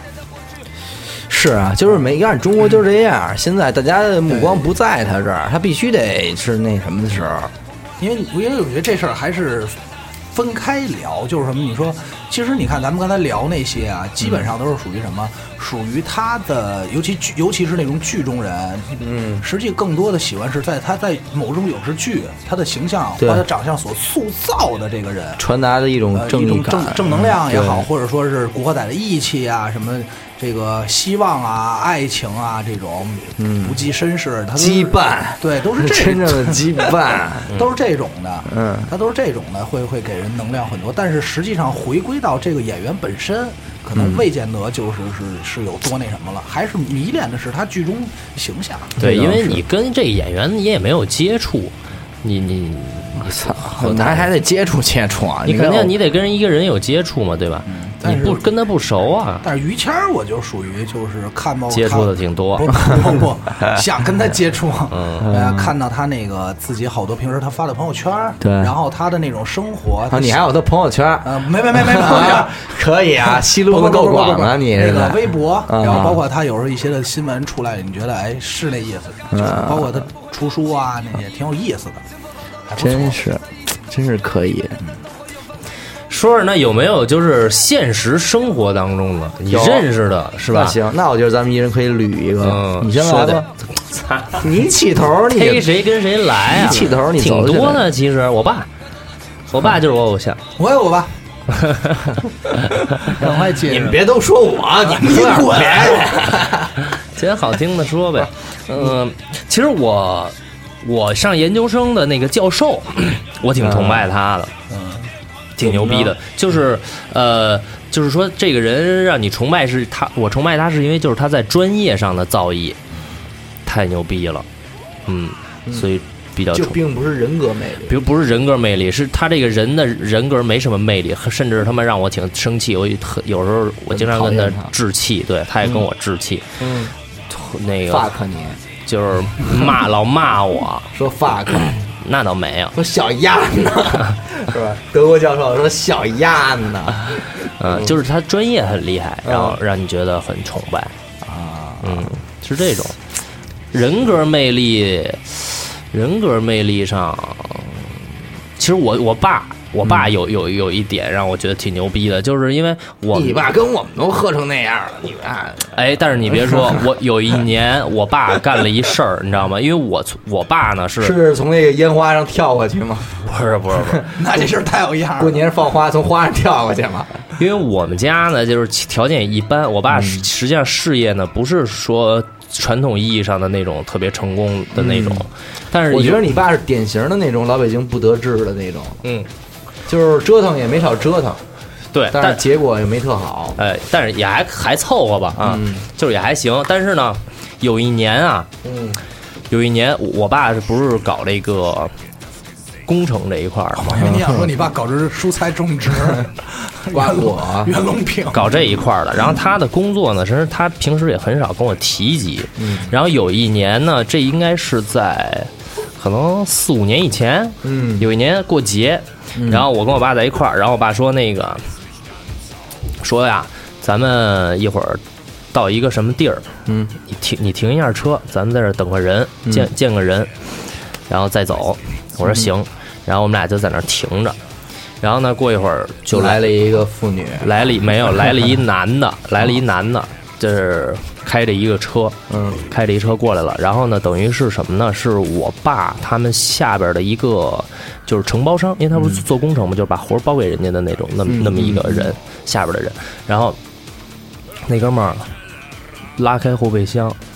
Speaker 1: 是啊，就是没干，中国就是这样。现在大家的目光不在他这儿，他必须得是那什么的时候。
Speaker 4: 因为因为我觉得这事儿还是分开聊，就是什么？你说，其实你看咱们刚才聊那些啊，基本上都是属于什么？属于他的，尤其剧尤其是那种剧中人，嗯，实际更多的喜欢是在他在某种影视剧他的形象和
Speaker 1: 对
Speaker 4: 他长相所塑造的这个人。
Speaker 1: 传达的一种
Speaker 4: 呃，
Speaker 1: 正
Speaker 4: 一
Speaker 1: 义
Speaker 4: 种
Speaker 1: 感、
Speaker 4: 正正能量也好，
Speaker 1: 对
Speaker 4: 或者说是古惑仔的义气啊，什么这个希望啊、爱情啊这种，不计身世，他
Speaker 1: 嗯羁绊
Speaker 4: 对，都是这
Speaker 1: 真正的羁 <laughs> 绊。
Speaker 4: 都是这种的，
Speaker 1: 嗯
Speaker 4: 他都是这种的，会会给人能量很多。但是实际上回归到这个演员本身，可能未见得就是是是有多那什么了，还是迷恋的是他剧中形象。
Speaker 3: 对，
Speaker 1: 这倒
Speaker 3: 因为
Speaker 1: 是
Speaker 3: 你跟这演员你也没有接触，你你
Speaker 4: 啊
Speaker 1: 我操，咱还得接触接触啊！
Speaker 3: 你肯
Speaker 1: 看
Speaker 3: 定
Speaker 1: 我
Speaker 3: 你得跟人一个人有接触嘛，对吧？
Speaker 4: 嗯但
Speaker 3: 你
Speaker 4: 是
Speaker 3: 不跟他不熟啊，
Speaker 4: 但是于谦儿，我就属于就是看到
Speaker 3: 接触的
Speaker 4: 他
Speaker 3: 挺多嗯
Speaker 4: 不。不
Speaker 3: <laughs>
Speaker 4: 不，想跟他接触，呃，看到他那个自己好多平时他发的朋友圈儿，
Speaker 1: 对
Speaker 4: 然后他的那种生活，
Speaker 1: 啊，
Speaker 4: 他
Speaker 1: 你还有他朋友圈儿，
Speaker 4: 呃，没
Speaker 3: <laughs>
Speaker 4: 没没没朋友圈儿。
Speaker 1: 可以 <laughs> 啊，戏路
Speaker 4: 不
Speaker 1: 子
Speaker 4: 不
Speaker 1: 够
Speaker 4: 不不不
Speaker 1: 广
Speaker 4: 不
Speaker 1: 啊！你
Speaker 4: 那
Speaker 1: 是
Speaker 4: 个
Speaker 1: 吧
Speaker 4: 微博，
Speaker 1: 嗯
Speaker 4: 然后包括他有时候一些的新闻出来，你觉得哎是那意思，就是包括他出书啊那也挺有意思的，还不错
Speaker 1: 真是，真是可以。
Speaker 3: 说说那有没有就是现实生活当中的你
Speaker 1: 有
Speaker 3: 认识的是吧
Speaker 1: 那？行，那我觉得咱们一人可以捋一个。
Speaker 3: 嗯
Speaker 1: 你先来
Speaker 3: 说
Speaker 1: 吧
Speaker 3: 的，
Speaker 1: <laughs> 你起头，你
Speaker 3: 黑谁跟谁来啊？
Speaker 1: 一起头你
Speaker 3: 挺
Speaker 1: 走起来
Speaker 3: 多的，其实我爸，我爸就是我偶像。
Speaker 4: 我有吧， <laughs> 赶快接着。
Speaker 1: 别都说我，你们有滚！
Speaker 3: 捡好听的
Speaker 1: <laughs>
Speaker 3: 说呗。嗯、其实我我上研究生的那个教授，我挺崇拜他的，嗯，挺牛逼的。就是呃，就是说这个人让你崇拜是他，我崇拜他是因为就是他在专业上的造诣太牛逼了，嗯，所以比较
Speaker 1: 就
Speaker 3: 崇。
Speaker 1: 并不是人格魅力。
Speaker 3: 比如不是人格魅力，是他这个人的人格没什么魅力，甚至他妈让我挺生气。我很有时候我经常跟
Speaker 1: 很
Speaker 3: 他
Speaker 1: 讨厌他
Speaker 3: 置气，对，他也跟我置气。
Speaker 1: 嗯
Speaker 3: 那个
Speaker 1: ，fuck 你，
Speaker 3: 就是骂老骂我，嗯
Speaker 1: 说 fuck，
Speaker 3: 那倒没有，
Speaker 1: 说小鸭呢，是吧？德国教授说小鸭呢，
Speaker 3: 嗯，就是他专业很厉害，然后让你觉得很崇拜啊，嗯，是这种人格魅力，人格魅力上，其实我我爸。我爸有有有一点让我觉得挺牛逼的，就是因为我
Speaker 1: 你爸跟我们都喝成那样了，你爸
Speaker 3: 哎，但是你别 <laughs> 说，我有一年我爸干了一事儿，你知道吗？因为我从我爸呢是
Speaker 1: 是从那个烟花上跳过去吗？
Speaker 3: 不是不是不是，
Speaker 4: 那这事儿太有样
Speaker 1: 过
Speaker 4: 了，
Speaker 1: 年放花从花上跳过去吗？
Speaker 3: 因为我们家呢，就是条件也一般，我
Speaker 1: 嗯
Speaker 3: 爸实实际上事业呢，不是说传统意义上的那种特别成功的那种，但是
Speaker 1: 嗯我觉得
Speaker 3: 有
Speaker 1: 你爸是典型的那种老北京不得志的那种，
Speaker 3: 嗯，
Speaker 1: 就是折腾也没少折腾，
Speaker 3: 对，
Speaker 1: 但是
Speaker 3: 但
Speaker 1: 结果也没特好。
Speaker 3: 哎，但是也还还凑合吧啊，就是也还行。但是呢，有一年啊，
Speaker 1: 嗯，
Speaker 3: 有一年我我爸是不是搞这个工程这一块
Speaker 1: 哦
Speaker 3: 儿
Speaker 4: 我
Speaker 3: 嘛，
Speaker 4: 以为哎你想说你爸搞这蔬菜种植，
Speaker 1: 瓜果
Speaker 4: 袁隆平
Speaker 3: 搞这一块儿的。然后他的工作呢，其实他平时也很少跟我提及。
Speaker 1: 嗯
Speaker 3: 然后有一年呢，这应该是在可能四五年以前，
Speaker 1: 嗯
Speaker 3: 有一年过节，然后我跟我爸在一块儿，然后我爸说那个，说呀，咱们一会儿到一个什么地儿，
Speaker 1: 嗯，
Speaker 3: 你停你停一下车，咱们在这儿等个人，见见个人，然后再走。
Speaker 1: 嗯
Speaker 3: 我说行，然后我们俩就在那儿停着，然后呢，过一会儿就
Speaker 5: 就来了一个妇女，
Speaker 3: 来了一没有来了一男的，来了一男的，就是开着一个车，
Speaker 5: 嗯，
Speaker 3: 开着一车过来了。然后呢，等于是什么呢？是我爸他们下边的一个就是承包商，因为他不是做工程嘛，就是把活儿包给人家的那种，那么那么一个
Speaker 5: 嗯
Speaker 3: 人下边的人。然后那哥们儿拉开后备箱，
Speaker 5: 嗯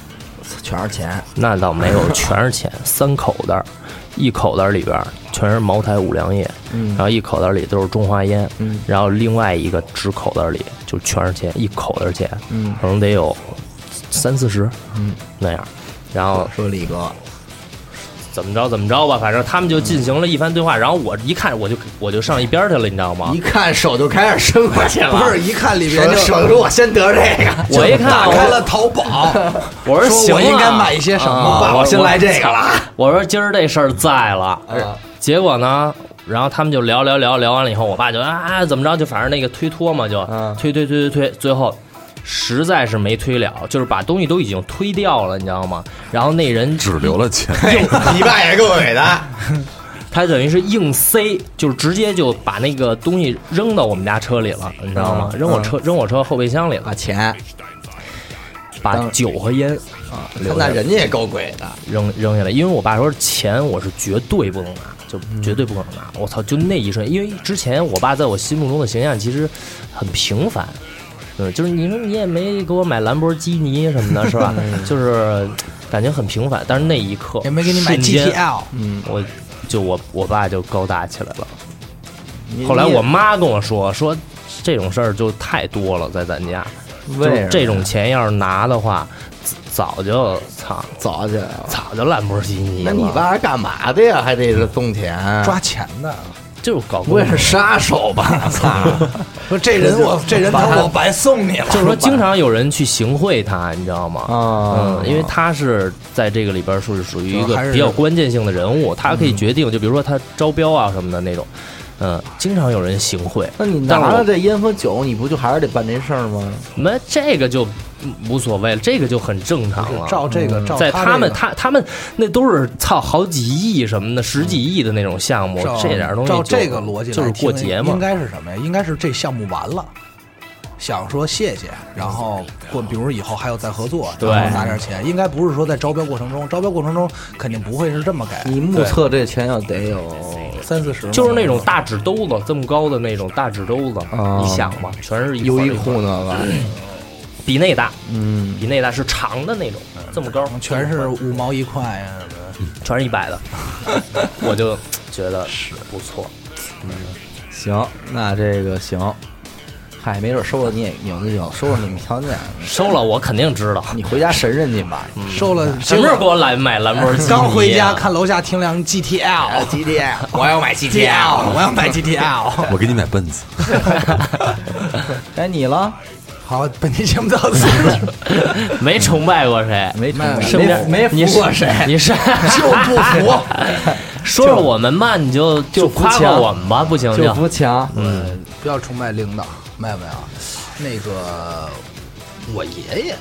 Speaker 5: 全是钱，
Speaker 3: 那倒没有，全是钱，三口袋儿，一口袋儿里边儿全是茅台、五粮液，
Speaker 5: 嗯
Speaker 3: 然后一口袋儿里都是中华烟，然后另外一个纸口袋儿里就全是钱，一口袋儿钱，
Speaker 5: 嗯
Speaker 3: 可能得有三四十，那样。然后
Speaker 5: 说李哥，
Speaker 3: 怎么着怎么着吧，反正他们就进行了一番对话。然后我一看，我就我就上一边儿去了，你知道吗
Speaker 5: 一？看手就开始伸过去了，
Speaker 4: 不是一看里边
Speaker 5: 手
Speaker 4: 就
Speaker 5: 手说我先得这个，
Speaker 3: 我一看，
Speaker 4: 打开
Speaker 3: 我
Speaker 4: 了淘宝，
Speaker 3: 我说行
Speaker 4: 我
Speaker 3: 了
Speaker 4: 应该买一些什么
Speaker 3: 啊
Speaker 4: 吧？
Speaker 3: 我
Speaker 5: 先来这个了，
Speaker 3: 我说今儿这事儿在了，
Speaker 5: 啊
Speaker 3: 结果呢，然后他们就聊聊聊聊完了以后，我爸就啊怎么着，就反正那个推脱嘛，就、
Speaker 4: 啊
Speaker 5: 嗯
Speaker 3: 推推推推推，最后实在是没推了，就是把东西都已经推掉了，你知道吗？然后那人
Speaker 2: 只留了钱，
Speaker 5: 你爸也够伟的，
Speaker 3: 他等于是硬塞，就是直接就把那个东西扔到我们家车里了，你知道吗？
Speaker 4: 啊
Speaker 5: 嗯
Speaker 3: 扔我车扔我车后备箱里了
Speaker 5: 把，钱，
Speaker 3: 把
Speaker 5: 当
Speaker 3: 酒和烟
Speaker 4: 啊
Speaker 3: 留下
Speaker 5: 那人家也够鬼的，
Speaker 3: 扔扔下来，因为我爸说钱我是绝对不能拿，就
Speaker 4: 嗯
Speaker 3: 绝对不可能拿。我操，就那一瞬，因为之前我爸在我心目中的形象其实很平凡，嗯，就是你说你也没给我买兰博基尼什么的，是吧？ <laughs> 就是感觉很平凡，但是那一刻
Speaker 4: <laughs> 嗯也没给你买
Speaker 3: 瞬间
Speaker 4: GTL，
Speaker 3: 嗯，我就我我爸就高大起来了。后来我妈跟我说说这种事儿就太多了，在咱家，就
Speaker 5: 为
Speaker 3: 是这种钱要是拿的话，早就操。
Speaker 5: 早起来了。
Speaker 3: 早就兰博基尼了。
Speaker 5: 那你爸是干嘛的呀？还得是送钱，
Speaker 4: 抓钱的。
Speaker 3: 就是搞
Speaker 5: 不
Speaker 3: 工
Speaker 5: 会
Speaker 3: 程
Speaker 5: 是杀手吧？操！
Speaker 4: 说这人我这人他我白送你了，
Speaker 3: 就是说，经常有人去行贿他，你知道吗？
Speaker 5: 啊
Speaker 3: 嗯，因为他是在这个里边儿属于属于一
Speaker 4: 就
Speaker 3: 个
Speaker 4: 还是
Speaker 3: 比较关键性的人物，他可以决定，就比如说他招标啊什么的那种，嗯，经常有人行贿。
Speaker 5: 那你
Speaker 3: 但
Speaker 5: 拿
Speaker 3: 是
Speaker 5: 了
Speaker 3: 我
Speaker 5: 这烟和酒，你不就还是得办这事儿吗？
Speaker 3: 那这个就无所谓了，这个就很正常了。
Speaker 4: 照这个照
Speaker 3: 在
Speaker 4: 他
Speaker 3: 他们
Speaker 4: 这个
Speaker 3: 他他们那都是操好几亿什么的，十几亿的那种项目
Speaker 4: 照，
Speaker 3: 这点儿东西
Speaker 4: 照
Speaker 3: 就
Speaker 4: 这个逻辑
Speaker 3: 就是
Speaker 4: 来
Speaker 3: 过
Speaker 4: 听
Speaker 3: 节嘛
Speaker 4: 应。该是什么呀？应该是这项目完了，想说谢谢，然后过，比如以后还要再合作，
Speaker 3: 对
Speaker 4: 然后拿点钱，应该不是说在招标过程中，招标过程中肯定不会是这么给，
Speaker 5: 你目测这钱要得有
Speaker 4: 三四十嘛，
Speaker 3: 就是那种大纸兜子，这么高的那种大纸兜子，
Speaker 5: 啊
Speaker 3: 你想吧，全是
Speaker 5: 优
Speaker 3: 块
Speaker 5: 衣
Speaker 3: 儿一块儿
Speaker 5: 库呢吧？
Speaker 3: 比那大，
Speaker 5: 嗯，
Speaker 3: 比那大是长的那种，这么高，
Speaker 4: 嗯全是五毛一块呀什么的。
Speaker 3: 全是一百的，我就觉得不错。
Speaker 5: 行，那这个行。嗨，没准收了你也扭扭扭，收了你们条件，
Speaker 3: 收了我肯定知道，
Speaker 5: 你回家神人去
Speaker 4: <laughs>
Speaker 5: 吧。
Speaker 4: 收了
Speaker 3: 嗯什么时候给我来买兰博基尼啊？
Speaker 4: 刚回家看楼下停辆 GTL，
Speaker 5: 几点？啊
Speaker 4: 我要买 GTL，我要买 GTL。
Speaker 2: 我给你买奔子，
Speaker 5: 该你了，
Speaker 4: 好，本期节目到此了，
Speaker 3: <laughs> 没崇拜过谁，
Speaker 5: 没
Speaker 4: 没
Speaker 5: 身边
Speaker 4: 没
Speaker 5: 你
Speaker 4: 没服过
Speaker 5: 是
Speaker 4: 谁
Speaker 3: 你是
Speaker 4: 就
Speaker 3: <laughs>
Speaker 4: 不服。
Speaker 3: 说说我们吧，你就就
Speaker 5: 扶
Speaker 3: 夸夸
Speaker 5: 墙
Speaker 3: 我们吧，不行
Speaker 5: 就扶墙，
Speaker 4: 嗯，不要崇拜领导，没有没有，那个我爷爷，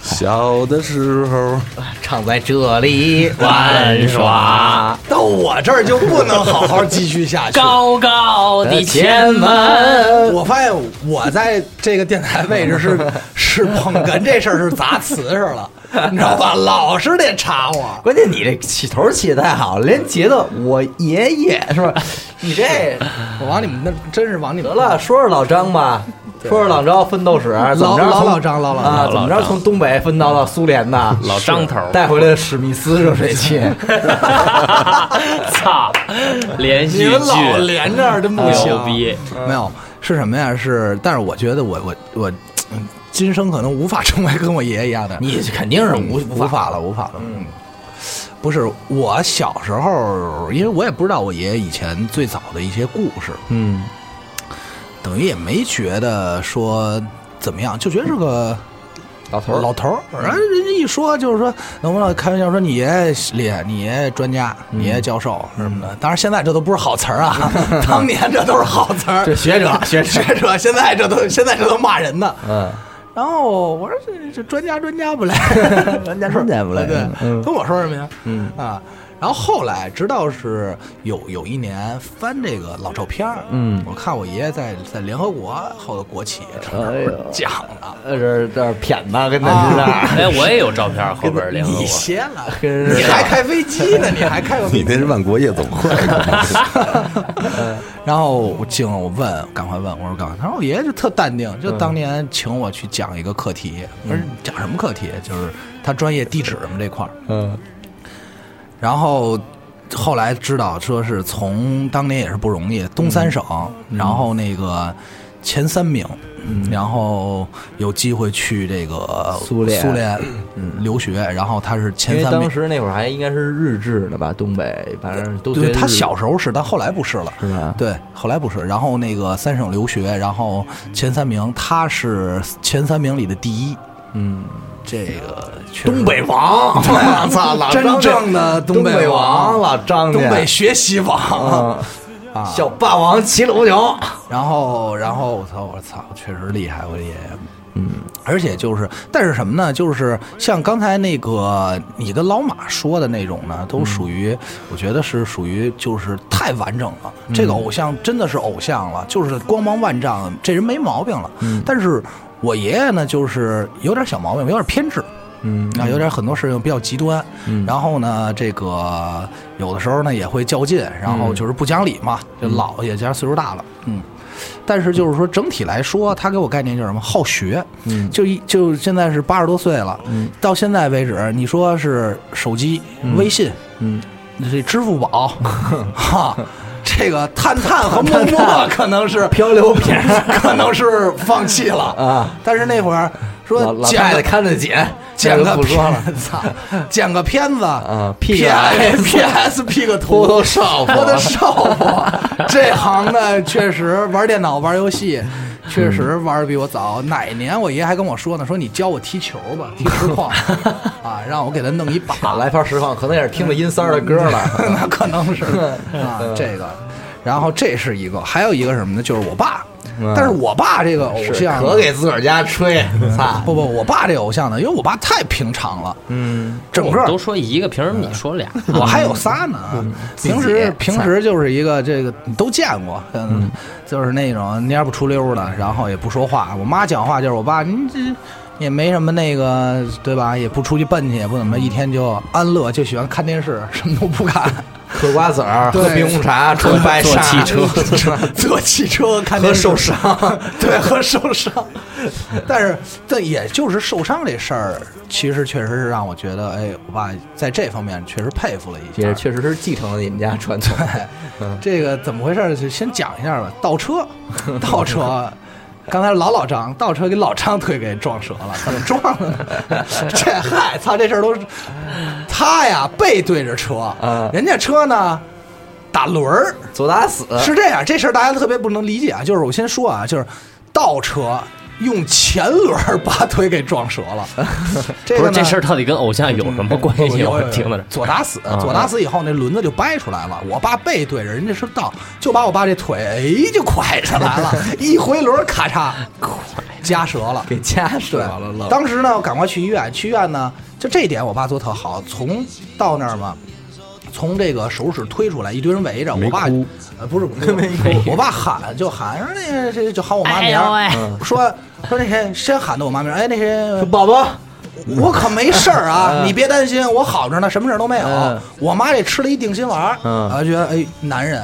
Speaker 2: 小的时候
Speaker 5: 常在这里
Speaker 3: 玩耍。
Speaker 4: 到我这儿就不能好好继续下
Speaker 3: <laughs>
Speaker 4: 去。
Speaker 3: 高高的前门，
Speaker 4: <laughs> 我发现我在这个电台位置是
Speaker 3: <laughs>
Speaker 4: 是捧哏这事儿是砸瓷实了，你知道吧？老是得查我。
Speaker 5: 关键你这起头起的太好，连节奏我爷爷是吧？你这
Speaker 4: 我往你们那真是往你们
Speaker 5: 得了，说说老张吧，说说老张奋斗史，啊怎么着
Speaker 4: 老
Speaker 5: 从
Speaker 4: 老张老老
Speaker 5: 啊，
Speaker 3: 张
Speaker 5: 怎么
Speaker 3: 老
Speaker 5: 着
Speaker 3: 张
Speaker 5: 从东北分到了苏联的
Speaker 3: 老张头儿
Speaker 5: 带回来的史密斯热水 <laughs> 器，
Speaker 3: 操， <laughs> 连续
Speaker 4: 你们老
Speaker 3: 剧
Speaker 4: 连着真不行。
Speaker 3: 牛逼，
Speaker 4: 没有，是什么呀？是，但是我觉得我我我，嗯今生可能无法成为跟我爷爷一样的。
Speaker 5: 你肯定是无
Speaker 4: 无法了，无法了。嗯，不是我小时候，因为我也不知道我爷爷以前最早的一些故事，
Speaker 5: 嗯
Speaker 4: 等于也没觉得说怎么样，就觉得是个
Speaker 5: 老头
Speaker 4: 老
Speaker 5: 儿
Speaker 4: 头儿。然后人家一说就是说，能不能开玩笑说你爷爷厉害，你爷爷专家，
Speaker 5: 嗯
Speaker 4: 你爷爷教授什么的。当然现在这都不是好词儿啊，
Speaker 5: <laughs>
Speaker 4: 当年这都是好词儿。
Speaker 5: 这
Speaker 4: <laughs>
Speaker 5: 学者学者
Speaker 4: 学者现在这都现在这都骂人的。
Speaker 5: 嗯
Speaker 4: 然后我说
Speaker 5: <laughs>
Speaker 4: 这这专家专家不来，专家专家不来，对，跟我说什么呀？嗯啊，然后后来直到是有有一年翻这个老照片嗯，我看我爷爷在在联合国后的国企上
Speaker 5: 哎
Speaker 4: 面讲了，
Speaker 5: 呃，这这谝吧，跟
Speaker 1: 啊
Speaker 5: 咱
Speaker 1: <laughs>
Speaker 5: 知道。
Speaker 3: 哎，我也有照片儿，后边儿联合
Speaker 4: 你
Speaker 3: 我。
Speaker 4: 歇了， <laughs> 你还开飞机呢，你还开过飞
Speaker 2: <laughs> 你
Speaker 4: 机
Speaker 2: 那是万国夜总会，
Speaker 4: <laughs> 然后我进了，我问，赶快问，我说干嘛？他说我爷爷就特淡定，就当年请我去讲一个课题，我说讲什么课题？就是他专业地址什么这块儿。
Speaker 5: 嗯，
Speaker 4: 然后后来知道说是从当年也是不容易，东三省，然后那个前三名，然后有机会去这个
Speaker 5: 苏联
Speaker 4: 嗯苏联嗯留学，然后他是
Speaker 5: 因
Speaker 4: 前
Speaker 5: 为
Speaker 4: 三
Speaker 5: 当
Speaker 4: 名。
Speaker 5: 时那会儿还应该是日治呢吧，东北反正都
Speaker 4: 对
Speaker 5: 随
Speaker 4: 他
Speaker 5: 日
Speaker 4: 小时候是，但后来不是了，
Speaker 5: 是吧
Speaker 4: 对，后来不是。然后那个三省留学，然后前三名，他是前三名里的第一。
Speaker 5: 嗯，
Speaker 4: 这个东北王， <laughs> 我操，老
Speaker 5: 张
Speaker 4: 真
Speaker 5: 家
Speaker 4: 正的
Speaker 5: 东
Speaker 4: 北
Speaker 5: 王老张家
Speaker 4: 东北学习王。
Speaker 5: 嗯小霸王骑了无牛，
Speaker 4: 然后，然后我操，我操，确实厉害，我爷爷。嗯，而且就是，但是什么呢？就是像刚才那个你跟老马说的那种呢，都属于，我觉得是属于就是太完整了。这个偶像真的是偶像了，就是光芒万丈，这人没毛病了。但是我爷爷呢，就是有点小毛病，有点偏执。嗯，啊，有点很多事情比较极端，嗯，然后呢，这个有的时候呢也会较劲，然后就是不讲理嘛，就老也加上岁数大了，嗯，但是就是说整体来说，他给我概念就是什么好学，嗯，就一就现在是八十多岁了，嗯，到现在为止，你说是手机、微信，嗯，这支付 <laughs> 宝，哈。这个探探和陌陌可能是漂流瓶，可能是放弃了
Speaker 5: 啊。
Speaker 4: 但是那会儿
Speaker 5: 老
Speaker 4: 说
Speaker 5: 老
Speaker 4: 姐
Speaker 5: 太太看得紧，
Speaker 4: 剪
Speaker 5: 那
Speaker 4: 个
Speaker 5: 就不说了。
Speaker 4: 片，操，剪个片子啊
Speaker 5: P
Speaker 4: P
Speaker 5: 个
Speaker 4: S P S P 个图都 <laughs> 少，
Speaker 5: 啊
Speaker 4: 我的少啊这行的确实玩电脑玩游戏，确实
Speaker 5: 嗯
Speaker 4: 玩的比我早。哪年我爷还跟我说呢，说你教我踢球吧，踢实
Speaker 5: <laughs>
Speaker 4: 况啊，让我给他弄一把，
Speaker 5: 啊，来盘实况，可能也是听了阴三儿的歌了。
Speaker 4: <laughs>
Speaker 5: 嗯
Speaker 4: 那可能
Speaker 5: <laughs>
Speaker 4: 是啊这个。然后这是一个，还有一个什么呢？就是我爸，但是我爸这个偶
Speaker 5: 嗯是
Speaker 4: 像呢
Speaker 5: 可给自个儿家吹，操！
Speaker 4: 不不，我爸这偶像呢，因为我爸太平常了，嗯，整
Speaker 3: 我
Speaker 5: 哦
Speaker 4: 个
Speaker 3: 们都说一个，凭什么你说俩？<laughs>
Speaker 4: 我哦还有仨呢，啊平时平时就是一个这个你都见过，嗯，就是那种蔫不出溜的，然后也不说话。我妈讲话就是我爸，你这也没什么那个对吧？也不出去奔去，也不怎么，一天就安乐，就喜欢看电视，什么都不干， <laughs>
Speaker 5: 嗑瓜子儿，喝
Speaker 4: 对
Speaker 5: 冰红茶，穿白纱，
Speaker 3: 坐汽车
Speaker 4: 坐汽车看
Speaker 5: 和
Speaker 4: 电视，
Speaker 5: 受伤。
Speaker 4: 对，和受伤。但是，但也就是受伤这事儿，其实确实是让我觉得，哎，我爸在这方面确实佩服了一下
Speaker 5: 也。确实是继承了你们家传统。
Speaker 4: <laughs> 这个怎么回事儿？就先讲一下吧。倒车， <laughs> 倒车。 <laughs> 刚才老老张倒车给老张腿给撞折了， <laughs> 怎么撞的呢？ <laughs> 这嗨，操，这事儿都是他呀背对着车，
Speaker 3: 啊
Speaker 4: 人家车呢打轮儿，
Speaker 5: 左打死，
Speaker 3: 啊
Speaker 4: 是这样，这事儿大家特别不能理解啊。就是我先说啊，就是倒车用前轮儿把腿给撞折
Speaker 3: <laughs>
Speaker 4: 了，这
Speaker 3: 不
Speaker 4: 个
Speaker 3: 是
Speaker 4: 呢哎
Speaker 3: 这事儿到底跟偶像有什么 <laughs> 关系？我听着，
Speaker 4: 左打死，左打死以后那轮子就掰出来了。我爸背对着人家是道，就把我爸这腿哎就拐上来了，一回轮咔嚓，夹折了。
Speaker 5: 给家折
Speaker 4: 对
Speaker 5: 了，了。
Speaker 4: 当时呢，赶快去医院。去医院呢，就这一点我爸做特好。从到那儿嘛，从这个手室推出来，一堆人围着我爸，呃，不是不
Speaker 5: <laughs>
Speaker 4: 是我爸喊就喊，说那个这就喊我妈名儿，说说那谁先喊的我妈名儿，哎那谁
Speaker 5: 宝宝，
Speaker 4: 我可没事儿
Speaker 5: <laughs>
Speaker 4: 啊，你别担心，我好着呢，什么事儿都没有
Speaker 5: 嗯。
Speaker 4: 我妈这吃了一定心丸儿，
Speaker 5: 嗯
Speaker 4: 啊，觉得哎，男人。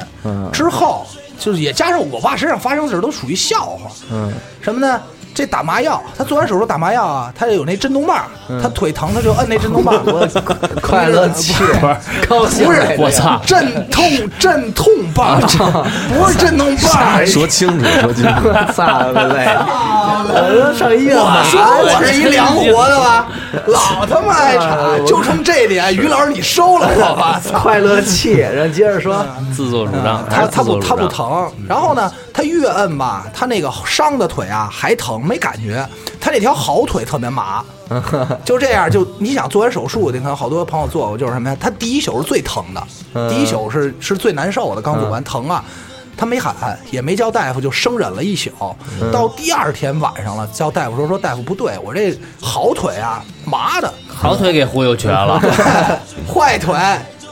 Speaker 4: 之后就是也加上我爸身上发生的事儿都属于笑话，
Speaker 5: 嗯，
Speaker 4: 什么呢？这打麻药，他做完手术打麻药啊，他有那震动棒，他腿疼他就摁那震动棒，
Speaker 5: 快乐气，高兴
Speaker 4: 不是
Speaker 5: 来着
Speaker 3: 我操
Speaker 4: 震痛震痛棒，不是震动棒。
Speaker 2: 说清楚，说清楚。
Speaker 5: 操的嘞！我上医院
Speaker 4: 我
Speaker 5: 吧。
Speaker 4: 说我是一凉活的吧，老他妈爱查，就冲这点，于老师你收了我吧，操！
Speaker 5: 快乐气，然后接着说，
Speaker 3: 自作主张，还
Speaker 4: 他
Speaker 3: 是
Speaker 4: 他
Speaker 3: 自作
Speaker 4: 不
Speaker 3: 主
Speaker 4: 他不
Speaker 3: 张。嗯
Speaker 4: 疼，然后呢，他越摁吧，他那个伤的腿啊还疼，没感觉。他那条好腿特别
Speaker 3: <laughs>
Speaker 4: 麻，就这样就你想做完手术，你看好多朋友做过，就是什么呀？他第一宿是最疼
Speaker 3: 嗯
Speaker 4: 的，第一宿是是最难受的，刚做完疼啊。他没喊，也没叫大夫，就生忍了一宿。
Speaker 3: 嗯
Speaker 4: 到第二天晚上了，叫大夫说说大夫不对，我这
Speaker 3: <laughs>
Speaker 4: 好腿啊麻的， <laughs>
Speaker 3: 好腿给忽悠瘸了，
Speaker 4: 坏腿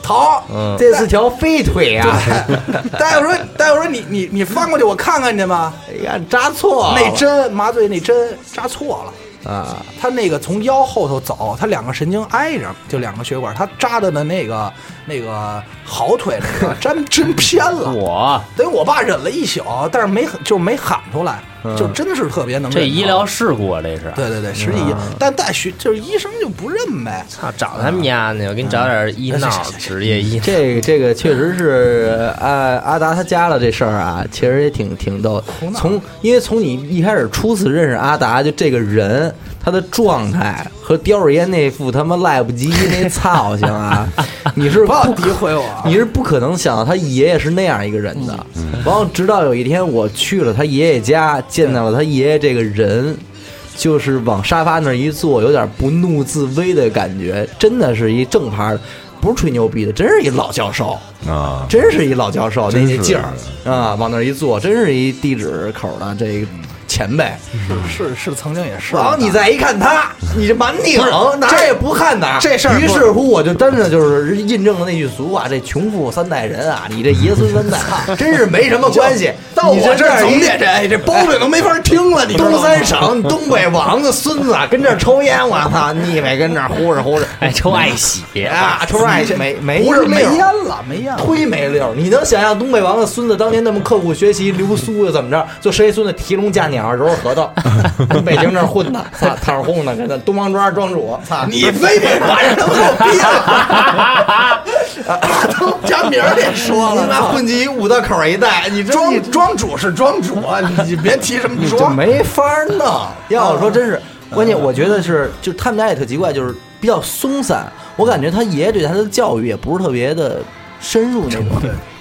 Speaker 4: 疼。
Speaker 3: 嗯
Speaker 1: 这是条废腿呀、
Speaker 4: <laughs> 大夫说，大夫说你你你翻过去我看看去吧。
Speaker 1: 哎呀，扎错了
Speaker 4: 那针麻醉那针扎错了。
Speaker 1: 啊，
Speaker 4: 他那个从腰后头走，他两个神经挨着，就两个血管，他扎的的那个那个好腿那个针针偏了。
Speaker 3: 我
Speaker 4: 等于我爸忍了一宿，但是没就是没喊出来，就真是特别能忍
Speaker 3: 这
Speaker 4: 疼。
Speaker 3: 医疗事故啊，这是。
Speaker 4: 对对对，实际医，但大学就是医生就不认呗。
Speaker 3: 操，啊找他们家呢，我给你找点医闹
Speaker 4: 哎行行行
Speaker 3: 职业医。
Speaker 1: 这个这个确实是阿阿达他家了这事儿啊，其实也挺挺逗的。从因为从你一开始初次认识阿达，就这个人他的状态和叼着烟那副他妈赖不唧唧那操性啊，你是
Speaker 4: <laughs> 不要
Speaker 1: 不
Speaker 4: 诋毁我啊
Speaker 1: 你是不可能想到他爷爷是那样一个人的。
Speaker 4: 嗯
Speaker 1: 然后直到有一天我去了他爷爷家，见到了他爷爷这个人。就是往沙发那儿一坐，有点不怒自威的感觉，真的是一正牌儿，不是吹牛逼的，真是一老教授，
Speaker 2: 啊，
Speaker 1: 真是一老教授那
Speaker 2: 真
Speaker 1: 那
Speaker 2: 是
Speaker 1: 劲儿啊，往那儿一坐，真是一地址口的这个前辈。
Speaker 4: 是是，曾经也是。
Speaker 1: 然后你再一看他，你这满拧，哪儿也不看哪儿。
Speaker 4: 这事儿不
Speaker 1: 于是乎我就真的就是印证了那句俗话：这穷富三代人啊，你这爷孙三 <laughs> 代真是没什么关系。<laughs>
Speaker 4: 到
Speaker 1: 你
Speaker 4: 我这
Speaker 1: 这
Speaker 4: 儿
Speaker 1: 儿
Speaker 4: 总
Speaker 1: 一
Speaker 4: 得这，哎这包里都没法听了，你知道吗
Speaker 1: 东三省东北王的孙子跟这儿抽烟，我操，腻歪跟这儿呼哧呼哧，
Speaker 3: <laughs> 哎，抽爱喜，
Speaker 1: 啊，抽着爱没没
Speaker 4: 不是没
Speaker 1: 溜
Speaker 4: 烟
Speaker 1: 儿
Speaker 4: 了，没烟了。
Speaker 1: 忒没溜儿。你能想象东北王的孙子当年那么刻苦学习，留苏又怎么着？就谁孙子提笼架鸟，揉揉核桃，跟北京这儿混的，操，摊儿混的，跟那东王庄庄主，操，
Speaker 4: 你非得把人都给我逼了，
Speaker 1: <laughs>
Speaker 4: 加名儿也说
Speaker 1: 你
Speaker 4: 了，
Speaker 1: 妈混迹五道口一带，你这
Speaker 4: 庄庄主是庄主啊，你你别提什么
Speaker 1: 就
Speaker 4: 庄，
Speaker 1: 没法儿弄。要我说，真是关键，我觉得是，就他们家也特奇怪，就是比较松散。我感觉他爷爷对他的教育也不是特别的深入那种，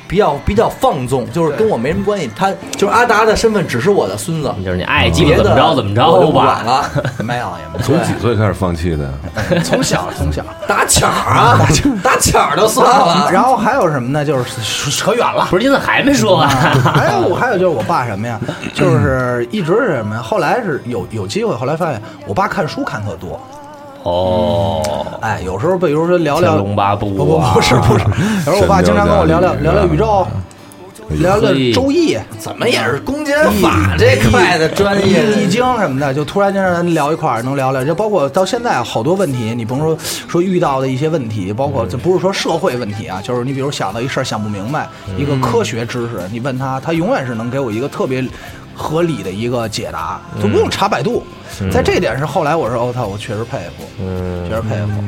Speaker 1: 比较比较放纵，就是跟我没什么关系。他就是阿达的身份只是我的孙子，
Speaker 3: 就是你爱鸡巴
Speaker 1: 别的
Speaker 3: 怎么着怎么着
Speaker 1: 我
Speaker 3: 就
Speaker 1: 不
Speaker 3: 完
Speaker 1: 管
Speaker 3: 了。
Speaker 1: 了。
Speaker 4: 没有也没
Speaker 2: 从几岁开始放弃的？哎
Speaker 4: 有，从小从小。
Speaker 1: 打抢
Speaker 4: <laughs>
Speaker 1: 啊，打抢就算
Speaker 4: 然后，
Speaker 1: 了。
Speaker 4: <laughs> 然后还有什么呢？就是扯远了。
Speaker 3: 不是，你怎么还没
Speaker 1: <laughs>
Speaker 3: 说完？
Speaker 4: <laughs> 还有我还有就是我爸什么呀，就是一直是什么呀？后来是有有机会，后来发现我爸看书看特多，
Speaker 3: 哦，
Speaker 4: 哎，有时候被比如说聊聊
Speaker 3: 天龙八部啊
Speaker 4: 不不不是不是，有时候我爸经常跟我聊聊聊聊宇宙，聊聊
Speaker 3: 嘿
Speaker 4: 周易，
Speaker 1: 怎么也是公检法这块的专业
Speaker 4: 易易经什么的，就突然间让人聊一块儿，能聊聊。就包括到现在好多问题，你甭说说遇到的一些问题，包括这不是说社会问题啊，就是你比如想到一事儿想不明白，一个科学知识，你问他，他永远是能给我一个特别。合理的一个解答，就不用查百度。在这点是后来我说，我、操，我确实佩服，确实佩服。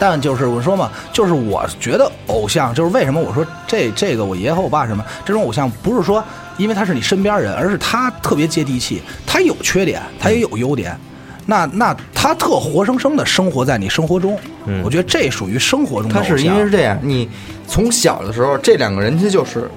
Speaker 4: 但就是我说嘛，就是我觉得偶像，就是为什么我说这这个我爷爷和我爸什么这种偶像，不是说因为他是你身边人，而是他特别接地气，他有缺点，他也有优点。那那他特活生生的生活在你生活中，我觉得这属于生活中的
Speaker 1: 他
Speaker 4: 偶像。
Speaker 1: 是因
Speaker 4: <laughs>
Speaker 5: 嗯
Speaker 1: 为是这样，你从小的时候，这两个人他就是，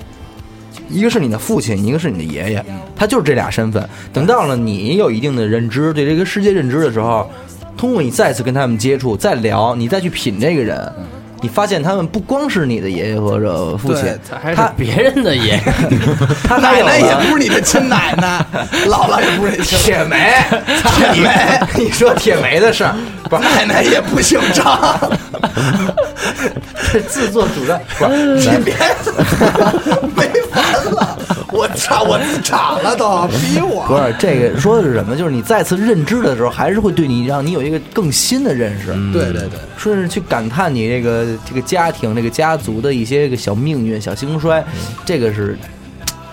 Speaker 1: 一个是你的父亲，一个是你的爷爷，
Speaker 3: 嗯
Speaker 1: 他就是这俩身份。等到了你有一定的认知，对这个世界认知的时候，通过你再次跟他们接触，再聊，你再去品这个人，
Speaker 3: 嗯
Speaker 1: 你发现他们不光是你的爷爷或者父亲，
Speaker 3: 他还是别人的 <laughs> 爷，
Speaker 1: 他还
Speaker 4: 奶
Speaker 1: 有
Speaker 4: 奶也
Speaker 1: 了
Speaker 4: 不是你的亲奶奶，姥姥也不是你的亲 <laughs>
Speaker 1: 铁梅，铁梅，你说铁梅的事儿，不是
Speaker 4: 奶奶也不姓张。
Speaker 1: <laughs> 自作主张，不是
Speaker 4: <laughs> 你别没完了，我操，我自产了都，逼我。
Speaker 1: 不是这个说的是什么？就是你再次认知的时候，还是会对你让你有一个更新的认识，
Speaker 4: 对对对，
Speaker 1: 甚至去感叹你这个这个家庭、这个家族的一些个小命运、小兴衰，
Speaker 4: 嗯
Speaker 1: 这个是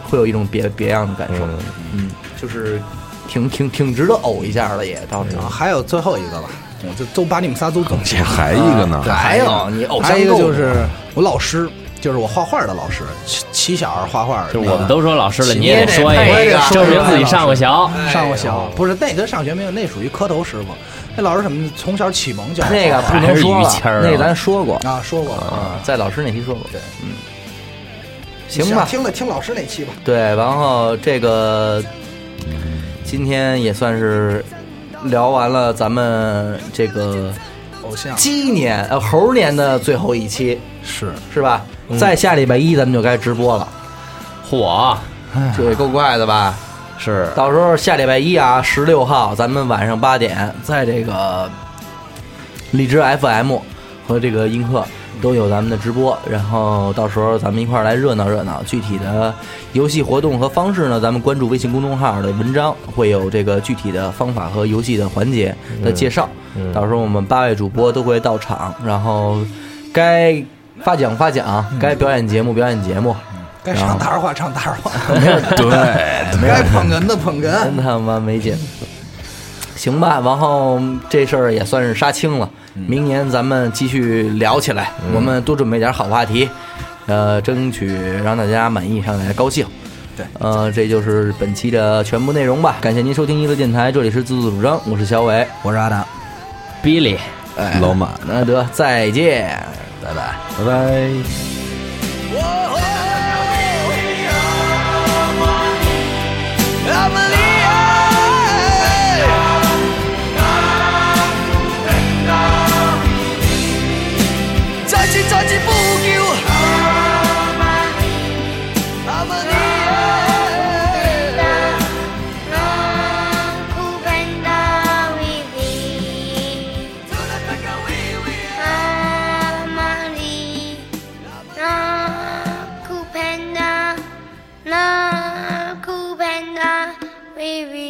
Speaker 1: 会有一种别别样的感受。嗯，就是挺挺挺值得呕一下的，也倒是。啊
Speaker 4: 还有最后一个吧，我就都把你们仨都总结了。
Speaker 2: 还一个呢？
Speaker 1: 还有哎你偶
Speaker 4: 哎还
Speaker 1: 像
Speaker 4: 有一个
Speaker 1: 够
Speaker 4: 就是我老师，就是我画画的老师，起起小儿画画的
Speaker 3: 就
Speaker 4: 那
Speaker 3: 是
Speaker 4: 个，
Speaker 3: 我们都说老师了，
Speaker 1: 你
Speaker 3: 你也得说
Speaker 1: 也得配
Speaker 3: 一
Speaker 1: 一
Speaker 3: 个
Speaker 1: 个，
Speaker 3: 证明自己上过学。
Speaker 4: 上过学，不是那跟上学没有，那属于磕头师傅。那老师什么从小启蒙教我
Speaker 1: 那个不
Speaker 3: 哎还
Speaker 1: 能
Speaker 3: 是
Speaker 1: 说
Speaker 3: 于
Speaker 1: 了，
Speaker 3: 谦儿啊嗯
Speaker 1: 那个咱说过，
Speaker 4: 啊，说过啊，
Speaker 1: 啊，在老师那期说过。对，嗯，行
Speaker 4: 想
Speaker 1: 吧，
Speaker 4: 听的听老师那期吧。
Speaker 1: 对，然后这个今天也算是聊完了咱们这个
Speaker 4: 偶像
Speaker 1: 鸡年呃猴年的最后一期，
Speaker 4: 是
Speaker 1: 是吧？
Speaker 3: 嗯
Speaker 1: 在下礼拜一咱们就该直播了，
Speaker 3: 嚯，
Speaker 1: 这也够怪的吧？
Speaker 3: 是
Speaker 1: 到时候下礼拜一啊，十六号咱们晚上八点，在这个荔枝 FM 和这个映客都有咱们的直播，然后到时候咱们一块儿来热闹热闹。具体的游戏活动和方式呢，咱们关注微信公众号的文章，会有这个具体的方法和游戏的环节的介绍。到时候我们八位主播都会到场，然后该发奖发奖，该表演节目表演节目。
Speaker 4: 该唱大实话唱大实话，
Speaker 2: 对，
Speaker 4: <laughs> 该捧哏的捧哏。
Speaker 1: 真他妈没劲。行吧，然后这事儿也算是杀青了。明年咱们继续聊起来，
Speaker 4: 嗯
Speaker 1: 我们多准备点好话题，呃，争取让大家满意，让大家高兴。
Speaker 4: 对，
Speaker 1: 呃，这就是本期的全部内容吧。感谢您收听娱乐电台，这里是自作主张，我是小伟。啊
Speaker 4: 我是阿达。
Speaker 3: Billy。
Speaker 2: 老马，
Speaker 1: 那得再见，拜拜。
Speaker 2: 拜拜。
Speaker 8: Panda, Naku Panda, wee wee.